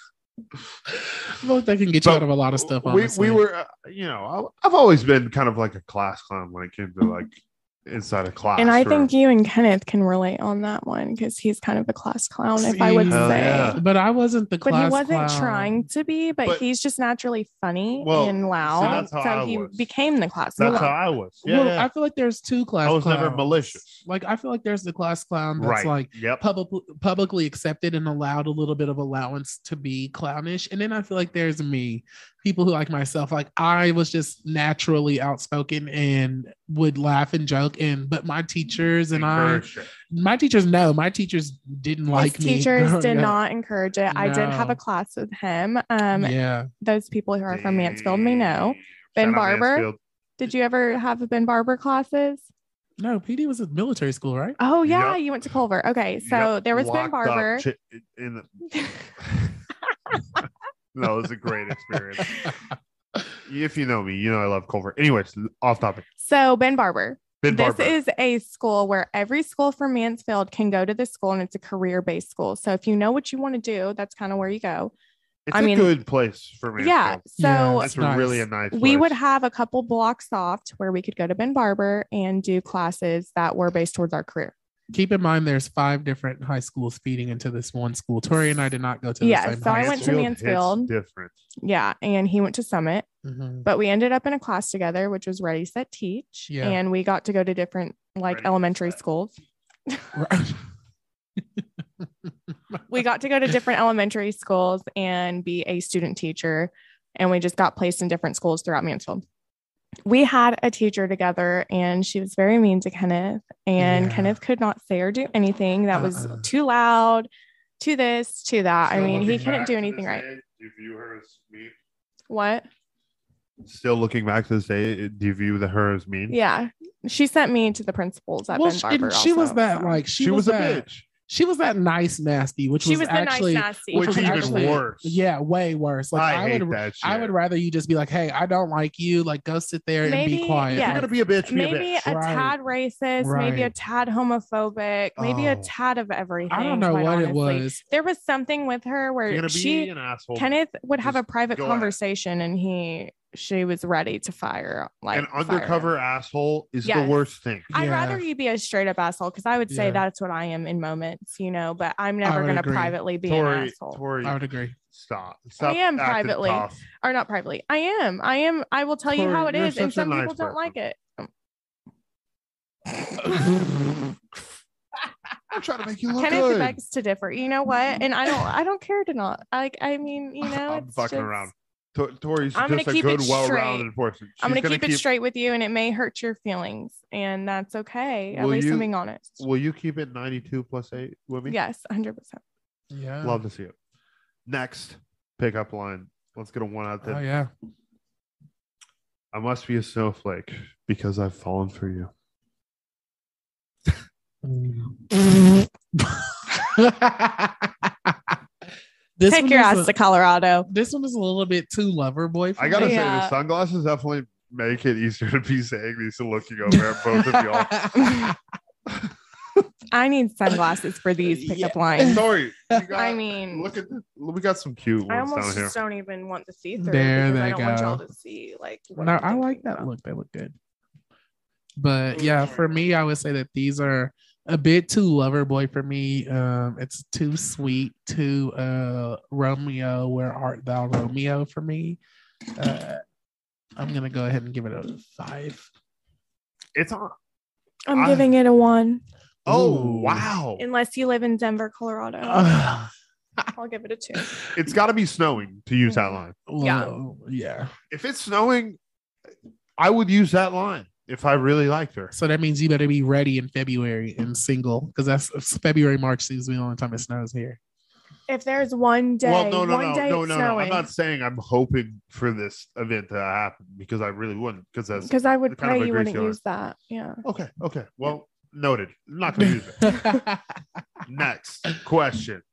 S3: feel like that can get you
S4: But
S3: out of a lot of stuff.
S4: we
S3: honestly.
S4: we were, uh, you know, I, I've always been kind of like a class clown when it came to like inside a class.
S2: And I
S4: or-
S2: think you and Kenneth can relate on that one because he's kind of a class clown, if I would
S3: See?
S4: Hell
S2: say.
S4: yeah.
S3: but I wasn't the
S2: But
S3: class.
S2: he wasn't
S3: clown.
S2: trying to be, but,
S4: But-
S2: he's just naturally funny
S4: Well,
S2: and
S4: so
S2: loud.
S4: that's how I
S2: so he
S4: was.
S2: became the class
S4: that's how
S2: clown.
S4: I was. Yeah,
S3: well,
S4: yeah.
S3: I feel like there's two class.
S4: I was never
S3: clowns.
S4: malicious.
S3: Like I feel like there's the class clown that's
S4: right.
S3: like
S4: yep.
S3: public, publicly accepted and allowed a little bit of allowance to be clownish. And then I feel like there's me, people who like myself, like I was just naturally outspoken and would laugh and joke. And but my teachers and I,
S4: Encouraged it.
S3: my teachers, no, my teachers didn't like
S2: His
S3: me. [LAUGHS]
S2: teachers did
S3: growing up.
S2: not encourage it. I did have
S3: No.
S2: a class with him. Um,
S3: yeah,
S2: Those people who are from Mansfield may know.
S4: Damn.
S2: Ben
S4: Shout out
S2: Barber?
S4: Mansfield.
S2: Did you ever have Ben Barber classes?
S3: no, PD was at military school, right? [LAUGHS]
S2: Oh yeah,
S4: Yep.
S2: you went to Culver. Okay, so
S4: Yep,
S2: there was Ben
S4: locked up
S2: Barber. [LAUGHS]
S4: chi- in the- no, it was a great experience. if you know me, you know I love Culver. Anyways, off topic.
S2: so Ben Barber.
S4: Ben
S2: this
S4: Barber.
S2: is a school where every school from Mansfield can go to this school, and it's a career-based school. So if you know what you want to do, that's kind of where you go.
S4: it's
S2: I
S4: a
S2: mean-
S4: good place for me.
S2: Yeah. So
S3: Yeah,
S4: it's
S3: That's nice.
S4: really a nice.
S2: we would
S4: place.
S2: have a couple blocks off to where we could go to Ben Barber and do classes that were based towards our career.
S3: Keep in mind, there's five different high schools feeding into this one school. Tori and I did not go to. The
S2: Yeah,
S3: same
S2: so I
S3: high
S2: went to
S3: school.
S4: hits
S2: Mansfield.
S4: Different.
S2: Yeah. And he went to Summit,
S3: Mhm.
S2: but we ended up in a class together, which was Ready, Set, Teach.
S3: Yeah.
S2: And we got to go to different like
S4: Ready,
S2: elementary
S4: Set.
S2: schools.
S3: Right.
S2: We got to go to different elementary schools and be a student teacher. And we just got placed in different schools throughout Mansfield. We had a teacher together and she was very mean to Kenneth. And
S3: Yeah.
S2: Kenneth could not say or do anything that was
S3: Uh-uh.
S2: too loud, too this, too that. I
S4: Still
S2: mean, he
S4: looking
S2: couldn't
S4: back
S2: do
S4: to
S2: anything
S4: this
S2: right.
S4: day, do you view her as mean?
S2: What?
S4: Still looking back to this day, do you view the her as mean?
S2: Yeah. She sent me to the principals at
S3: [LAUGHS] well,
S2: Ben
S3: she,
S2: Barber.
S3: and she was
S2: also,
S3: that
S2: so.
S3: like she,
S4: She was a
S3: that-
S4: bitch.
S3: She was that nice nasty, which
S2: she
S3: was,
S2: was, the
S3: actually
S2: nice nasty.
S4: Which
S3: was
S4: even
S3: actually-
S4: worse.
S3: yeah, way worse. Like
S4: I,
S3: I,
S4: hate
S3: would
S4: that shit.
S3: I would rather you just be like, hey, I don't like you. Like go sit there and
S2: Maybe-
S3: be quiet.
S2: yeah.
S4: You're
S3: Like,
S4: gonna be a bitch. Be
S2: maybe
S4: a
S2: a,
S4: bitch.
S3: Right.
S2: tad racist, maybe a
S3: Right.
S2: tad homophobic, maybe a
S4: Oh.
S2: tad of everything.
S3: I don't know
S2: quite
S3: what it
S2: honestly.
S3: was.
S2: There was something with her
S4: You're
S2: where
S4: gonna be
S2: she
S4: an asshole.
S2: Kenneth would have a
S4: Just
S2: private
S4: go at it.
S2: conversation and he she was ready to fire like
S4: An
S2: fire him.
S4: undercover asshole is
S2: Yes.
S4: the worst thing.
S2: I'd
S3: Yeah.
S2: rather you be a straight up asshole because I would say
S3: Yeah.
S2: that's what I am in moments, you know, but I'm
S3: I
S2: never
S3: would
S2: going to
S3: agree.
S2: privately be an
S4: Tori,
S2: asshole.
S4: Tori,
S3: I would agree.
S4: stop. Stop
S2: am
S4: acting
S2: privately.
S4: tough.
S2: or not privately. I am. I am. I will tell you
S4: Tori,
S2: how it
S4: you're
S2: is, and
S4: such a
S2: some
S4: nice
S2: people don't like it.
S4: I'm trying to make you look
S2: Kenneth
S4: good. Mm-hmm.
S2: begs to differ. You know what? And I don't. I don't care to not. Like I mean,
S4: [LAUGHS]
S2: you know,
S4: I'm
S2: it's
S4: fucking
S2: just-
S4: around. To- Tori's
S2: I'm gonna
S4: just a
S2: keep it
S4: good, well-rounded person.
S2: I'm
S4: She's
S2: going to keep, it straight with you, and it may hurt your feelings, and that's okay. At
S4: Will
S2: least
S4: you-
S2: I'm being honest.
S4: Will you keep it 92 plus eight with me?
S2: Yes, hundred percent.
S3: Yeah.
S4: Love to see it. Next pickup line. Let's get a one out there.
S2: [LAUGHS]
S3: Oh yeah. [LAUGHS]
S4: I must be a snowflake because I've fallen for you.
S3: the This
S2: Take
S3: one
S2: your
S3: is
S2: ass
S3: a-
S2: to Colorado.
S3: This one is a little bit too lover boy. for
S4: I gotta
S3: me.
S4: say, the
S2: Yeah.
S4: sunglasses definitely make it easier to be saying these and looking [LAUGHS] over at both of y'all.
S2: I need sunglasses for
S4: [LAUGHS]
S2: these
S3: Yeah.
S2: pickup lines.
S4: Sorry.
S2: [LAUGHS]
S4: You got,
S2: I mean,
S4: look at the, we got some cute
S9: I
S4: ones down
S9: almost
S4: here.
S9: just don't even want to see through.
S3: There
S9: because
S3: they
S9: I don't want
S3: go.
S9: y'all to see like. what
S3: [LAUGHS] no,
S9: I'm
S3: I like
S9: thinking
S3: that
S9: about.
S3: look. They look good. But
S4: Mm-hmm.
S3: yeah, for me, I would say that these are a bit too lover boy for me. Um, it's too sweet, too uh Romeo. Where art thou, Romeo? For me, uh, I'm gonna go ahead and give it a five.
S4: It's on.
S9: I'm
S4: I-
S9: giving it a one.
S4: Oh
S3: Ooh.
S4: wow!
S9: Unless you live in Denver, Colorado,
S3: [LAUGHS] [SIGHS] Ugh.
S9: I'll give it a two.
S4: It's got to be snowing to use
S2: Mm-hmm.
S4: that line.
S3: Well, yeah.
S4: If it's snowing, I would use that line if I really liked her.
S3: So that means you better be ready in February and single because that's it's February, March seems to be the only time it snows here.
S9: If there's one day,
S4: well, no, no,
S9: one
S4: no,
S9: day
S4: no,
S9: it's
S4: no, no. I'm
S9: snowing,
S4: not saying I'm hoping for this event to happen because I really wouldn't. Because that's
S9: because I would
S4: Kind
S9: pray
S4: of
S9: you
S4: agree
S9: wouldn't
S4: feeling.
S9: use that. Yeah.
S4: okay. Okay. Well, noted. I'm not going to [LAUGHS] use it. Next question.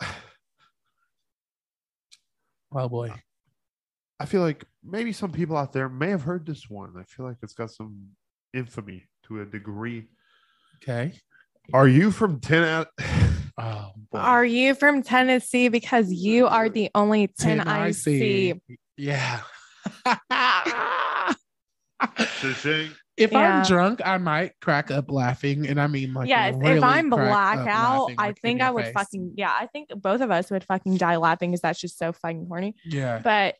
S3: [LAUGHS] oh boy.
S4: I feel like maybe some people out there may have heard this one. I feel like it's got some infamy to a degree.
S3: Okay.
S4: Are you from 10 out? [SIGHS]
S3: Oh boy.
S2: Are you from Tennessee? Because you are the only 10 I see.
S3: Yeah.
S4: Cha-ching.
S3: [LAUGHS] if
S2: Yeah.
S3: I'm drunk, I might crack up laughing, and I mean like
S2: yes,
S3: really
S2: if I'm
S3: crack up
S2: blackout,
S3: laughing,
S2: I
S3: like, in
S2: think
S3: your
S2: I would
S3: face.
S2: fucking yeah, I think both of us would fucking die laughing because that's just so fucking horny.
S3: yeah.
S2: But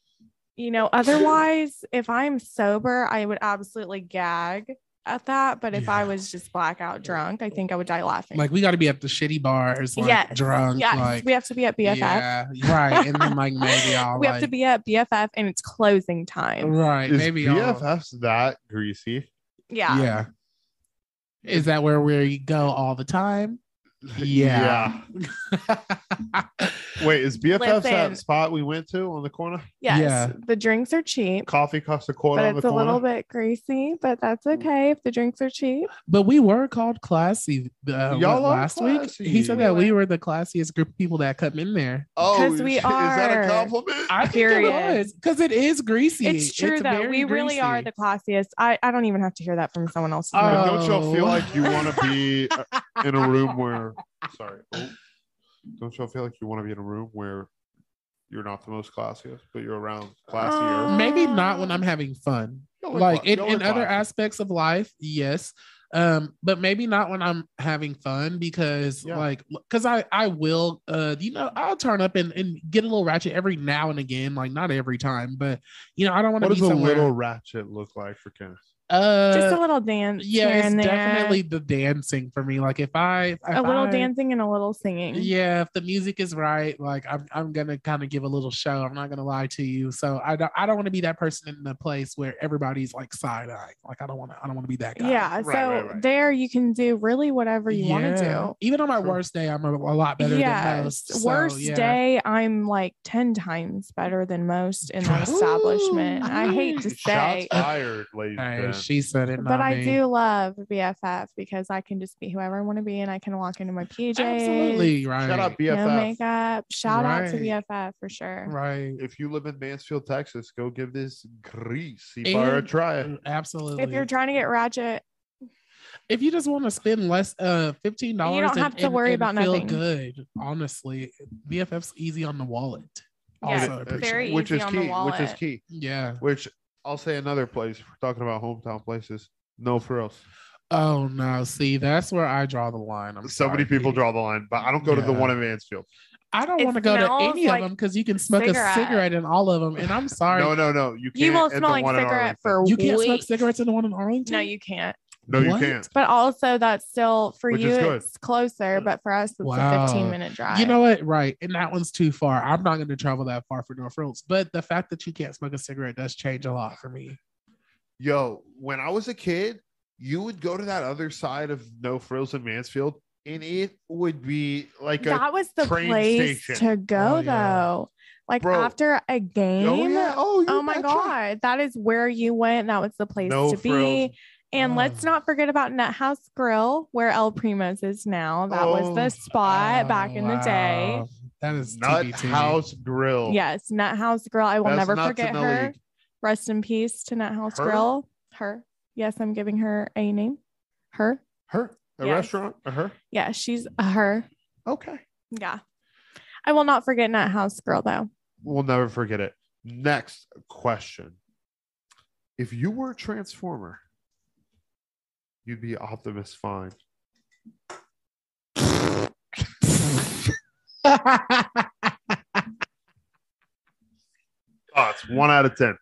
S2: you know, otherwise, if I'm sober, I would absolutely gag at that. But if I
S3: Yeah.
S2: was just blackout drunk, I think I would die laughing.
S3: Like we got to be at the shitty bars, like
S2: yes,
S3: drunk,
S2: yes,
S3: like
S2: we have to be at BFF.
S3: yeah, right, and
S2: [LAUGHS]
S3: then like maybe I'll
S2: we have to
S3: like-
S2: be at BFF, and it's closing time.
S3: right,
S4: Is
S3: maybe I'll,
S4: BFF's that greasy?
S2: Yeah,
S3: yeah. Is that where we go all the time? Yeah.
S4: Wait, is BFF's
S2: Listen.
S4: that spot we went to on the corner?
S2: yes,
S3: Yeah.
S2: the drinks are cheap.
S4: Coffee costs a quarter
S2: But
S4: on the
S2: it's a
S4: corner. Mm.
S2: little bit greasy, but that's okay if the drinks are cheap.
S3: [LAUGHS] But we were called classy uh,
S4: Y'all
S3: what,
S4: are
S3: last week. He said
S4: classy.
S3: that we were the classiest group of people that come in there.
S4: Oh,
S2: 'Cause we
S4: is that a
S2: are.
S4: compliment?
S3: I think it
S2: Period.
S3: was because it is greasy.
S2: It's true though.
S3: very
S2: We really are
S3: greasy.
S2: the classiest. I, I don't even have to hear that from someone else.
S4: But
S3: Uh,
S4: don't y'all feel
S3: Oh.
S4: like you want to be uh, in a room where? [LAUGHS] Sorry. Oh. don't y'all feel like you want to be in a room where you're not the most classiest, but you're around classier?
S3: maybe not
S2: [LAUGHS]
S3: when I'm having fun.
S4: Y'all are
S3: Like
S4: cla-
S3: in,
S4: y'all are
S3: in other
S4: classy.
S3: aspects of life, yes. Um, but maybe not when I'm having fun because
S4: Yeah.
S3: like because I I will uh you know I'll turn up and, and get a little ratchet every now and again, like not every time, but you know, I don't want
S4: What
S3: to be
S4: does a
S3: somewhere
S4: little ratchet look like for Kenneth?
S3: uh
S2: just a little dance.
S3: yeah,
S2: here
S3: it's
S2: and there.
S3: definitely the dancing for me. Like if I if
S2: a little
S3: I-
S2: dancing and a little singing. [LAUGHS]
S3: yeah if the music is right like i'm, I'm gonna kind of give a little show i'm not gonna lie to you so i don't i don't want to be that person in the place where everybody's like side-eyeing like i don't want to i don't want to be that guy
S2: Yeah,
S4: Right,
S2: so
S4: right, right.
S2: there you can do really whatever you want
S3: Yeah.
S2: to
S3: even on my
S4: True.
S3: worst day i'm a, a lot
S2: do.
S3: better than
S2: Yes.
S3: most so,
S2: Worst
S3: yeah.
S2: day, I'm like 10 times better than most in
S3: Ooh,
S2: that establishment. I hate to
S4: Shots
S2: say,
S4: fired, ladies. and
S3: Hey,
S4: gentlemen.
S3: she said it
S2: but
S3: not
S2: I
S3: me.
S2: do love BFF because I can just be whoever I want to be and I can walk into my PJs.
S3: absolutely right
S4: Shout out
S2: No
S4: BFF.
S2: makeup. Shout out to
S3: Right.
S2: BFF for sure.
S3: right
S4: if you live in Mansfield, Texas, go give this greasy bar a
S3: And-
S4: try.
S3: Mm, absolutely
S2: If you're trying to get ratchet,
S3: if you just want to spend less uh fifteen dollars
S2: You don't have to worry about
S3: feel
S2: nothing.
S3: good honestly bff's easy on the wallet
S2: Yeah,
S3: also
S4: Which-
S3: appreciate
S2: very
S3: it.
S4: which
S2: easy
S4: is
S2: on the
S4: key. Which is
S2: wallet.
S4: key.
S3: yeah
S4: Which I'll say another place. We're talking about hometown places. No frills.
S3: Oh no! See, that's where I draw the line. I'm
S4: So many
S3: sorry.
S4: people draw the line, but I don't go to the
S3: Yeah.
S4: one in Mansfield.
S3: I don't
S2: It
S3: want to go to
S2: smells
S3: any
S2: like
S3: of them because you can smoke
S2: cigarette.
S3: a cigarette in all of them, and I'm sorry,
S4: No, no, no. You can't.
S2: you will
S4: at the
S2: smell like
S4: one in
S2: cigarette
S4: Arlington.
S2: for
S3: you can't smoke
S2: weeks.
S3: cigarettes in the one in Arlington.
S2: No, you can't.
S4: No, you
S3: What?
S4: can't.
S2: But also, that's still for
S4: Which
S2: you.
S4: is good.
S2: It's closer, but for us, it's
S3: Wow.
S2: a 15 minute drive.
S3: You know what? Right, and that one's too far. I'm not going to travel that far for no frills. But the fact that you can't smoke a cigarette does change a lot for me.
S4: Yo, when I was a kid, you would go to that other side of No Frills in Mansfield, and it would be like a
S2: that was the
S4: train
S2: place
S4: station.
S2: to go
S3: Oh, yeah.
S2: though. Like
S4: Bro.
S2: after a game.
S4: oh yeah, oh, you
S2: Oh my
S4: betcha.
S2: god, that is where you went. That was the place
S4: No
S2: to be.
S4: frills
S2: And
S8: Mm.
S3: Oh.
S2: let's not forget about Nut House Grill, where El Primo's is now. That was
S8: Oh.
S2: the spot back in the day.
S3: Wow. That is
S8: Nut
S3: TBT.
S8: House
S3: Oh.
S8: Grill.
S2: Yes, Nut House Grill. I will
S8: Best
S2: never
S8: nuts
S2: forget
S8: in the
S2: her.
S8: league.
S2: Rest in peace to Nut House
S8: Her?
S2: Grill. Her. Yes, I'm giving her a name. Her.
S8: Her. A
S2: Yes.
S8: restaurant. Uh, Her.
S2: Yeah, she's a her.
S8: Okay.
S2: Yeah. I will not forget Nut House Grill though.
S8: We'll never forget it. Next question. If you were a transformer, you'd be Optimus Fine. Oh, Thoughts one out of ten.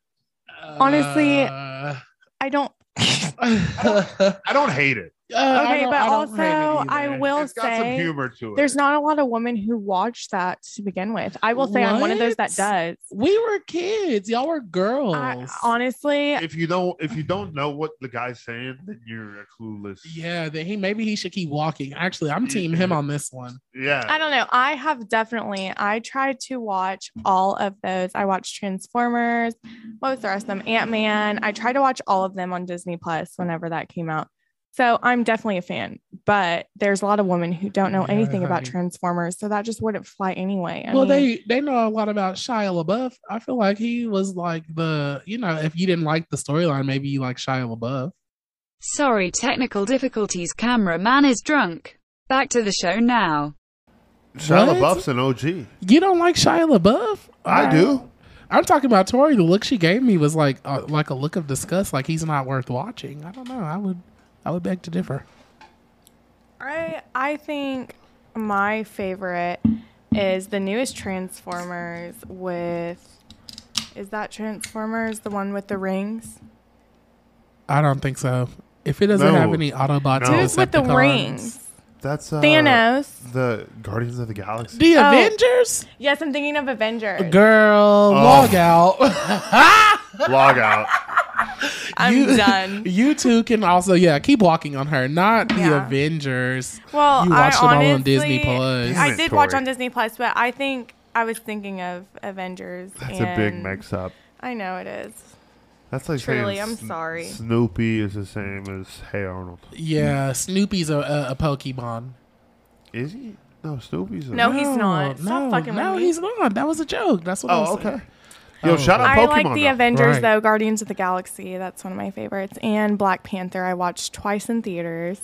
S2: Honestly- [LAUGHS]
S3: Uh,
S2: I don't
S3: [LAUGHS]
S8: I don't hate it.
S3: Uh, I
S2: Okay,
S3: don't-
S2: but
S3: I don't
S2: also
S3: hate it
S2: I
S3: either.
S2: will
S8: It's got some
S2: say
S8: humor to it.
S2: there's not a lot of women who watch that to begin with. I will say I'm one of those that does.
S3: We were kids. Y'all were girls.
S2: I, honestly,
S8: if you don't if you don't know what the guy's saying, then you're a clueless.
S3: yeah, that he maybe he should keep walking. Actually, I'm team him on this one.
S8: Yeah.
S2: I don't know. I have definitely. I tried to watch
S3: Mm.
S2: all of those. I watched Transformers. What was the rest of them? Ant Man. I tried to watch all of them on Disney Plus whenever that came out. So I'm definitely a fan. But there's a lot of women who don't know
S3: Yeah,
S2: anything about
S3: honey.
S2: Transformers, so that just wouldn't fly anyway. I
S3: well,
S2: mean,
S3: they they know a lot about Shia LaBeouf. I feel like he was like the you know if you didn't like the storyline, maybe you like Shia LaBeouf.
S1: Sorry, technical difficulties. Cameraman is drunk. Back to the show now.
S4: Shia
S3: What?
S4: LaBeouf's an OG.
S3: You don't like Shia LaBeouf?
S4: I
S3: All
S4: do.
S3: I'm talking about Tori. The look she gave me was like uh, like a look of disgust, like he's not worth watching. I don't know. I would I would beg to differ.
S2: I I think my favorite is the newest Transformers with is that Transformers the one with the rings?
S3: I don't think so. If it doesn't
S4: No.
S3: have any Autobots,
S4: No.
S3: and
S2: Who's with the
S3: Oh, Decepticons-
S2: rings?
S4: That's uh,
S2: Thanos.
S4: the Guardians of the Galaxy.
S2: [LAUGHS]
S3: The
S2: Oh.
S3: Avengers,
S2: Yes, I'm thinking of Avengers.
S4: Oh.
S3: girl, log out. [LAUGHS]
S4: Log out.
S2: I'm
S3: You-
S2: done.
S3: [LAUGHS] You two can also yeah keep walking on her, not the
S2: Yeah.
S3: Avengers.
S2: Well,
S3: you
S2: I
S3: watched them all on
S2: honestly-
S3: Disney Plus.
S2: I
S4: Damn it,
S2: did watch
S4: Tori.
S2: on Disney Plus, but I think I was thinking of Avengers.
S4: That's a big
S2: and-
S4: mix up.
S2: I know it is.
S4: That's like
S2: Truly,
S4: saying
S2: I'm
S4: Sn-
S2: sorry.
S4: Snoopy is the same as Hey Arnold.
S3: yeah, Snoopy's a, a, a Pokemon.
S4: Is he? No, Snoopy's. A
S2: No, he's not. Stop fucking
S3: no,
S2: with me.
S3: he's not. That was a joke. That's what. I'm
S4: Oh,
S3: saying.
S4: okay. Yo,
S3: Oh.
S4: shout out
S2: I
S4: Pokemon.
S2: like the
S4: though.
S2: Avengers
S3: Right.
S2: though, Guardians of the Galaxy. That's one of my favorites, and Black Panther. I watched twice in theaters.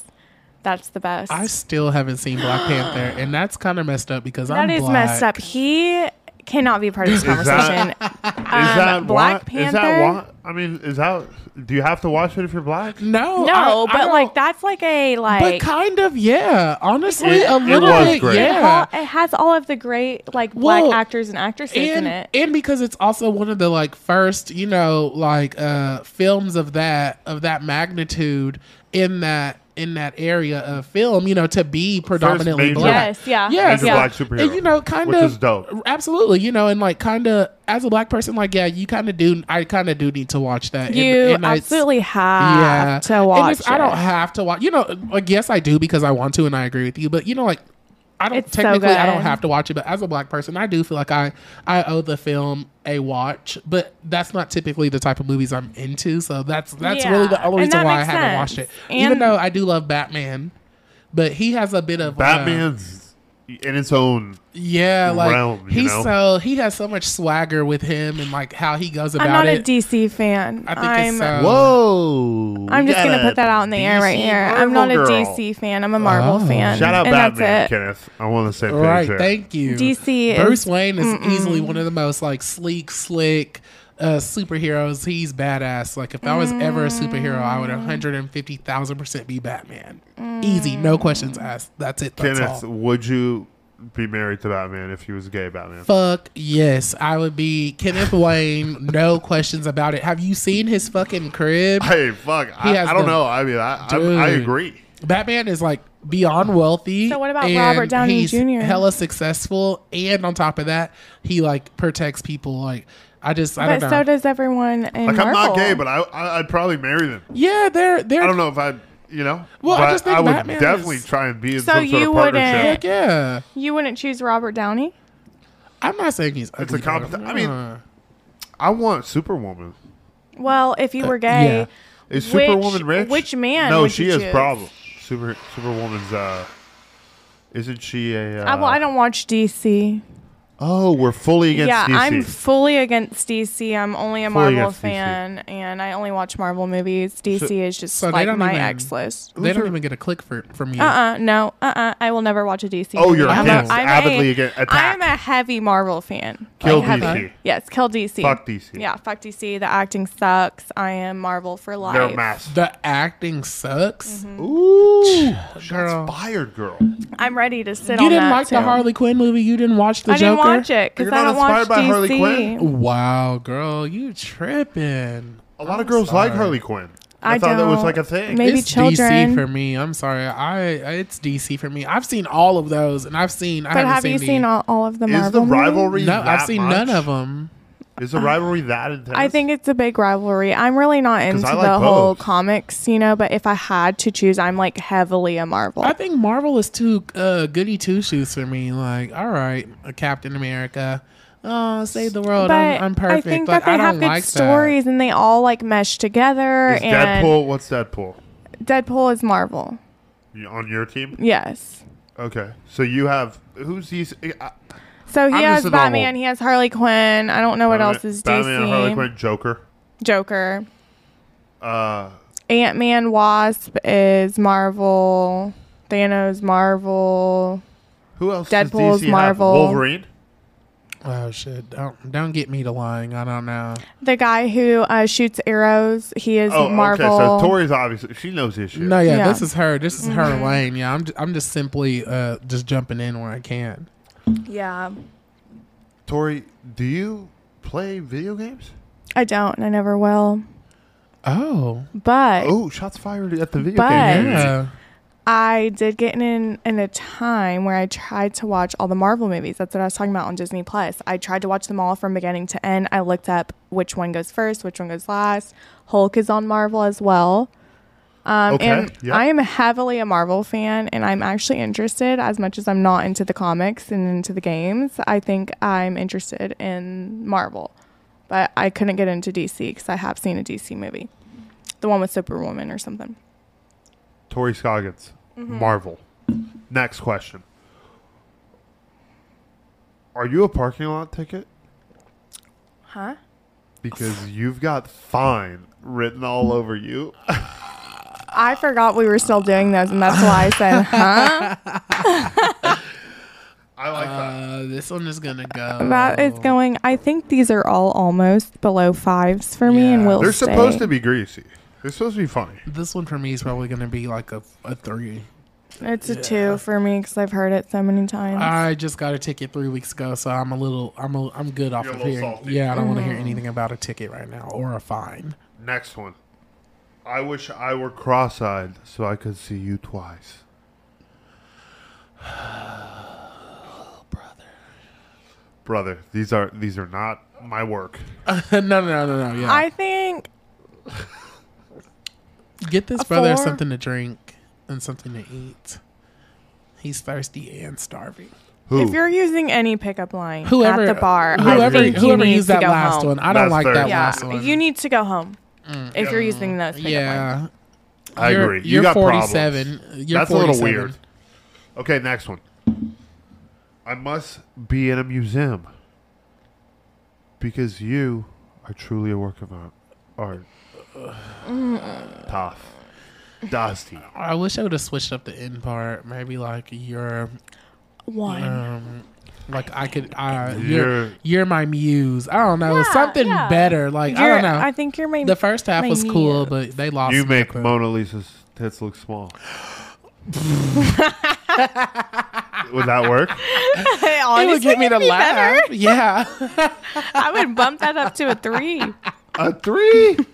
S2: That's the best.
S3: I still haven't seen Black Panther, and that's kind of messed up because I'm
S2: That is
S3: black.
S2: messed up. He cannot be part of this
S4: Is that-
S3: [LAUGHS]
S2: conversation. Um, Black
S4: why- Is
S2: Panther?
S4: that why? I mean, is that? Do you have to watch it if you're black?
S3: No,
S2: no,
S3: Oh, I- I
S2: but
S3: don't-
S2: like that's like a like.
S3: but kind of, yeah. Honestly,
S4: It-
S3: a
S4: it
S3: little
S4: was
S3: bit,
S4: great.
S2: it,
S3: yeah.
S2: all- it has all of the great like
S3: Well,
S2: black actors and actresses
S3: and,
S2: in it.
S3: and because it's also one of the like first you know like uh films of that of that magnitude in that in that area of film you know to be predominantly
S4: major-
S3: black
S2: Yes, yeah.
S3: yes
S4: Major
S3: yeah.
S4: black superhero,
S3: And, you know kind
S4: which
S3: of
S4: is dope.
S3: absolutely you know and like kind of as a black person like yeah you kind of do i kind of do need to watch that
S2: you
S3: and, and I-
S2: absolutely
S3: yeah
S2: have to
S3: And
S2: watch.
S3: it's- i don't
S2: it.
S3: have to watch you know uh, like yes i do because i want to and i agree with you but you know like i don't
S2: It's so
S3: technically i don't
S2: good.
S3: have to watch it but as a black person i do feel like i i owe the film a watch but that's not typically the type of movies i'm into so that's that's
S2: Yeah,
S3: really the only
S2: and
S3: reason
S2: that
S3: why i
S2: makes
S3: haven't watched it
S2: sense.
S3: even
S2: And-
S3: though i do love batman but he has a bit of uh,
S4: Batman's in its own.
S3: yeah, like
S4: realm, you
S3: he's
S4: know?
S3: so he has so much swagger with him and like how he goes about
S2: I'm not
S3: it.
S2: a DC fan.
S3: I think
S2: I'm
S3: it's uh,
S4: Whoa!
S2: I'm
S4: we
S2: just
S4: got
S2: gonna
S4: a
S2: put that out in the air right
S4: DC
S2: here. I'm not a
S4: Marvel girl.
S2: DC fan. I'm a Marvel
S3: Oh.
S2: fan.
S4: Shout out
S2: and
S4: Batman,
S2: That's it.
S4: Kenneth. I want to say
S3: right. Thank you.
S2: DC is-
S3: Bruce Wayne is easily one of the most like sleek, slick uh, superheroes. He's badass. Like if I was ever a superhero, I
S2: Mm.
S3: would 150,000 percent be Batman. Easy, no
S2: Mm.
S3: questions asked. That's it. That's
S4: Kenneth,
S3: all.
S4: would you be married to Batman if he was gay Batman?
S3: Fuck yes, I would be Kenneth Wayne. No questions about it. Have you seen his fucking crib?
S4: Hey, fuck!
S3: He
S4: I,
S3: has
S4: I don't
S3: the-
S4: know. I mean, I I, I
S3: Dude.
S4: agree.
S3: Batman is like beyond wealthy.
S2: So what about
S3: and
S2: Robert Downey
S3: he's
S2: Jr.?
S3: Hella successful, and on top of that, he like protects people. Like I just I
S2: But
S3: don't know.
S2: so does everyone in
S4: Like
S2: Marvel.
S4: I'm not gay, but I, I I'd probably marry them.
S3: yeah, they're they're
S4: I don't know if I, you know.
S3: Well, I
S4: but
S3: just think
S4: would
S3: Batman
S4: definitely
S3: is-
S4: try and be in
S2: So
S4: some sort
S2: you
S4: of partnership.
S2: wouldn't-
S3: Heck yeah.
S2: you wouldn't choose Robert Downey.
S3: I'm not saying he's ugly.
S4: a comp-
S3: though.
S4: I mean-
S3: Uh,
S4: I want Superwoman. Uh,
S2: Well, if you were gay,
S3: yeah.
S4: Is Superwoman
S9: which,
S4: rich?
S9: Which man?
S4: No,
S9: would
S4: she
S9: you
S4: is
S9: choose?
S4: problem. Super Superwoman's. uh Isn't she a? Uh,
S2: I, well, I don't watch DC.
S4: oh, we're fully against
S2: Yeah,
S4: DC.
S2: I'm fully against DC. I'm only a
S4: Fully
S2: Marvel
S4: against DC.
S2: fan, and I only watch Marvel movies. DC is just
S3: so they
S2: like
S3: don't
S2: my
S3: even-
S2: ex list.
S3: They
S4: Who's
S3: don't
S4: her-
S3: even get a click for from you.
S2: Uh uh no, uh uh I will never watch a DC.
S4: Oh, you're
S2: movie. I'm
S3: against-
S2: I'm
S4: avidly against- attack.
S2: I'm a heavy Marvel fan.
S4: Kill
S2: Like,
S4: DC.
S2: heavy. Yes, kill DC.
S4: Fuck DC.
S2: Yeah, fuck DC. The acting sucks. I am Marvel for life.
S4: They're massive.
S3: the acting sucks.
S2: Mm-hmm.
S4: Ooh,
S3: Girl.
S4: shots fired, girl.
S2: I'm ready to sit
S3: You
S2: on
S3: didn't
S2: that
S3: like
S2: too.
S3: the Harley Quinn movie. You didn't watch the
S2: I
S3: Joker.
S2: didn't watch it because
S4: You're
S2: I
S4: not
S2: don't watch
S4: inspired by Harley
S2: DC.
S4: Quinn?
S3: Wow, girl, you tripping.
S4: A lot of girls like Harley Quinn. I,
S2: I
S4: thought that was
S2: don't.
S4: like a thing.
S2: Maybe
S3: it's DC
S2: children.
S3: for me. I'm sorry. I it's DC for me. I've seen all of those, and I've seen. I
S2: But
S3: haven't
S2: have
S3: seen
S2: you
S3: the-
S2: seen all, all of the Marvel?
S4: Is the
S2: movies?
S4: rivalry?
S3: No, I've
S4: that
S3: seen
S4: much?
S3: none of them.
S4: Is the rivalry that intense?
S2: I think it's a big rivalry. I'm really not into
S4: I
S2: the
S4: like
S2: whole
S4: both.
S2: comics, you know, but if I had to choose, I'm like heavily a Marvel.
S3: I think Marvel is too uh, goody two shoes for me. Like, all right, a Captain America. Oh, save the world.
S2: but
S3: I'm, I'm perfect.
S2: I think
S3: like,
S2: that they
S3: I don't
S2: have good
S3: like
S2: stories and they all like mesh together.
S4: Is
S2: and
S4: Deadpool. What's Deadpool?
S2: Deadpool is Marvel.
S4: You- On your team?
S2: Yes.
S4: Okay. So you have who's uh, these? I-
S2: So he
S4: I'm just
S2: has
S4: a
S2: Batman,
S4: normal-
S2: he has Harley Quinn. I don't know what
S4: Batman-
S2: else is
S4: Batman, Harley
S2: DC.
S4: Quinn, Joker.
S2: Joker.
S4: Uh,
S2: Ant Man Wasp is Marvel. Thanos Marvel.
S4: who else?
S2: Deadpool's
S4: does DC have?
S2: Marvel.
S4: Wolverine.
S3: That. Oh shit! Don't don't get me to lying. I don't know.
S2: The guy who uh, shoots arrows, he is
S4: Oh,
S2: Marvel.
S4: okay. So Tori's obviously she knows his shit.
S3: No, yeah,
S2: Yeah. Mm-hmm.
S3: this is her. This is her lane. Yeah, I'm. j- I'm just simply uh just jumping in where I can.
S2: yeah.
S4: Tori, do you play video games?
S2: I don't, and I never will.
S3: Oh,
S2: But
S4: Oh, shots fired at the video
S2: But-
S4: game.
S3: yeah.
S2: I did get in in a time where I tried to watch all the Marvel movies. That's what I was talking about on Disney Plus. I tried to watch them all from beginning to end. I looked up which one goes first, which one goes last. Hulk is on Marvel as well. Um,
S4: Okay,
S2: And
S4: yeah.
S2: I am heavily a Marvel fan, and I'm actually interested as much as I'm not into the comics and into the games. I think I'm interested in Marvel, but I couldn't get into DC because I have seen a DC movie, the one with Superwoman or something.
S4: Tori Scoggins,
S2: Mm-hmm.
S4: Marvel. Next question. Are you a parking lot ticket?
S2: Huh?
S4: Because you've got fine written all over you.
S2: I forgot we were still doing those, and that's why I [LAUGHS] said, "Huh?"
S4: I like that.
S3: Uh, this one is gonna go.
S2: Mm-hmm. That is going. I think these are all almost below fives for me, and
S3: Yeah.
S2: will
S4: They're
S2: stay.
S4: supposed to be greasy. They're supposed to be funny.
S3: This one for me is probably gonna be like a a three.
S2: It's a two for me because I've heard it so many times.
S3: I just got a ticket three weeks ago, so I'm a little, I'm a, I'm good off
S4: You're a
S3: of
S4: little
S3: here.
S4: salty.
S3: Yeah, I don't want to hear
S2: Mm.
S3: anything about a ticket right now or a fine. [LAUGHS]
S4: Next one. I wish I were cross eyed so I could see you twice. [SIGHS] Oh, Brother, these are these are not my work.
S3: no, no, no, no, no. Yeah,
S2: I think
S3: get this brother
S2: four?
S3: something to drink and something to eat. He's thirsty and starving.
S4: Who?
S2: if you're using any pickup line
S3: Whoever
S2: at the bar,
S3: whoever
S2: I think you
S3: whoever
S2: need
S3: used
S2: to
S3: that
S2: go
S3: last
S2: home.
S3: one, I don't
S4: That's
S3: like
S4: fair.
S3: that
S2: Yeah,
S3: last one.
S2: you need to go home if you're using those. Pickup lines.
S3: yeah,
S4: I
S3: You're-
S4: agree. you
S3: you're
S4: got
S3: 47.
S4: Problems.
S3: You're
S4: That's a
S3: 47.
S4: little weird. Okay, next one. I must be in a museum because you are truly a work of ar- art.
S3: Mm.
S4: Tough, dusty.
S3: I wish I would have switched up the end part. Maybe like you're
S2: one.
S3: um like I could I
S4: You're-
S3: you're you're my muse. I don't know.
S2: Yeah,
S3: something
S2: yeah.
S3: better. Like I
S2: You're-
S3: don't know.
S2: I think you're my
S3: the first half
S2: my
S3: was cool,
S2: muse.
S3: but they lost.
S4: You
S3: me
S4: make
S3: quick.
S4: Mona Lisa's tits
S3: [LAUGHS]
S4: look small. Would that work?
S2: [LAUGHS] It
S3: It would
S2: honestly
S3: get me
S2: made
S3: to laugh.
S2: [LAUGHS] better.
S3: Yeah.
S2: I would bump that up to a three.
S4: A three. [LAUGHS]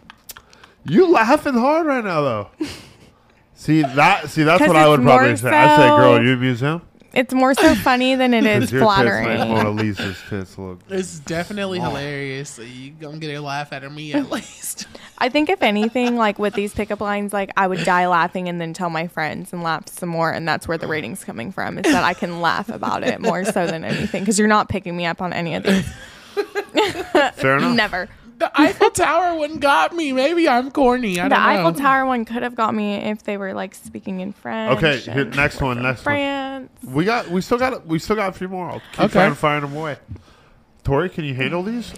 S4: You laughing hard right now, though. [LAUGHS] See that? See that's
S2: 'Cause
S4: what I
S2: it's
S4: would probably
S2: more
S4: say. I say, girl,
S2: so-
S4: you a museum.
S2: It's more so funny than
S3: [LAUGHS]
S2: it is
S4: Because your tits make
S2: flattering.
S4: Mona Lisa's tits look.
S3: it's definitely hilarious. So you gonna get a laugh out of
S2: [LAUGHS]
S3: me at least.
S2: I think if anything, like with these pickup lines, like I would die laughing and then tell my friends and laugh some more, and that's where the ratings coming from is that I can laugh about it more so than anything because you're not picking me up on any of these.
S4: Fair enough.
S2: Never.
S3: the Eiffel Tower one got me. Maybe I'm corny. I
S2: the
S3: don't know.
S2: Eiffel Tower one could have got me if they were like speaking in French.
S4: Okay, here-
S2: and
S4: next one, next one.
S2: France.
S4: We got, we still got, we still got a few more. I'll keep
S3: Okay.
S4: trying to find them away. Tori, can you handle these?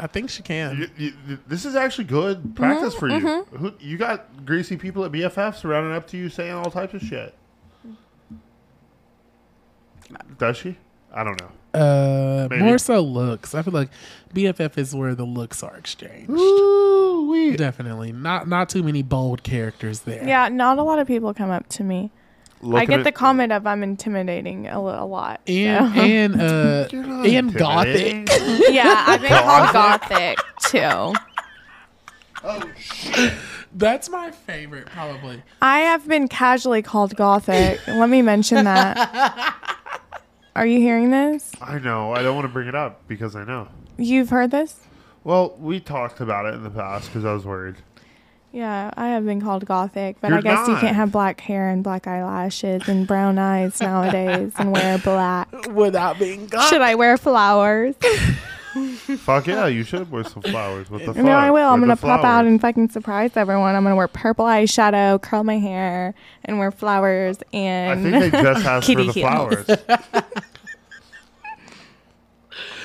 S3: I think she
S4: You,
S3: can.
S4: you, this is actually
S2: Mm-hmm,
S4: good practice for you. Who, you got greasy people at BFFs rounding up to you saying all types of shit. Does she? I don't know.
S3: Uh,
S4: Maybe.
S3: more so looks. I feel like BFF is where the looks are exchanged.
S4: Ooh, we.
S3: Definitely not not too many bold characters there.
S2: Yeah, not a lot of people come up to me. I get the comment of I'm intimidating a, li- a lot. so. [LAUGHS]
S3: and and uh and gothic.
S2: yeah, I've been called gothic too.
S3: That's my favorite, probably.
S2: I have been casually called gothic. Let me mention that.
S4: [LAUGHS]
S2: Are you hearing this?
S4: I know. I don't want to bring it up because I know.
S2: You've heard this?
S4: Well, we talked about it in the past because I was worried.
S2: Yeah, I have been called gothic, but
S4: You're
S2: I guess you
S4: not.
S2: can't have black hair and black eyelashes and brown eyes nowadays and wear
S4: [LAUGHS]
S2: black.
S3: Without being gothic.
S2: Should I wear flowers?
S4: Fuck yeah, you should wear some flowers. What the fuck?
S2: No, I will. I'm
S4: Where
S2: gonna
S4: the
S2: pop out
S4: flowers?
S2: and fucking surprise everyone. I'm gonna wear purple eyeshadow, curl my hair, and wear flowers
S4: I
S2: and
S4: think they just asked for
S2: kitty
S4: the
S2: heels.
S4: flowers.
S2: [LAUGHS]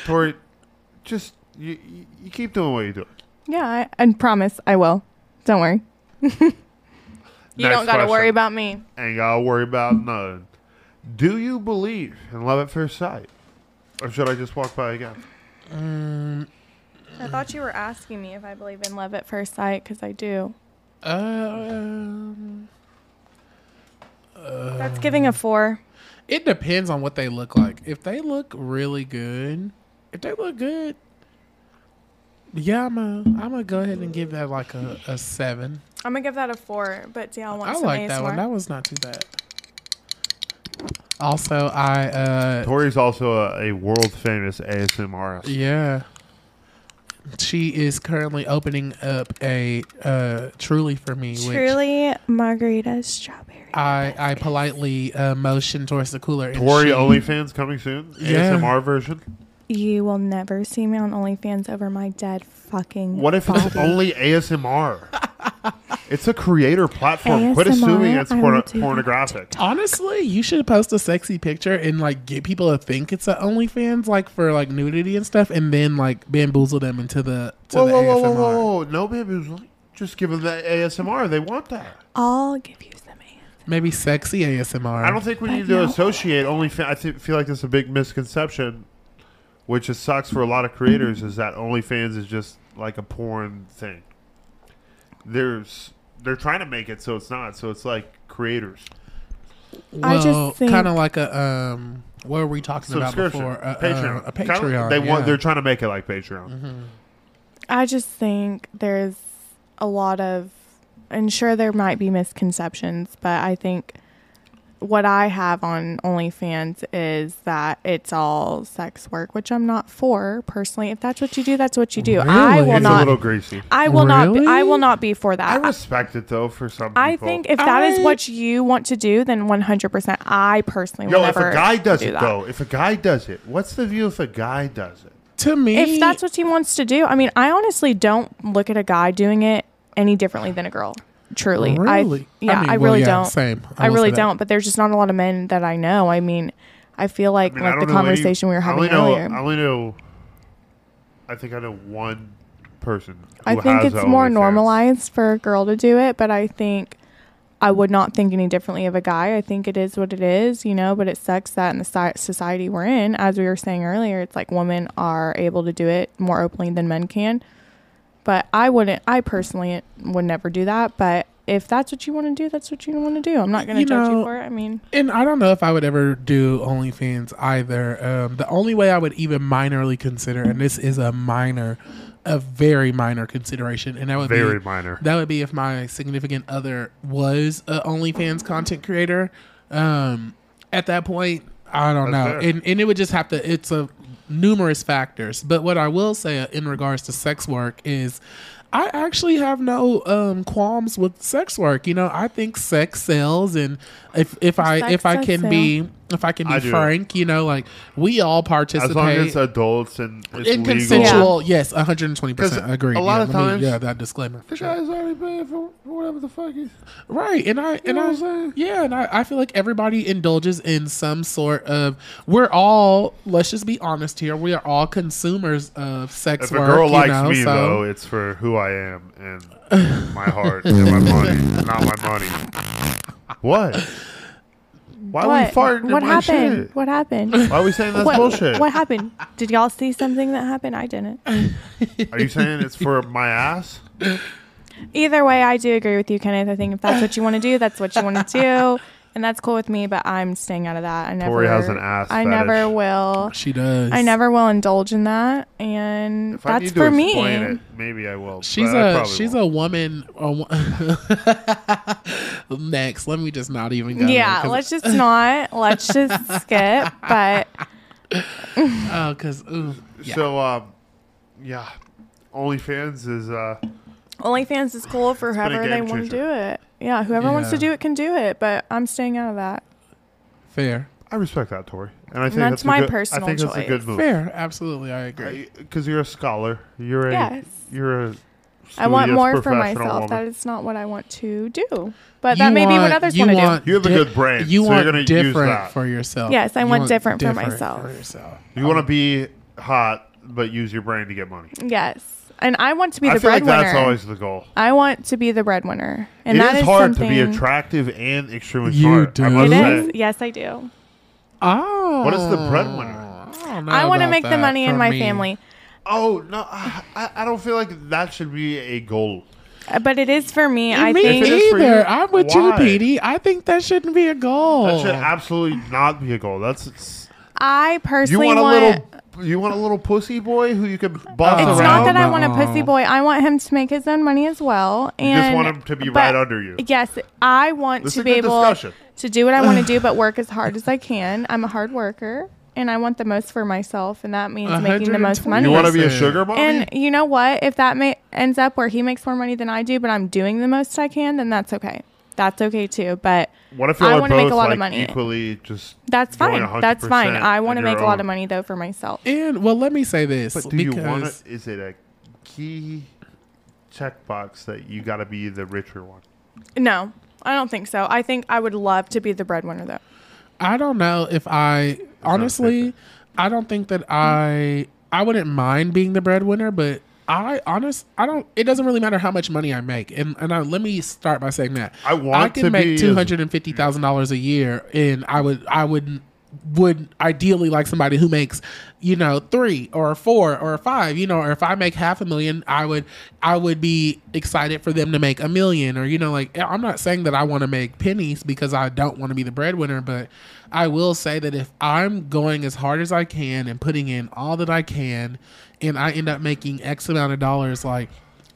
S4: Tori, just you, you, you keep doing what you do.
S2: [LAUGHS] Yeah, I, and promise I will. Don't worry. [LAUGHS] You
S4: Next
S2: don't gotta
S4: question.
S2: worry about me.
S4: Ain't gotta worry about nothing. Do you believe in love at first sight, or should I just walk by again?
S2: I thought you were asking me if I believe in love at first sight because I do.
S3: Uh, Um,
S2: That's giving a four.
S3: it depends on what they look like. If they look really good, if they look good, yeah, I'm a, I'm gonna go ahead and give that like a, a seven.
S2: I'm gonna give that a four, but Dale
S3: I
S2: wants
S3: like that one. That was not too bad. Also, I uh,
S4: Tori's also a, a world famous ASMR.
S3: Yeah. She is currently opening up a uh, truly for me, which
S2: Truly, margarita strawberry.
S3: I, I politely uh, motioned towards the cooler. and
S4: Tori
S3: she-
S4: OnlyFans coming soon.
S3: Yeah.
S4: ASMR version.
S2: You will never see me on OnlyFans over my dead fucking.
S4: What if it's
S2: body.
S4: only ASMR? it's a creator platform. Quit assuming
S2: ASMR,
S4: it's
S2: I
S4: porno-
S2: will do that.
S4: pornographic.
S3: Honestly, you should post a sexy picture and like get people to think it's a OnlyFans, like for like nudity and stuff, and then like bamboozle them into the to
S4: Whoa,
S3: the
S4: whoa, whoa,
S3: ASMR.
S4: whoa, whoa, whoa! No, baby, just give them that ASMR. They want that.
S2: I'll give you some ASMR.
S3: Maybe sexy ASMR.
S4: I don't think we need to
S2: no.
S4: associate OnlyFans. I thi- feel like that's a big misconception, which just sucks for a lot of creators. Is that OnlyFans is just like a porn thing? There's they're trying to make it so it's not. So it's like creators
S2: I just think-
S3: kind of like a um, what were we talking about
S4: subscription
S3: before? A,
S4: Patreon.
S3: Patreon. a
S4: Kinda-
S3: Patreon.
S4: they want.
S3: yeah. Mm-hmm.
S4: They're trying to make it like Patreon.
S2: I just think there's a lot of, and sure there might be misconceptions, but I think what I have on OnlyFans is that it's all sex work, which I'm not for personally. If that's what you do, that's what you do. I
S3: Really?
S2: will
S4: It's
S2: not.
S4: a little greasy.
S2: I will not. Be, I
S3: Really?
S2: will not be for
S4: I
S2: that.
S4: respect it though for some.
S2: I
S4: people.
S2: think if that is
S3: I-
S2: what you want to do, then 100%. I personally will
S4: Yo, if
S2: never
S4: a guy does
S2: do
S4: it
S2: that.
S4: though, if a guy does it, what's the view if a guy does it?
S3: to me.
S2: If that's what he wants to do, I mean, I honestly don't look at a guy doing it any differently than a girl. Truly,
S3: Really?
S2: I, yeah, I,
S3: I mean, well,
S2: really
S3: yeah,
S2: don't.
S3: same. I
S2: I,
S3: will
S2: really
S3: say that.
S2: don't. But there's just not a lot of men that I know. I mean, I feel like
S4: I mean, I
S2: like
S4: don't
S2: the
S4: know any-
S2: conversation we were
S4: I only
S2: having
S4: know,
S2: earlier.
S4: I only know. I think I know one person. Who
S2: I think
S4: has
S2: it's
S4: a
S2: more
S4: OnlyFans.
S2: normalized for a girl to do it, but I think I would not think any differently of a guy. I think it is what it is, you know, but it sucks that in the si- society we're in, as we were saying earlier, it's like women are able to do it more openly than men can. But I wouldn't, I personally would never do that. But if that's what you want to do, that's what you want to do. I'm not going to
S3: You
S2: judge
S3: know,
S2: you for it. I mean,
S3: And I don't know if I would ever do OnlyFans either. Um, the only way I would even minorly consider, and this is a minor, a very minor consideration, and that would
S4: Very
S3: be
S4: minor.
S3: That would be if my significant other was a OnlyFans content creator. Um, at that point, I don't
S4: That's
S3: know,
S4: fair.
S3: and and it would just have to. It's a numerous factors, but what I will say in regards to sex work is, I actually have no um, qualms with sex work. You know, I think sex sells, and if if I
S2: Sex
S3: if I
S2: does
S3: can
S2: sell.
S3: be if I can
S4: I
S3: be
S4: do.
S3: frank, you know, like we all
S4: As long as
S3: participate
S4: it's adults and it's
S3: in
S4: legal.
S3: consensual. Yes, one hundred and twenty
S4: 'Cause
S3: percent agree.
S4: a lot
S3: yeah,
S4: of
S3: let me-
S4: times-
S3: yeah, that disclaimer. for
S4: The
S3: sure.
S4: guy's already paying for whatever the fuck he's.
S3: Right, and I and
S4: know
S3: I
S4: what I'm saying?
S3: yeah, and I, I feel like everybody indulges in some sort of. We're all let's just be honest here. We are all consumers of sex
S4: If a
S3: work.
S4: girl
S3: you
S4: likes
S3: know,
S4: me,
S3: so-
S4: though, it's for who I am and my heart and my money, not my money. What? Why are we
S2: What?
S4: farting? in
S2: What
S4: my
S2: happened?
S4: shit?
S2: What happened?
S4: Why are we saying [LAUGHS] that's
S2: what,
S4: bullshit?
S2: what happened? Did y'all see something that happened? I didn't.
S4: Are you saying it's for my ass?
S2: Either way, I do agree with you, Kenneth. I think if that's what you want to do, that's what you want to
S4: [LAUGHS]
S2: do, and that's cool with me. But I'm staying out of that. I never.
S4: Tori has an ass
S2: I
S4: fetish.
S2: never will.
S3: she does.
S2: I never will indulge in that, and
S4: If I
S2: that's
S4: need
S2: for
S4: to
S2: me.
S4: explain it, maybe I will.
S3: She's
S4: but I
S3: a
S4: probably
S3: she's
S4: won't.
S3: a woman. a wo- [LAUGHS] Next, let me just not even. Go there,
S2: Yeah,
S3: 'cause-
S4: [LAUGHS]
S2: let's just not. Let's just skip. But
S3: Oh, because ooh, yeah.
S4: So, um, yeah, OnlyFans is uh,
S2: OnlyFans is cool for
S4: been a
S2: whoever they
S4: game
S2: want to
S4: changer.
S2: do it. Yeah, whoever wants to
S3: Yeah.
S2: do it can do it. But I'm staying out of that.
S3: fair,
S4: I respect that, Tori, and I think
S2: that's
S4: a
S2: my
S4: good-
S2: personal
S4: I think that's a
S2: choice.
S4: good move
S3: fair, absolutely, I agree.
S4: because you're a scholar. You're a
S2: Yes.
S4: you're a.
S2: I want
S4: studious
S2: more for
S4: professional
S2: myself.
S4: woman.
S2: That is not what I want to do. But
S3: You
S2: that may be what
S3: want-
S2: others
S3: you
S2: want to
S3: want
S4: You have a
S3: di-
S4: good brain,
S3: You
S4: so you're
S3: want
S4: gonna use
S3: different
S4: that.
S3: for yourself.
S2: Yes, I
S3: You
S2: want different for myself.
S3: For yourself.
S4: you want to be hot, but use your brain to get money.
S2: do. Yes. And I want to be
S4: I
S2: the
S4: feel like
S2: breadwinner.
S4: that's always the goal.
S2: I want to be the breadwinner. And
S4: it
S2: that
S4: is
S2: is
S4: hard to be
S2: something-
S4: attractive and extremely
S3: You
S4: smart.
S3: do.
S4: I must
S2: It
S4: say.
S2: is. Yes, I do.
S3: Oh,
S4: What is the breadwinner?
S2: I want to make the money in my family.
S4: Oh no, I, I- I don't feel like that should be a goal.
S2: Uh, But it is for me. I
S3: me
S2: think
S4: If it is for you,
S3: either. I'm with
S4: why?
S3: you, Petey. I think that shouldn't be a goal.
S4: That should absolutely not be a goal. That's it's,
S2: I
S4: you
S2: personally
S4: want a
S2: want.
S4: little you want a little pussy boy who you can boss
S2: it's
S4: around.
S2: not that I
S3: Around.
S2: want a pussy
S3: Uh-uh.
S2: boy. I want him to make his own money as well.
S4: you
S2: And
S4: just want him to be
S2: but-
S4: right under you.
S2: Yes, I want
S4: This is
S2: to
S4: a
S2: be
S4: good
S2: able
S4: discussion.
S2: to do what I
S4: [SIGHS]
S2: want to do, but work as hard as I can. I'm a hard worker, and I want the most for myself, and that means making the most
S3: 120.
S2: money.
S4: You want to be a
S3: Listen.
S4: sugar mommy?
S2: and you know what? If that may, ends up where he makes more money than I do, but I'm doing the most I can, then that's okay. That's okay too. But
S4: what if y'all
S2: I
S4: are
S2: wanna make
S4: both,
S2: a lot of
S4: like,
S2: money.
S4: equally just
S2: that's
S4: going
S2: fine. That's fine.
S4: 100%
S2: I want to
S4: on
S2: make
S4: your
S2: a lot
S4: own?
S2: of money though for myself.
S3: And well, let me say this
S4: But do
S3: because
S4: you want to is it a key checkbox that you got to be the richer one?
S2: No, I don't think so. I think I would love to be the breadwinner though.
S3: I don't know if I honestly, I don't think that I I wouldn't mind being the breadwinner, but I honest I don't. It doesn't really matter how much money I make, and and I, let me start by saying that
S4: I want
S3: I can
S4: to
S3: make
S4: be as-
S3: two hundred and fifty thousand dollars a year, and I would I would would ideally like somebody who makes you know three or four or five you know or if i make half a million i would i would be excited for them to make a million or you know like i'm not saying that i want to make pennies because i don't want to be the breadwinner but i will say that if i'm going as hard as i can and putting in all that i can and i end up making x amount of dollars like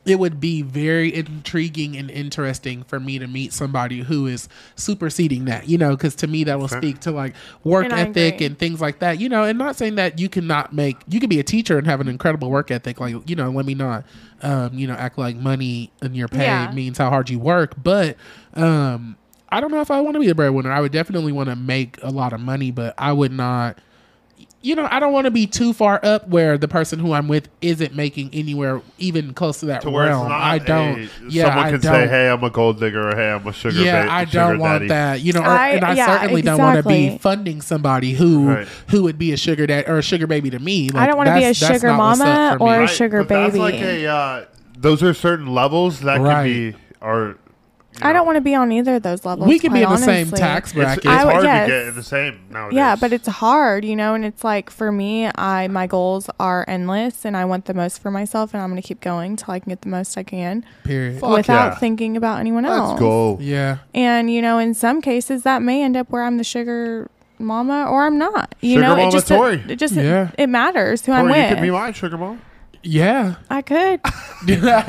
S3: it would be very intriguing and interesting for me to meet somebody who is superseding that, you know, because to me that will speak to like work
S2: And I
S3: ethic
S2: agree.
S3: and things like that, you know, and not saying that you cannot make, you could be a teacher and have an incredible work ethic. Like, you know, let me not, um, you know, act like money and your pay
S2: Yeah.
S3: means how hard you work. But, um, I don't know if I want to be a breadwinner. I would definitely want to make a lot of money, but I would not you know, I don't want to be too far up where the person who I'm with isn't making anywhere even close to that
S4: To where it's
S3: realm.
S4: not
S3: I don't.
S4: a-
S3: yeah,
S4: someone
S3: I
S4: can
S3: don't.
S4: say, "Hey, I'm a gold digger," or "Hey, I'm a sugar."
S3: yeah,
S4: ba-
S3: I
S4: sugar
S3: don't want
S4: daddy.
S3: that. You know, or,
S2: I-
S3: and I
S2: yeah,
S3: certainly don't want to be
S2: exactly.
S3: funding somebody who
S4: Right.
S3: who would be a sugar dad or a sugar baby to me. Like,
S2: I don't want to be a
S3: that's- that's
S2: sugar
S3: not what's up
S2: mama
S3: for me.
S2: or a
S4: Right,
S2: sugar
S4: but That's
S2: baby.
S4: like a. Uh, those are certain levels that
S3: Right.
S4: can be are. you
S2: I
S4: know,
S2: don't want to be on either of those levels.
S3: we could be in
S2: quite
S3: the same
S2: honestly.
S3: tax
S4: It's,
S3: bracket.
S4: it's
S2: I would-
S4: hard
S2: yes.
S4: to get in the same nowadays.
S2: Yeah, but it's hard, you know, and it's like for me, I my goals are endless and I want the most for myself and I'm going to keep going till I can get the most I can
S3: period.
S2: without
S4: yeah.
S2: thinking about anyone else.
S4: let's go.
S3: Yeah,
S2: And you know, in some cases that may end up where I'm the sugar mama or I'm not. You
S4: Sugar
S2: know,
S4: mama
S2: it just
S4: Tori.
S2: it just
S3: Yeah.
S2: it matters who
S4: Or
S2: I'm
S4: you
S2: with.
S4: could be my sugar mom. [LAUGHS]
S3: yeah. [LAUGHS]
S2: I could.
S3: you know,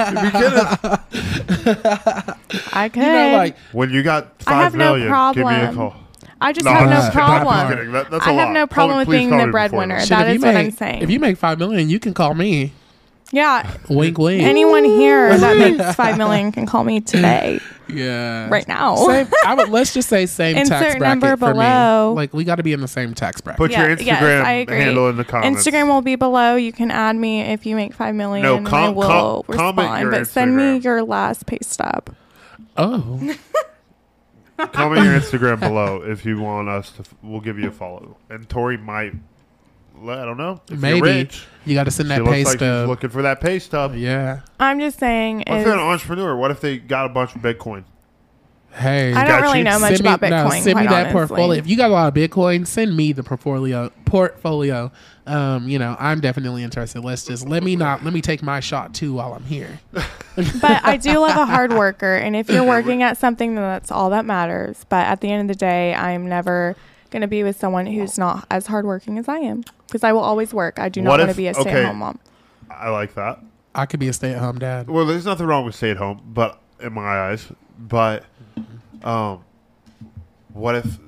S2: I could.
S3: like
S4: When you got
S2: I have
S4: five
S2: no
S4: million, give me a
S2: problem.
S4: call.
S2: I just
S4: No,
S2: have
S4: I'm
S2: no
S4: just kidding. I'm just
S2: problem.
S4: kidding. That- that's a
S2: I have
S4: lot.
S2: no
S4: Call
S2: problem
S4: me-
S2: with
S4: please
S2: being
S4: call
S2: the
S4: me before this.
S2: breadwinner.
S3: shit,
S2: that
S3: if you
S2: is what
S3: make-
S2: I'm saying.
S3: If you make five million, you can call me.
S2: Yeah.
S3: Wink, wink.
S2: Anyone here that makes five million can call me today.
S3: yeah.
S2: Right now.
S3: [LAUGHS] Same, I would, let's just say same
S2: Insert
S3: tax bracket
S2: number
S3: for
S2: below.
S3: me. Like we got to be in the same tax bracket.
S4: Put your Instagram
S2: yes, I agree.
S4: handle in the comments.
S2: Instagram will be below. You can add me if you make five million.
S4: No,
S2: and
S4: com-
S2: I will
S4: com- comment
S2: respond.
S4: your
S2: But send me
S4: Instagram.
S2: your last pay stub.
S3: oh,
S4: Comment your Instagram below if you want us to. We'll give you a follow. And Tori might. I don't know. If
S3: [LAUGHS]
S4: you're
S3: maybe
S4: rich,
S3: you got to send
S4: she
S3: that
S4: looks
S3: pay
S4: like she's
S3: stub.
S4: looking for that pay stub.
S3: yeah.
S2: I'm just saying.
S4: What if
S2: is-
S4: they're an entrepreneur? What if they got a bunch of Bitcoin?
S3: Hey,
S2: I
S4: got
S2: don't really
S4: you.
S2: know much
S3: send me,
S2: about
S3: no,
S2: Bitcoin.
S3: send me
S2: quite
S3: that
S2: honestly.
S3: portfolio. [LAUGHS] If you got a lot of Bitcoin, send me the portfolio. Portfolio. Um, you know, I'm definitely interested. Let's just let me not let me take my shot too while I'm here.
S2: but I do love a hard worker. And if you're working at something, then that's all that matters. But at the end of the day, I'm never going to be with someone who's not as hardworking as I am because I will always work. I do not
S4: What
S2: want to
S4: if-
S2: be a
S4: okay.
S2: stay at home mom.
S4: I like that.
S3: I could be a stay-at-home dad.
S4: Well, there's nothing wrong with stay at home, but in my eyes, but um, what if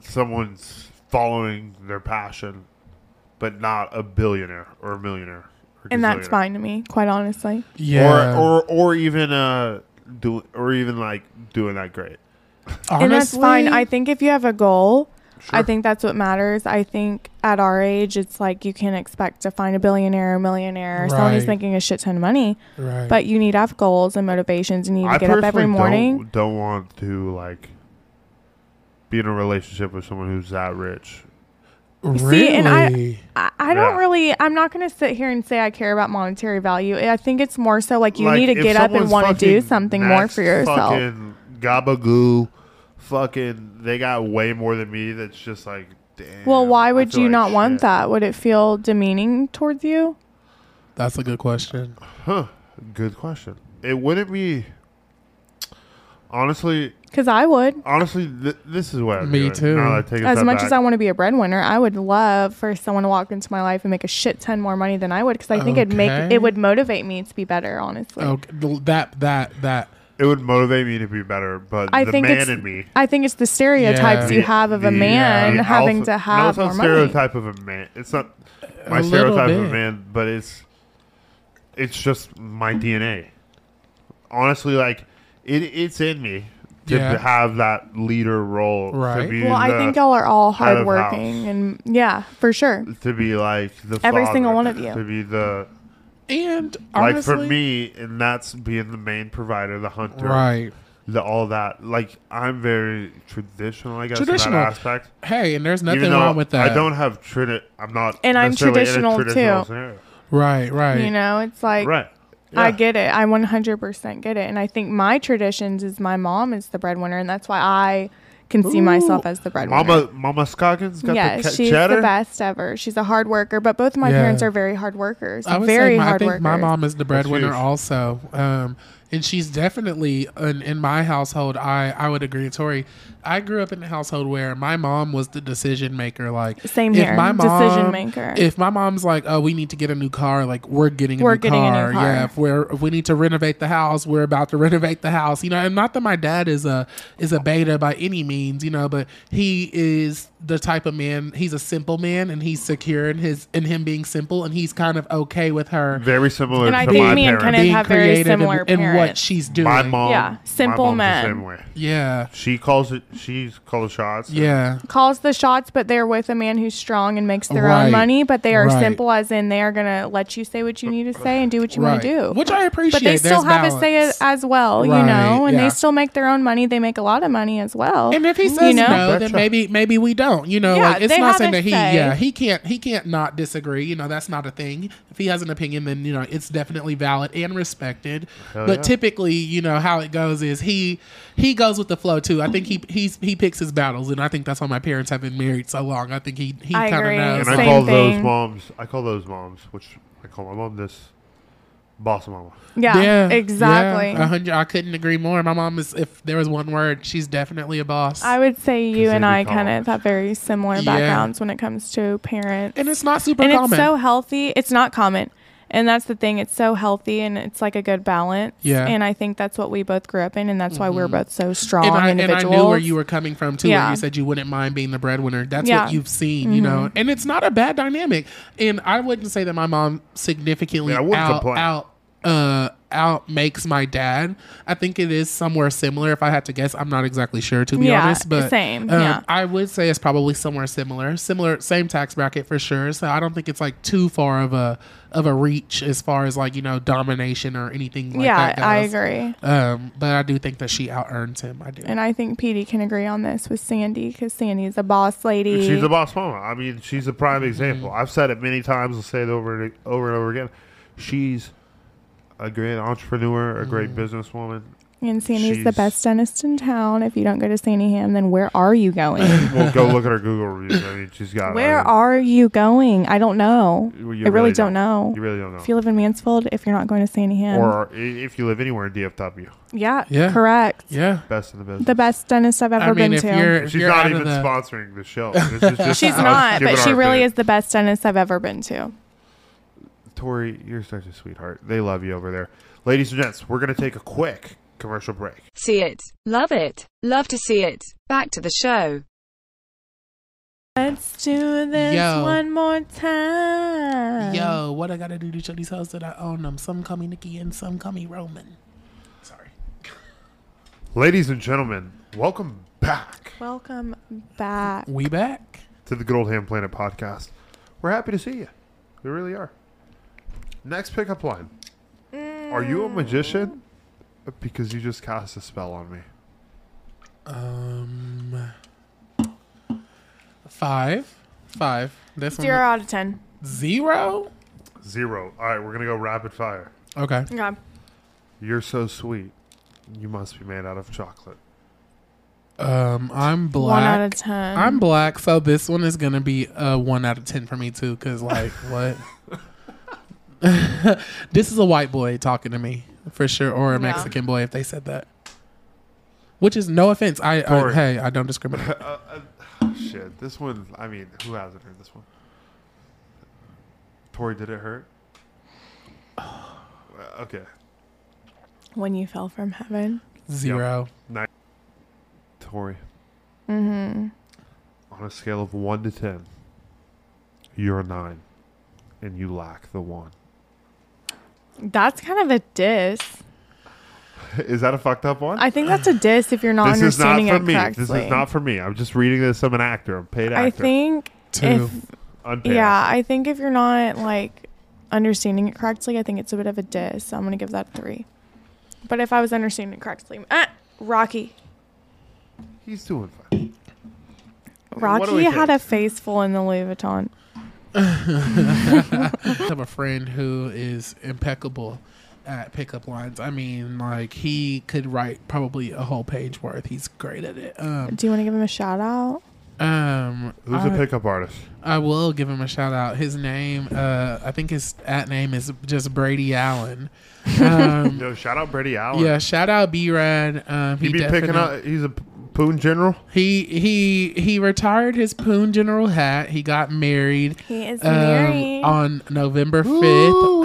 S4: someone's following their passion, but not a billionaire or a millionaire? Or
S2: And that's
S4: gazillionaire?
S2: fine to me, quite honestly.
S3: Yeah.
S4: Or or or even uh, do or even like doing that great.
S2: And that's fine.
S3: Honestly,
S2: I think if you have a goal, I think that's what matters. I think at our age, it's like you can expect to find a billionaire or millionaire or someone who's
S3: Right.
S2: making a shit ton of money.
S3: Right.
S2: But you need to have goals and motivations and you need to
S4: I
S2: get up every
S4: personally
S2: morning.
S4: Don't, don't want to like be in a relationship with someone who's that rich.
S3: really.
S2: See, and I, I, I don't
S4: Yeah.
S2: really. I'm not going to sit here and say I care about monetary value. I think it's more so like you
S4: Like,
S2: need to
S4: if
S2: get up and
S4: someone's
S2: want to do
S4: fucking
S2: something more
S4: next
S2: for yourself.
S4: Fucking gabagoo, fucking they got way more than me. That's just like, damn.
S2: well,
S4: I
S2: why would
S4: feel
S2: you
S4: like
S2: not want
S4: shit.
S2: that? Would it feel demeaning towards you?
S3: That's a good question.
S4: Good question. It wouldn't be. Honestly,
S2: Because I would.
S4: honestly, th- this is what I'm
S3: Me
S4: doing.
S3: too.
S4: Now that I take a
S2: As
S4: step
S2: much
S4: back.
S2: as I want to be a breadwinner, I would love for someone to walk into my life and make a shit ton more money than I would. Because I think it'd make
S3: Okay.
S2: it would motivate me to be better. Honestly,
S3: Oh, that that that.
S4: it would motivate me to be better, but
S2: I
S4: the
S2: think
S4: man
S2: it's
S4: in me.
S2: I think it's the stereotypes
S3: Yeah.
S2: you have of a
S4: The- uh,
S2: man
S4: the
S2: having
S4: alpha-
S2: to have
S4: no,
S2: more
S4: it's not
S2: money.
S4: stereotype of a man. It's not my
S3: A little
S4: stereotype of a
S3: bit.
S4: man, but it's it's just my DNA. Honestly, like it, it's in me to
S3: Yeah.
S4: have that leader role. To
S3: Right.
S4: be
S2: Well, I
S4: the-
S2: think y'all are all
S4: head of
S2: hardworking,
S4: house.
S2: and yeah, for sure.
S4: to be like the
S2: Every single
S4: father,
S2: one of you.
S4: to be the
S3: And honestly,
S4: like for me, and that's being the main provider, the hunter,
S3: right?
S4: The, all that. Like I'm very traditional, I guess, in
S3: Traditional.
S4: that aspect.
S3: Hey, and there's nothing
S4: Even though
S3: wrong with that.
S4: I don't have tradi- I'm not,
S2: And I'm
S4: necessarily in a
S2: traditional, too.
S4: traditional scenario.
S3: Right, right.
S2: You know, it's like
S4: Right.
S2: I
S4: Yeah.
S2: get it. I 100% get it. And I think my traditions is my mom is the breadwinner, and that's why I can see myself as the breadwinner.
S4: Mama Mama Scoggins got
S2: yeah,
S4: the ca-
S2: she's
S4: cheddar.
S2: the best ever. She's a hard worker, but both of my
S3: Yeah.
S2: parents are very hard workers.
S3: I would
S2: very
S3: say my, I
S2: hard
S3: think
S2: workers.
S3: my mom is the breadwinner
S4: huge.
S3: also, um, and she's definitely in, in my household. I I would agree, Tori. I grew up in a household where my mom was the decision maker. Like
S2: Same
S3: if
S2: here,
S3: my mom,
S2: decision maker.
S3: If my mom's like, oh, we need to get a new car, like we're getting a,
S2: We're
S3: new,
S2: getting a new
S3: car.
S2: car.
S3: Yeah, if we're if we need to renovate the house, we're about to [LAUGHS] renovate the house. You know, and not that my dad is a is a beta by any means, you know, but he is the type of man. He's a simple man, and he's secure in his in him being simple, and he's kind of okay with her
S4: Very similar
S2: And
S4: to
S2: I
S4: my
S2: think me and
S4: parents.
S2: Kenneth-
S3: being
S2: have very
S3: creative in-
S2: similar
S3: in, what
S2: parents.
S3: she's doing.
S4: my mom,
S2: Yeah, simple
S4: my mom's
S2: men.
S4: The same way.
S3: Yeah,
S4: She calls it. She's called shots.
S3: yeah,
S2: calls the shots, but they're with a man who's strong and makes their
S3: Right.
S2: own money. But they are
S3: Right.
S2: simple, as in they are gonna let you say what you need to say and do what you
S3: right.
S2: want to do.
S3: Which I appreciate.
S2: but they still
S3: There's
S2: have a say it
S3: balance.
S2: as well,
S3: Right,
S2: you know, and
S3: yeah.
S2: they still make their own money. They make a lot of money as well.
S3: And if he
S2: you
S3: says
S2: know?
S3: no, then
S4: Betcha.
S3: maybe maybe we don't. You know,
S2: Yeah,
S3: like it's
S2: they
S3: not
S2: have
S3: saying
S2: a
S3: that he
S2: say.
S3: yeah he can't he can't not disagree. You know, that's not a thing. If he has an opinion, then you know it's definitely valid and respected. but
S4: yeah.
S3: typically, you know how it goes is he he goes with the flow too. I think he he's he picks his battles, and I think that's why my parents have been married so long. I think he he
S2: I
S3: kind of
S2: agree.
S3: knows.
S4: And
S3: like,
S4: I
S2: Same
S4: call those
S2: thing.
S4: moms. I call those moms, which I call my mom this boss mama.
S2: yeah, exactly.
S3: yeah, a hundred. I couldn't agree more. My mom is. If there was one word, she's definitely a boss.
S2: I would say you
S4: Because
S2: and
S4: they
S2: I
S4: become-
S2: kind of have very similar
S3: Yeah.
S2: backgrounds when it comes to parents,
S3: and it's not super
S2: and
S3: common.
S2: it's so healthy. It's not common, And that's the thing. It's so healthy and it's like a good balance.
S3: Yeah. Mm-hmm.
S2: And I think that's what we both grew up in. And that's why we're both so strong
S3: and I, and I
S2: individuals.
S3: knew where you were coming from too. Where
S2: Yeah.
S3: you said you wouldn't mind being the breadwinner. That's
S2: Yeah. Mm-hmm.
S3: what you've seen, you know. And it's not a bad dynamic. And I wouldn't say that my mom significantly
S4: Yeah, I wouldn't
S3: out,
S4: complain.
S3: out uh out makes my dad. I think it is somewhere similar. If I had to guess, I'm not exactly sure to be
S2: Yeah,
S3: honest. But
S2: same,
S3: um,
S2: yeah.
S3: I would say it's probably somewhere similar, similar, same tax bracket for sure. So I don't think it's like too far of a of a reach as far as like you know domination or anything like
S2: yeah,
S3: that.
S2: I
S3: goes.
S2: agree.
S3: Um, but I do think that she out earns him. I do.
S2: And I think Petey can agree on this with Sandy because Sandy is a boss lady.
S4: She's a boss mama. I mean, she's a prime
S3: Mm-hmm.
S4: example. I've said it many times. I'll say it over and over and over again. She's a great entrepreneur, a
S3: Mm.
S4: great businesswoman.
S2: and Sandy's the
S4: she's-
S2: best dentist in town. If you don't go to Sandyham, then where are you
S4: [LAUGHS]
S2: going? [LAUGHS]
S4: Well, go look at her Google reviews. I mean, she's got.
S2: where
S4: I
S2: are you going? I don't know.
S4: mean, you
S2: I really don't know.
S4: You really don't know.
S2: If you live in Mansfield, if you're not going to Sandyham,
S4: or i- if you live anywhere in DFW,
S2: yeah,
S3: Yeah.
S2: correct.
S3: yeah.
S4: best in the business.
S2: The best dentist I've ever
S3: I mean,
S2: been
S3: if
S2: to.
S3: you're, if
S4: She's
S3: you're
S4: not
S3: out
S4: even
S3: of the,
S4: sponsoring
S3: [LAUGHS]
S4: the show. This is just
S2: She's
S4: us
S2: not,
S4: giving
S2: but she
S4: our
S2: really
S4: opinion.
S2: is the best dentist I've ever been to.
S4: Tori, you're such a sweetheart. They love you over there. Ladies and gents, we're going to take a quick commercial break.
S1: See it. Love it. Love to see it. Back to the show.
S2: Let's do this
S3: Yo.
S2: one more time.
S3: yo, what I gotta do to show these hoes that I own them? Some call me Nikki and some call me Roman. Sorry.
S4: Ladies and gentlemen, welcome back
S2: Welcome back.
S3: We back.
S4: to the Good Old Ham Planet podcast. We're happy to see you. We really are. Next pickup line. Are you a magician? Because you just cast a spell on me.
S3: Um, five, five. This
S2: Zero
S3: one
S2: out of ten.
S3: zero.
S4: Zero. All right, we're going to go rapid fire.
S3: Okay.
S2: Yeah.
S4: You're so sweet. You must be made out of chocolate.
S3: Um, I'm black.
S2: One out of ten.
S3: I'm black, so this one is gonna be a one out of ten for me too. Cause like, what? [LAUGHS] this is a white boy talking to me for sure, or a Mexican boy if they said that. Which is no offense. I, I
S4: Corey.
S3: hey, I don't discriminate.
S4: Shit, this one, I mean, who hasn't heard this one? Tori, did it hurt? [SIGHS] Uh, Okay.
S2: when you fell from heaven.
S3: Zero.
S4: Tori. Mm-hmm. On a scale of 1 to 10, you're a 9, and you lack the 1.
S2: That's kind of a diss.
S4: [LAUGHS] Is that a fucked up one?
S2: I think that's a diss if you're not
S4: this is not
S2: understanding
S4: for
S2: it
S4: me.
S2: correctly.
S4: This is not for me. I'm just reading this. I'm an actor. I'm a paid actor.
S2: I think
S3: Two.
S2: if
S4: Unpaid
S2: yeah,
S4: actor.
S2: I think if you're not like understanding it correctly, I think it's a bit of a diss. So I'm gonna give that a three. But if I was understanding it correctly, ah, Rocky.
S4: He's doing fine. what do
S2: Rocky
S4: we
S2: had a
S4: think?
S2: face full in the Louis Vuitton.
S3: I have a friend who is impeccable at pickup lines. I mean, like he could write probably a whole page worth. He's great at it. Um,
S2: Do you want to give him a shout out?
S3: um,
S4: Who's
S3: I-
S4: a pickup artist?
S3: I will give him a shout out. His name, uh, I think his at name is just Brady Allen. Um,
S4: Yo, shout out Brady Allen.
S3: yeah, shout out B Rad. Um,
S4: He,
S3: he
S4: be picking
S3: definite-
S4: up. He's a p- poon general.
S3: He he he retired his Poon General hat. He got married.
S2: He is
S3: um,
S2: married.
S3: on November fifth.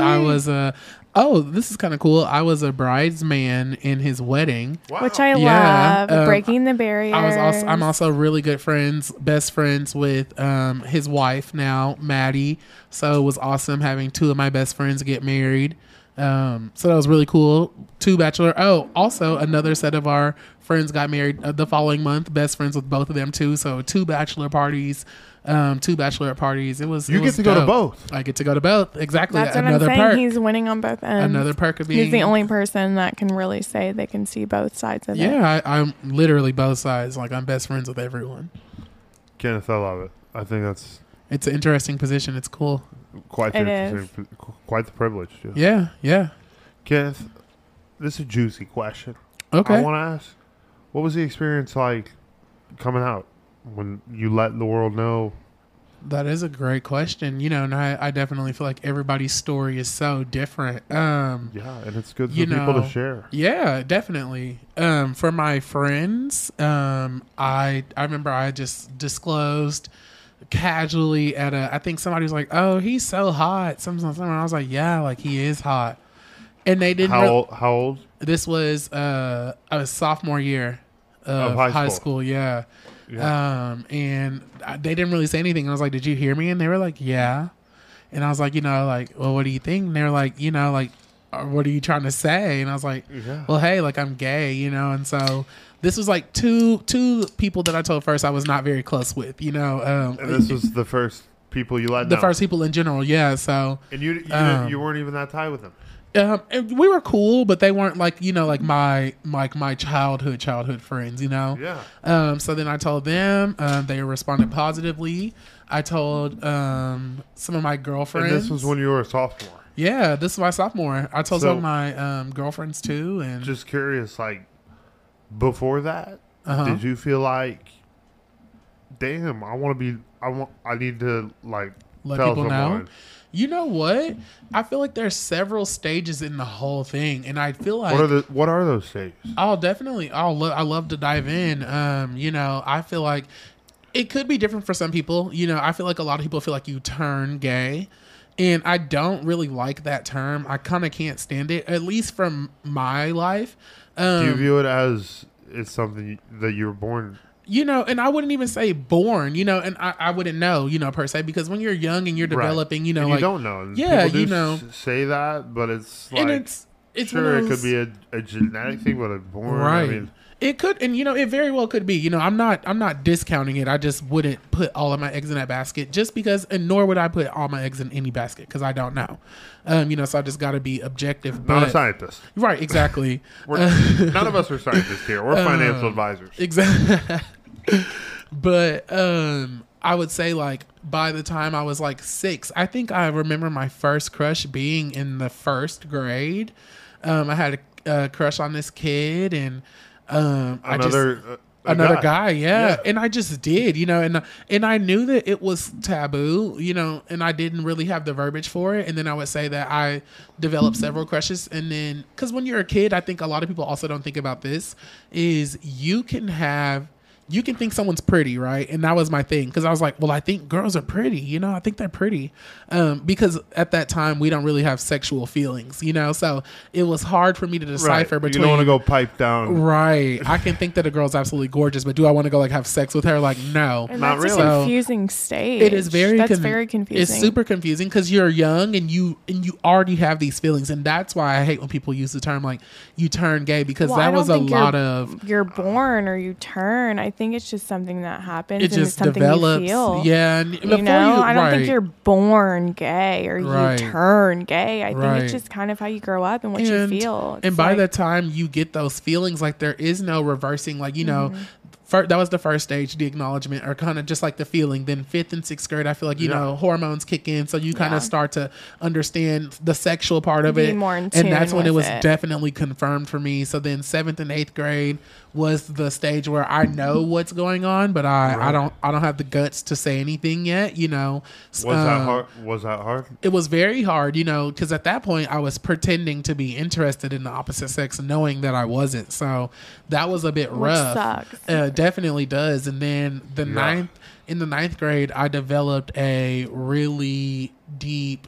S3: I was a oh, this is kind of cool. I was a bridesman in his wedding.
S2: Which I
S3: Yeah,
S2: love.
S3: um,
S2: breaking the barrier.
S3: I was also I'm also really good friends, best friends with um his wife now, Maddie. So it was awesome having two of my best friends get married. Um, so that was really cool. Two bachelor. Oh, also another set of our friends got married uh, the following month. Best friends with both of them too. So two bachelor parties, um, two bachelorette parties. It was. it
S4: You get
S3: was
S4: to go to
S3: dope.
S4: both.
S3: I get to go to both. Exactly.
S2: That's what I'm
S3: another
S2: saying.
S3: perk.
S2: He's winning on both ends.
S3: another perk of being
S2: He's the only person that can really say they can see both sides of it.
S3: Yeah, I, I'm literally both sides. Like I'm best friends with everyone.
S4: Kenneth, I love it. I think that's
S3: It's an interesting position. It's cool.
S4: quite
S2: It
S4: the
S2: is.
S4: interesting- qu- quite the privilege. Yeah.
S3: Yeah, yeah.
S4: Kenneth, this is a juicy question.
S3: Okay.
S4: I want to ask, what was the experience like coming out when you let the world know?
S3: that is a great question. You know, and I, I definitely feel like everybody's story is so different. Um,
S4: Yeah, and it's good for
S3: You
S4: people
S3: know,
S4: to share.
S3: Yeah, definitely. Um, for my friends, um, I I remember I just disclosed casually at a I think somebody was like, "Oh, he's so hot." Someone, someone I was like, "Yeah, like he is hot." And they didn't
S4: How
S3: re-
S4: old? How old?
S3: this was uh a sophomore year of, high, school. yeah, um and I, they didn't really say anything i was like did you hear me and they were like yeah and i was like you know like well what do you think and they were like you know like "Uh, what are you trying to say and i was like well hey like i'm gay you know and so this was like two two people that i told first i was not very close with you know um
S4: And this was the first people you let
S3: the
S4: know.
S3: first people in general yeah so
S4: and you you, didn't-
S3: um,
S4: you weren't even that tight with them.
S3: um, and we were cool, but they weren't like you know like my like my childhood childhood friends, you know.
S4: Yeah.
S3: Um. So then I told them. Um. They responded positively. I told um some of my
S4: And
S3: girlfriends.
S4: this was when you were a sophomore.
S3: Yeah, this is my sophomore. I told some
S4: So-
S3: of my um girlfriends too, and
S4: Just curious, like before that,
S3: Uh-huh.
S4: did you feel like, damn, I want to be, I want, I need to like
S3: let
S4: tell
S3: people
S4: someone.
S3: know. You know what? I feel like there's several stages in the whole thing, and I feel like
S4: What are the what are those stages?
S3: Oh, definitely. Oh, lo- I love to dive in. Um, you know, I feel like it could be different for some people. You know, I feel like a lot of people feel like you turn gay, and I don't really like that term. I kind of can't stand it, at least from my life. Um,
S4: Do you view it as it's something that you were born?
S3: you know, and I wouldn't even say born, you know, and I, I wouldn't know, you know, per se, because when you're young and you're
S4: right.
S3: developing, you know,
S4: And
S3: like,
S4: you don't know. And
S3: yeah,
S4: people do
S3: you know.
S4: s- say that, but it's like
S3: and it's it's one
S4: sure
S3: of
S4: it
S3: those-
S4: could be a, a genetic thing, but it's born.
S3: Right.
S4: I mean,
S3: it could, and you know, it very well could be. You know, I'm not, I'm not discounting it. I just wouldn't put all of my eggs in that basket, just because, and nor would I put all my eggs in any basket because I don't know. Um, you know, so I just got to be objective.
S4: not
S3: But,
S4: a
S3: [LAUGHS]
S4: scientist.
S3: right? Exactly.
S4: [LAUGHS]
S3: Uh,
S4: We're, none of us are scientists here. We're financial advisors.
S3: Exactly. [LAUGHS] but um I would say like by the time I was like 6, I think I remember my first crush being in the first grade. Um I had a, a crush on this kid and um I just-
S4: Another uh, a
S3: another guy, yeah.
S4: Yeah.
S3: and i just did you know and and i knew that it was taboo you know and i didn't really have the verbiage for it and then i would say that i developed several crushes and then because when you're a kid i think a lot of people also don't think about this is you can have you can think someone's pretty, right? And that was my thing because I was like, well, I think girls are pretty, you know, I think they're pretty. Um, because at that time, we don't really have sexual feelings, you know, so it was hard for me to
S4: Right.
S3: decipher between
S4: You don't want to go pipe down.
S3: Right. I can think that a girl's absolutely gorgeous, but do I want to go like have sex with her? Like, no.
S9: And
S4: Not
S9: that's
S4: really.
S9: a
S3: So,
S9: confusing stage.
S3: It is very
S9: That's
S3: con-
S9: very confusing.
S3: It's super confusing because you're young and you and you already have these feelings, and that's why I hate when people use the term like you turn gay because
S9: Well, I
S3: that
S9: don't
S3: was a
S9: think you're-
S3: lot of
S9: You're born or you turn. I think it's just something that happens.
S3: it
S9: and it's
S3: just
S9: something
S3: develops.
S9: You feel.
S3: Yeah, and
S9: You know, I don't
S3: right.
S9: think you're born gay or you
S3: Right.
S9: turn gay. I think
S3: Right.
S9: it's just kind of how you grow up and what
S3: and,
S9: you feel. It's
S3: and by
S9: like-
S3: the time you get those feelings, like there is no reversing. Like you know,
S9: Mm-hmm.
S3: fir- that was the first stage, the acknowledgement, or kind of just like the feeling. Then fifth and sixth grade, I feel like you
S4: Yeah.
S3: know hormones kick in, so you kind
S9: Yeah.
S3: of start to understand the sexual part of
S9: Be
S3: it,
S9: more in
S3: and that's
S9: tune
S3: when it
S9: with
S3: was
S9: it.
S3: definitely confirmed for me. So then seventh and eighth grade was the stage where I know what's going on, but I, I don't I don't have the guts to say anything yet. You know, S-
S4: Was
S3: um,
S4: that hard? Was that hard?
S3: it was very hard, you know, because at that point I was pretending to be interested in the opposite sex, knowing that I wasn't. So that was a bit rough.
S9: sucks.
S3: Uh, definitely does. And then the ninth, in the ninth grade, I developed a really deep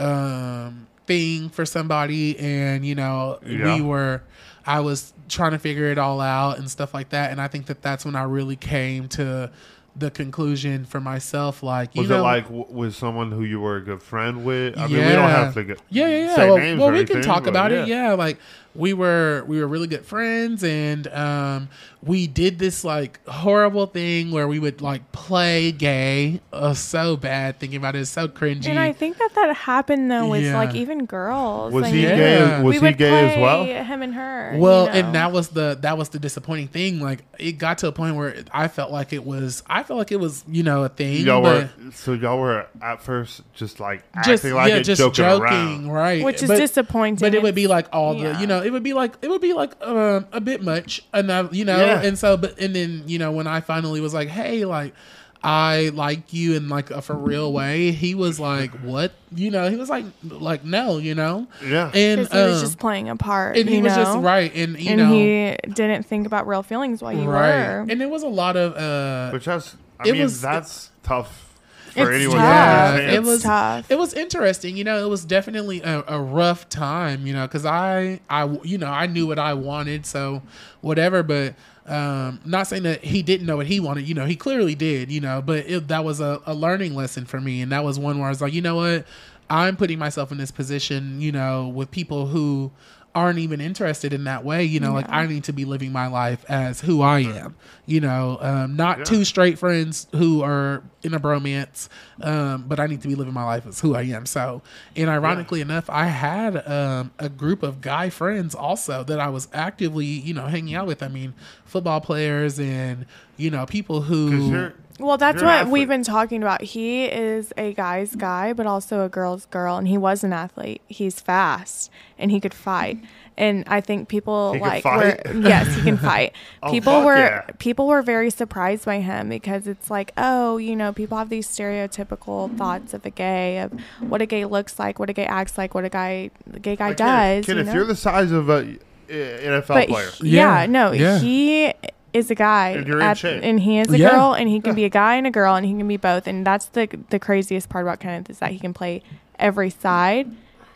S3: um, thing for somebody, and you know,
S4: Yeah.
S3: we were. I was trying to figure it all out and stuff like that, and I think that that's when I really came to the conclusion for myself. Like, you
S4: Was it
S3: know,
S4: like w- with someone who you were a good friend with? I mean, we don't have to get
S3: yeah, yeah, yeah.
S4: say
S3: well,
S4: names
S3: well,
S4: or
S3: we can
S4: anything,
S3: talk
S4: but
S3: about
S4: yeah.
S3: it. Yeah, like we were we were really good friends, and um, we did this like horrible thing where we would like play gay. Oh, so bad. Thinking about it, it's so cringy.
S9: and I think that that happened though with
S3: Yeah.
S9: like even girls.
S4: Was
S9: I
S4: he
S9: mean,
S4: gay?
S3: Yeah.
S4: Was
S9: we
S4: he
S9: would
S4: gay as
S9: play
S4: well?
S9: Him and her.
S3: well,
S9: you know?
S3: and that was the that was the disappointing thing. Like it got to a point where I felt like it was I felt like it was you know a thing.
S4: Y'all
S3: but
S4: were so y'all were at first just like
S3: just
S4: acting like
S3: yeah,
S4: it,
S3: just
S4: joking,
S3: joking,
S4: around.
S3: right?
S9: Which is
S3: But-
S9: disappointing.
S3: But it would be
S9: It's-
S3: like all the,
S9: yeah.
S3: you know, it would be like it would be like um, a bit much, and I, you know,
S4: Yeah.
S3: and so, but and then you know, when I finally was like, hey, like. I like you in like a for real way. He was like, "What?" You know, he was like, "Like no," you know.
S4: Yeah.
S3: And
S9: 'Cause he was
S3: um,
S9: just playing a part.
S3: and he
S9: you
S3: was just
S9: know?
S3: right, and you
S9: and
S3: know,
S9: he didn't think about real feelings while you
S3: right,
S9: were.
S3: and it was a lot of uh,
S4: Which that's I
S3: It
S4: mean
S3: was-
S4: that's tough
S10: for
S2: It's
S10: anyone
S2: tough.
S10: that
S3: it
S10: understands.
S3: was
S2: tough.
S3: it was interesting you know it was definitely a, a rough time you know because i i you know i knew what i wanted so whatever but um not saying that he didn't know what he wanted you know he clearly did you know but it, that was a, a learning lesson for me and that was one where i was like you know what i'm putting myself in this position you know with people who aren't even interested in that way you know like i need to be living my life as who i am you know um, not two straight friends who are in a bromance um, but i need to be living my life as who i am so and ironically enough i had um, a group of guy friends also that i was actively you know hanging out with i mean football players and you know people who
S4: You're-
S2: Well, that's
S4: You're an
S2: what we've
S4: athlete.
S2: been talking about. He is a guy's guy, but also a girl's girl, and he was an athlete. He's fast and he could fight. And I think people
S4: He could
S2: like
S4: fight?
S2: were [LAUGHS] yes,
S4: [LAUGHS]
S2: he can fight.
S4: Oh,
S2: people
S4: fuck
S2: were
S4: yeah.
S2: people were very surprised by him because it's like, oh, you know, people have these stereotypical thoughts of a gay, of what a gay looks like, what a gay acts like, what a guy a gay guy
S4: Like,
S2: does.
S4: Kid,
S2: you
S4: if
S2: know?
S4: you're the size of a uh, NFL
S2: but
S4: player,
S2: he- yeah,
S3: Yeah,
S2: no,
S3: yeah.
S2: he is a guy,
S4: And you're in
S2: at-
S4: shape.
S2: and he is a
S3: Yeah.
S2: girl, and he can be a guy and a girl, and he can be both. And that's the the craziest part about Kenneth is that he can play every side,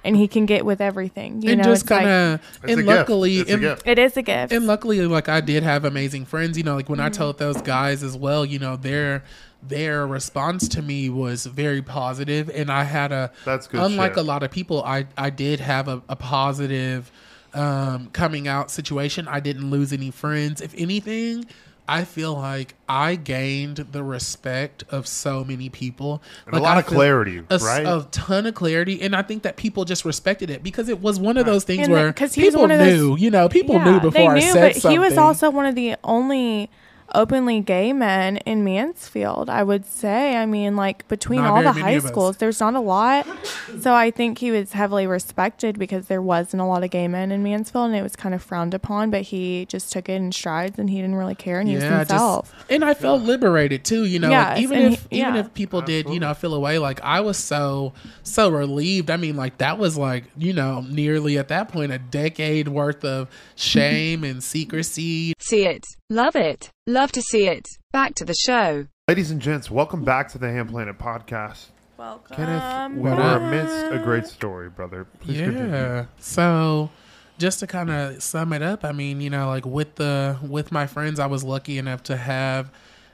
S2: and he can get with everything. You
S3: and
S2: know,
S3: just
S2: it's like-
S3: kind of
S4: it's a
S3: and
S4: gift.
S3: luckily
S4: It's a
S3: and-
S4: gift.
S2: it is a gift.
S3: and luckily like i did have amazing friends you know like when i told those guys as well you know their their response to me was very positive and i had a
S4: That's good
S3: unlike
S4: shit.
S3: a lot of people i i did have a, a positive um coming out situation i didn't lose any friends if anything I feel like I gained the respect of so many people.
S4: a
S3: like
S4: lot
S3: I
S4: of clarity,
S3: a s-
S4: right?
S3: A ton of clarity, and I think that people just respected it because it was one of those things
S2: And the-
S3: where
S2: 'cause he was
S3: people
S2: one of those-
S3: knew, you know, people
S2: Yeah,
S3: knew before
S2: they
S3: I
S2: knew,
S3: said
S2: but
S3: something.
S2: he was also one of the only openly gay men in Mansfield. I would say. I mean, like between
S3: Not
S2: all
S3: very
S2: the
S3: many
S2: high
S3: of us.
S2: schools, there's not a lot. So I think he was heavily respected because there wasn't a lot of gay men in Mansfield, and it was kind of frowned upon. But he just took it in strides, and he didn't really care, and he was
S3: I just-
S2: himself.
S3: and I felt liberated too, you know.
S2: Yes,
S3: like, even
S2: and
S3: if
S2: he-
S3: even
S2: yeah.
S3: if people did, you know, feel away, like I was so so relieved. I mean, like that was like, you know, nearly at that point a decade worth of shame and secrecy.
S1: See it. Love it. Love to see it. Back to the show.
S4: Ladies and gents, welcome back to the Ham Planet podcast.
S2: Welcome.
S4: Kenneth, we
S3: What
S4: were
S3: up?
S4: amidst a great story, brother. Please
S3: yeah.
S4: continue.
S3: So just to kind of sum it up, I mean, you know, like with the with my friends, I was lucky enough to have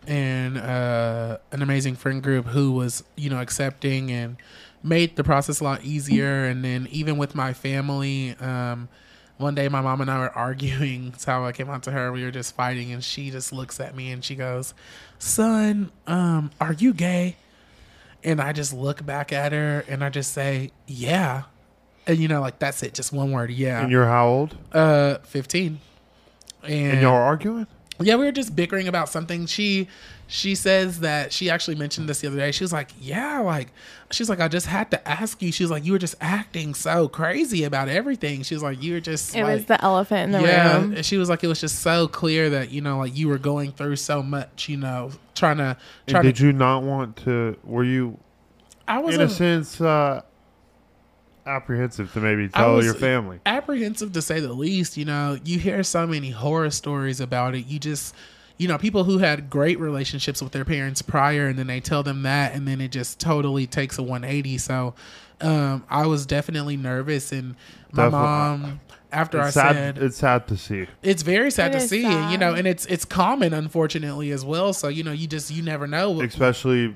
S3: an uh, an amazing friend group who was you know accepting and made the process a lot easier. And then even with my family, um, one day my mom and I were [LAUGHS] arguing. That's how I came out to her. We were just fighting, and she just looks at me and she goes, "Son, um, are you gay?" And I just look back at her and I just say, "Yeah." And you know, like that's it, just one word, yeah.
S4: And you're how old?
S3: uh, fifteen. And,
S4: And y'all are arguing?
S3: yeah, we were just bickering about something. She she says that she actually mentioned this the other day. She was like, "Yeah, like she's like I just had to ask you." She was like, "You were just acting so crazy about everything." She was like, "You were just
S2: It
S3: like,
S2: was the elephant in the
S3: yeah,
S2: room.
S3: and she was like, it was just so clear that you know, like you were going through so much, you know, trying to,
S4: And
S3: trying
S4: did
S3: to.
S4: you not want to? Were you,
S3: I was
S4: in a
S3: a-
S4: sense, uh, apprehensive to maybe
S3: I
S4: tell
S3: was-
S4: your family?
S3: apprehensive to say the least. You know, you hear so many horror stories about it. You just, you know, people who had great relationships with their parents prior, and then they tell them that, and then it just totally takes a 180. So, um, I was definitely nervous, and my
S4: Definitely.
S3: mom. After I
S4: It's sad,
S3: said
S4: it's sad to see.
S3: it's very sad
S2: It
S3: to
S2: is
S3: see,
S2: sad.
S3: you know, and it's it's common unfortunately as well. So you know, you just you never know
S4: Especially,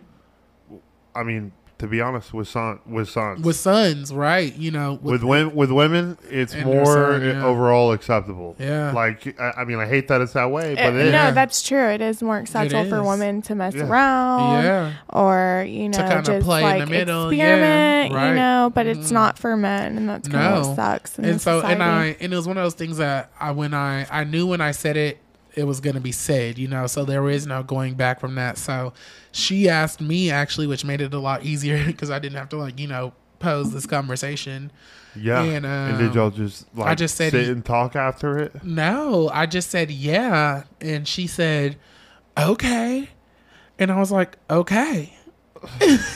S4: I mean, to be honest, with son, with sons.
S3: with sons, right? You know,
S4: with women, with women, it's
S3: And their
S4: more
S3: son, yeah.
S4: overall acceptable.
S3: Yeah. Eh,
S4: like I, I mean, I hate that it's that
S2: Uh,
S4: way, but it,
S3: yeah.
S2: No, that's true. It is more acceptable for
S3: is.
S2: women to mess
S4: Yeah.
S2: around.
S3: Yeah.
S2: Or, you know,
S3: kinda
S2: just
S3: play in the
S2: like
S3: middle. Yeah,
S2: experiment,
S3: right. Mm.
S2: you know, but it's not for men. And that's kind of what sucks. in
S3: and so and I
S2: society.
S3: and it was one of those things that I when I I knew when I said it it was going to be said, you know, so there is no going back from that. So she asked me actually, which made it a lot easier [LAUGHS] because I didn't have to like, you know, pose this conversation.
S4: yeah.
S3: and,
S4: And, did
S3: um,
S4: y'all just like I
S3: just
S4: just
S3: said
S4: said sit
S3: he-
S4: and talk after it?
S3: No, I just said, yeah. And she said, okay. [LAUGHS] And I was like, okay.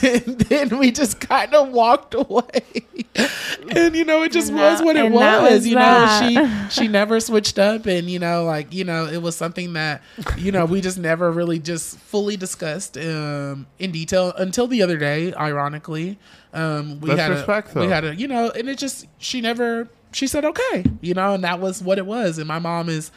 S3: and then we just kind of walked away. [LAUGHS] and you know, it just was what it
S9: and that
S3: was.
S9: was
S3: you know,
S9: that.
S3: she she never switched up, and you know, like you know, it was something that you know we just never really just fully discussed um, in detail until the other day. Ironically, um, we
S4: That's
S3: had
S4: respect,
S3: a, we
S4: though.
S3: had a you know, and it just she never she said okay, you know, and that was what it was. And my mom is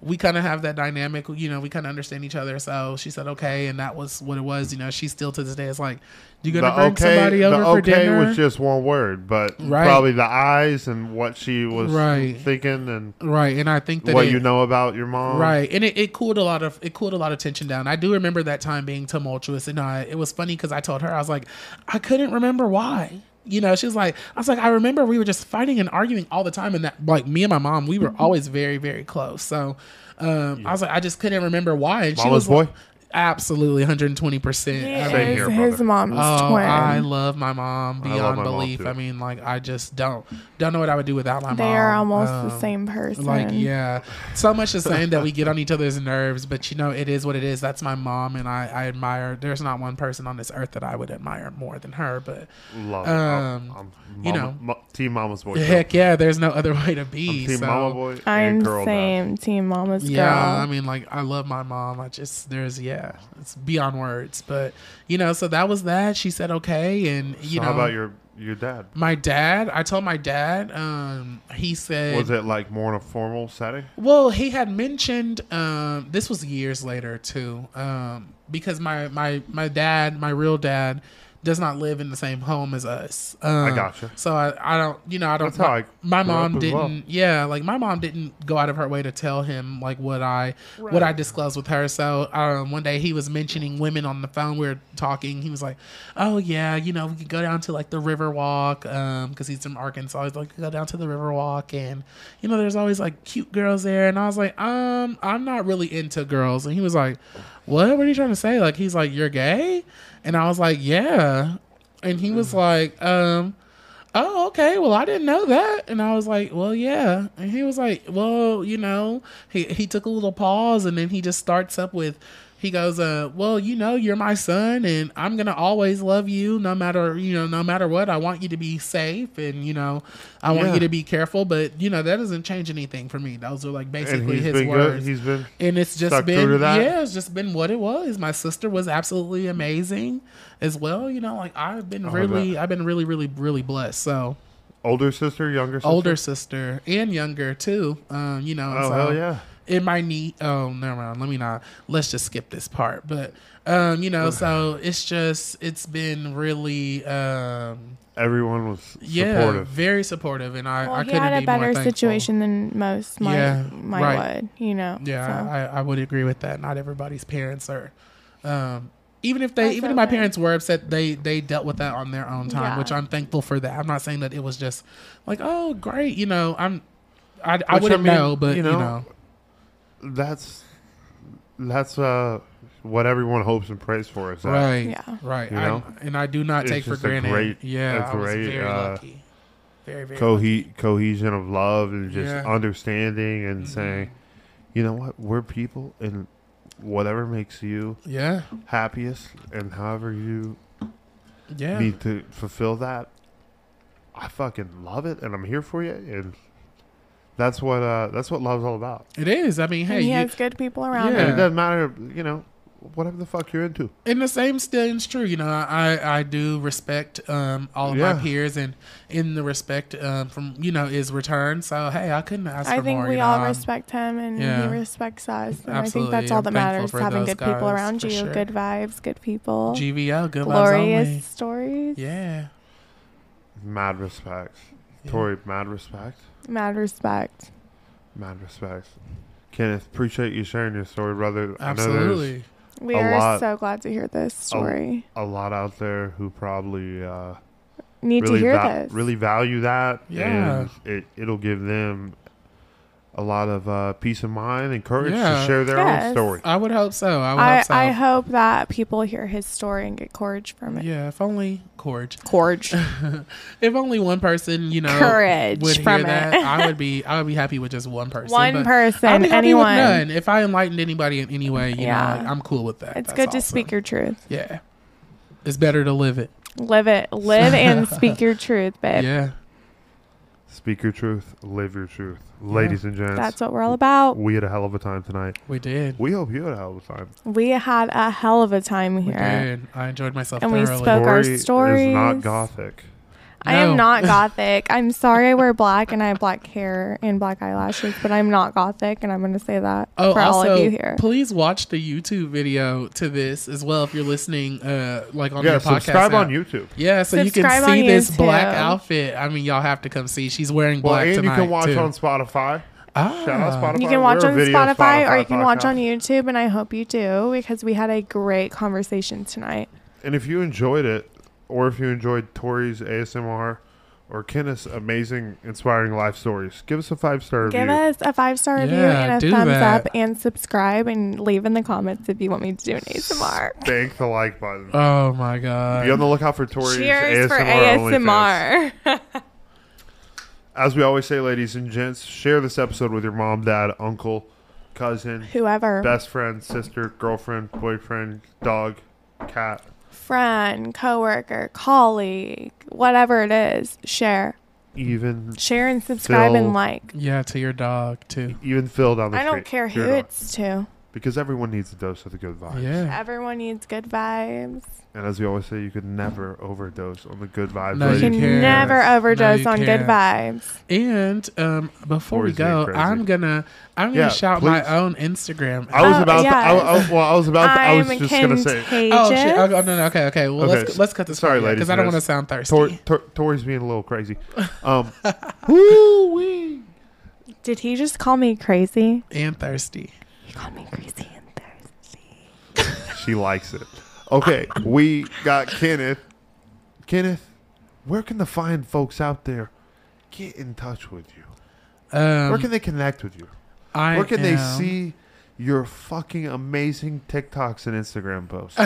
S3: we kind of have that dynamic, you know, we kind of understand each other. So she said, okay. And that was what it was. You know, she still to this day is like, you going to
S4: The
S3: bring
S4: okay,
S3: somebody
S4: the
S3: over for
S4: okay
S3: dinner?
S4: was just one word, but
S3: Right.
S4: probably the eyes and what she was
S3: Right.
S4: thinking and
S3: right. And I think that
S4: what
S3: it-
S4: you know about your mom.
S3: Right, and it, it cooled a lot of it cooled a lot of tension down. I do remember that time being tumultuous, and I, it was funny because I told her I was like, I couldn't remember why. You know, she was like, I was like, I remember we were just fighting and arguing all the time, and that like me and my mom, we
S4: Mm-hmm.
S3: were always very very close. So um, I was like, I just couldn't remember why. And she
S4: Mama's
S3: was like-
S4: boy?
S3: absolutely 120. percent
S4: Same
S9: Is
S4: here,
S9: his
S4: brother.
S9: mom's
S3: Oh,
S9: twin.
S3: I love my mom
S4: I love
S3: beyond
S4: my mom,
S3: belief.
S4: too.
S3: I mean, like I just don't don't know what I would do without my
S9: they
S3: mom.
S9: are almost the
S3: Um,
S9: same person.
S3: like yeah, so much the same that we
S4: [LAUGHS]
S3: get on each other's nerves, but you know it is what it is. That's my mom, and I, I admire. There's not one person on this earth that I would admire more than her. But
S4: Love
S3: Um,
S4: it. I'm, I'm
S3: you
S4: mama,
S3: know.
S4: ma- team mama's boy.
S3: heck yeah, there's no other [LAUGHS] way to
S4: I'm
S3: be.
S4: team
S3: so-
S4: Mm-hmm. mama boy.
S9: I'm
S4: and girl dad.
S9: same team mama's
S3: Yeah, I
S9: girl.
S3: mean, like I love my mom. I just there's yeah, it's beyond words. But you know, so that was that. She said okay, and you
S4: So
S3: know
S4: how about your your dad?
S3: My dad, I told my dad, um, he said,
S4: Was it like more in a formal setting?
S3: well, he had mentioned, um, this was years later too, um, because my, my, my dad, my real dad, does not live in the same home as us. Um,
S4: gotcha.
S3: So I, I don't, you know, I don't.
S4: That's how I
S3: my
S4: grew up
S3: mom
S4: as
S3: didn't.
S4: well.
S3: Yeah, like my mom didn't go out of her way to tell him like what I what I disclosed with her. So um, one day he was mentioning women on the phone. We were talking. He was like, "Oh yeah, you know, we could go down to like the Riverwalk because he's from Arkansas. He's like, go down to the Riverwalk, and you know, there's always like cute girls there." And I was like, "Um, I'm not really into girls." And he was like, "What? What are you trying to say?" Like he's like, "You're gay," and I was like, "Yeah," and he
S4: Mm.
S3: was like, "Um." oh okay well i didn't know that and i was like well yeah and he was like well you know he, he took a little pause and then he just starts up with he goes uh well you know you're my son and i'm gonna always love you no matter you know no matter what i want you to be safe and you know i want
S4: Yeah.
S3: you to be careful but you know that doesn't change anything for me those are like
S4: And
S3: basically
S4: he's
S3: his
S4: been good.
S3: words
S4: He's been
S3: and it's just
S4: Stuck true
S3: been
S4: to that?
S3: yeah, it's just been what it was. My sister was absolutely amazing as well. You know, like I've been
S4: Oh, I heard
S3: really, I've been really, really, really blessed. So
S4: older sister, younger sister.
S3: older sister and younger too. Um, you know, and
S4: Oh
S3: so
S4: hell yeah!
S3: it might need. Oh, never mind. Let me not. Let's just skip this part. But um, you know, so it's just it's been really um,
S4: Everyone was
S3: yeah,
S4: supportive.
S3: very supportive, and I
S9: well,
S3: I
S9: he
S3: couldn't
S9: had a
S3: be more
S9: better
S3: thankful.
S9: situation than most. My
S3: Yeah,
S9: my
S3: right.
S9: would, you know.
S3: Yeah,
S9: so.
S3: I, I would agree with that. Not everybody's parents are, um, even if they,
S9: That's
S3: even if my
S9: okay.
S3: parents were upset, they they dealt with that on their own time,
S9: Yeah.
S3: which I'm thankful for. That I'm not saying that it was just like, oh, great, you know, I'm, I, I
S4: Which, I
S3: wouldn't
S4: mean,
S3: know, but you
S4: you
S3: know,
S4: know, That's that's uh what everyone hopes and prays for is that
S3: right,
S9: Yeah.
S3: right,
S4: You
S3: I-
S4: know?
S3: and I do not
S4: It's
S3: take for
S4: just a
S3: granted.
S4: great-
S3: yeah,
S4: a
S3: I was
S4: great,
S3: very
S4: uh,
S3: lucky, very very. lucky.
S4: cohe- cohesion of love and just
S3: Yeah. Mm-hmm.
S4: understanding and saying, you know what, we're people and whatever makes you
S3: Yeah,
S4: happiest and however you
S3: yeah,
S4: need to fulfill that, I fucking love it and I'm here for you and that's what uh that's what love's all about.
S3: it is. I mean,
S9: And
S3: hey,
S9: he
S3: you,
S9: has good people around
S3: Yeah.
S9: him.
S4: And it doesn't matter, you know, whatever the fuck you're into.
S3: in the same stands true. You know, I I do respect um all of
S4: Yeah.
S3: my peers, and in the respect um from you know is returned. So hey, I couldn't ask
S9: I
S3: for
S9: think
S3: more.
S9: we
S3: you know,
S9: all
S3: I'm-
S9: respect him and
S3: yeah.
S9: he respects us. And I think
S3: Absolutely,
S9: that's all
S3: I'm
S9: that
S3: thankful
S9: matters
S3: for
S9: having
S3: those
S9: good people
S3: guys,
S9: around
S3: for
S9: you.
S3: sure.
S9: Good vibes, good people.
S3: GVL. Good
S9: glorious
S3: Glorious.
S9: stories.
S3: Yeah.
S4: Mad respect.
S3: Yeah.
S4: Tori, mad respect.
S9: Mad respect.
S4: Mad respect. Kenneth, appreciate you sharing your story, brother. I know there's-
S3: Absolutely.
S9: We
S4: A
S9: are
S4: lot-
S9: so glad to hear this
S3: Oh,
S9: story.
S4: a lot out there who probably uh,
S9: Need
S4: really
S9: to hear
S4: va-
S9: this.
S4: really value that.
S3: Yeah.
S4: and it it'll give them a lot of uh, peace of mind and courage
S3: Yeah.
S4: to share their own
S9: Yes.
S4: story.
S3: I would hope so. I would
S9: I,
S3: hope so.
S9: I hope that people hear his story and get courage from it.
S3: yeah, if only Corge. [LAUGHS]
S9: Courage.
S3: If only one person, you know,
S9: Courage
S3: would
S9: from
S3: hear
S9: it.
S3: that, I would be. I would be happy with just one person.
S9: One
S3: but
S9: person,
S3: I'd be happy with
S9: anyone.
S3: none. If I enlightened anybody in any way, you
S9: Yeah.
S3: know, like, I'm cool with that.
S9: It's
S3: That's
S9: good to
S3: awesome.
S9: speak your truth.
S3: Yeah. It's better to live it.
S2: Live it. Live and
S3: [LAUGHS]
S2: speak your truth, babe.
S3: Yeah.
S4: Speak your truth, live your truth. Ladies and gents,
S2: That's what we're all about.
S4: we had a hell of a time tonight.
S3: We did.
S4: We hope you had a hell of a time.
S2: We had a hell of a time
S3: We
S2: here.
S3: did. I enjoyed myself
S2: And we
S3: thoroughly.
S2: spoke- our
S4: Lori is not
S2: stories.
S4: gothic.
S2: I am
S3: No. [LAUGHS]
S2: not gothic. I'm sorry I wear black and I have black hair and black eyelashes, but I'm not gothic, and I'm going to say that
S3: Oh,
S2: for
S3: also,
S2: all of you here.
S3: please watch the YouTube video to this as well if you're listening, uh, like on
S4: Yeah,
S3: your podcast.
S4: subscribe on
S3: app.
S4: YouTube.
S3: Yeah, so
S2: Subscribe
S3: you can
S2: on
S3: see this
S2: YouTube.
S3: black outfit. I mean, y'all have to come see. She's wearing
S4: Well,
S3: black
S4: and
S3: tonight
S4: you can watch
S3: too.
S4: on Spotify.
S3: Ah.
S4: Shout out Spotify.
S2: You can watch
S4: We're a
S2: on
S4: video
S2: Spotify, or you can watch
S4: podcast.
S2: on YouTube, and I hope you do because we had a great conversation tonight.
S4: And if you enjoyed it, or if you enjoyed Tori's ASMR or Kenneth's amazing, inspiring life stories, give us a five star review.
S2: Give us a five star review
S3: Yeah,
S2: and
S3: do
S2: a thumbs
S3: that.
S2: up, and subscribe, and leave in the comments if you want me to do an ASMR.
S4: Thank the like button.
S3: Oh my god.
S4: Be on the lookout for Tori's
S2: Cheers
S4: ASMR.
S2: for
S4: OnlyFans.
S2: ASMR.
S4: As we always say, ladies and gents, share this episode with your mom, dad, uncle, cousin,
S2: [LAUGHS] Whoever,
S4: best friend, sister, girlfriend, boyfriend, dog, cat.
S2: friend, coworker, colleague, whatever it is, share,
S4: Even
S2: share, and subscribe,
S4: Phil.
S2: and like.
S3: Yeah, to your dog too.
S4: even Phil down the
S2: I
S4: street.
S2: don't care who
S4: Your dog.
S2: it's to.
S4: because everyone needs a dose of the good vibes.
S3: Yeah.
S2: Everyone needs good vibes.
S4: And as we always say, you can never overdose on the good vibes.
S3: No,
S2: You
S4: ladies
S3: you
S4: and
S2: can
S3: can't.
S2: never
S3: No, you
S2: overdose on good
S3: can't.
S2: vibes.
S3: And um, before
S4: Always
S3: we go,
S4: being crazy.
S3: I'm gonna I'm gonna
S4: Yeah,
S3: shout my
S4: please.
S3: own Instagram.
S4: I was
S2: Oh,
S4: about.
S2: yeah.
S4: To, I, I, well, I was about. To, I was
S2: I'm
S4: just gonna say.
S2: contagious.
S3: oh shit! Oh, no, no, okay, okay. Well,
S4: Okay,
S3: let's let's cut this.
S4: sorry, ladies
S3: because I
S4: and
S3: don't want to
S4: gents.
S3: sound thirsty.
S4: Tor, Tor, Tori's being a little crazy.
S3: [LAUGHS]
S4: Um, woo wee.
S2: Did he just call me crazy?
S3: and thirsty.
S2: He called me crazy and thirsty.
S4: She likes it. Okay, we got Kenneth. Kenneth, where can the fine folks out there get in touch with you?
S3: Um,
S4: Where can they connect with you?
S3: I
S4: Where can they
S3: am-
S4: see your fucking amazing TikToks and
S3: [LAUGHS]
S4: Instagram posts?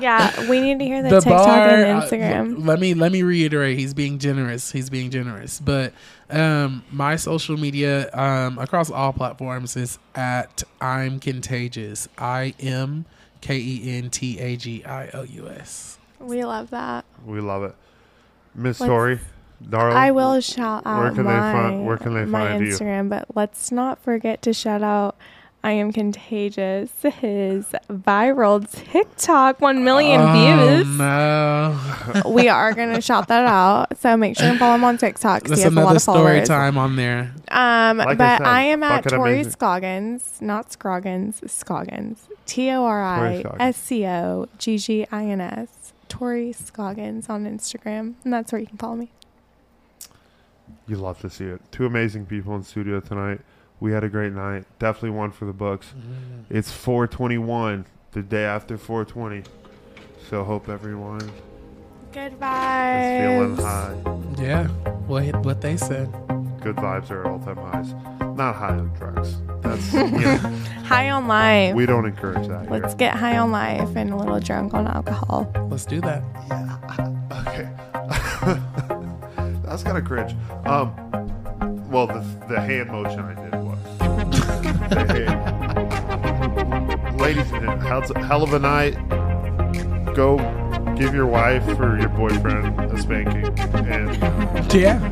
S2: [LAUGHS] yeah, we need to hear the,
S3: the
S2: TikTok
S3: bar
S2: and
S3: uh,
S2: Instagram.
S3: l- let me let me reiterate he's being generous he's being generous but um my social media um across all platforms is at i'm contagious i m k e n t a g i o u s
S2: we love that.
S4: we love it, Miss
S2: Let's-
S4: Tori, darling.
S2: I will shout out
S4: Oh, where can they
S2: my,
S4: find- where can they
S2: my
S4: find you?
S2: Instagram, but let's not forget to shout out I am contagious. His viral TikTok, one million
S3: oh
S2: views. [LAUGHS]
S3: [LAUGHS] no
S2: We are gonna shout that out. So make sure and follow him on TikTok. 'cause
S3: that's
S2: he has a lot
S3: another
S2: of
S3: story
S2: followers.
S3: time on there
S2: Um,
S4: Like I
S2: but
S4: said,
S2: I, am at
S4: fucking
S2: Tori
S4: amazing.
S2: Scoggins, not Scroggins, Scoggins, T O R
S4: Tori
S2: I
S4: Scoggins.
S2: S C O G G I N S, Tori Scoggins on Instagram, and that's where you can follow me.
S4: You love to see it. Two amazing people in studio tonight. We had a great night. Definitely one for the books.
S3: Mm-hmm.
S4: It's 421, the day after 420. So hope everyone is feeling
S2: Goodbye.
S4: high.
S3: yeah what what they said
S4: Good vibes are at all-time highs. Not high on drugs. That's you know,
S2: High on life.
S4: we don't encourage that here.
S2: Let's get high on life and a little drunk on alcohol. [LAUGHS]
S3: let's do that
S4: Okay. [LAUGHS] That's kind of cringe. Um, well, the, the hand motion I did was. The hand. Ladies and gentlemen, hell's- hell of a night. Go give your wife or your boyfriend a spanking. And
S3: yeah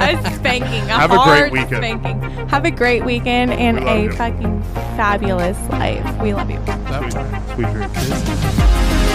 S2: a spanking. A
S4: Have a great
S2: hard
S4: weekend.
S2: Spanking. Have a great weekend and
S4: We love
S2: a
S4: you.
S2: fucking fabulous life. We love you.
S3: That was-
S4: sweet dreams.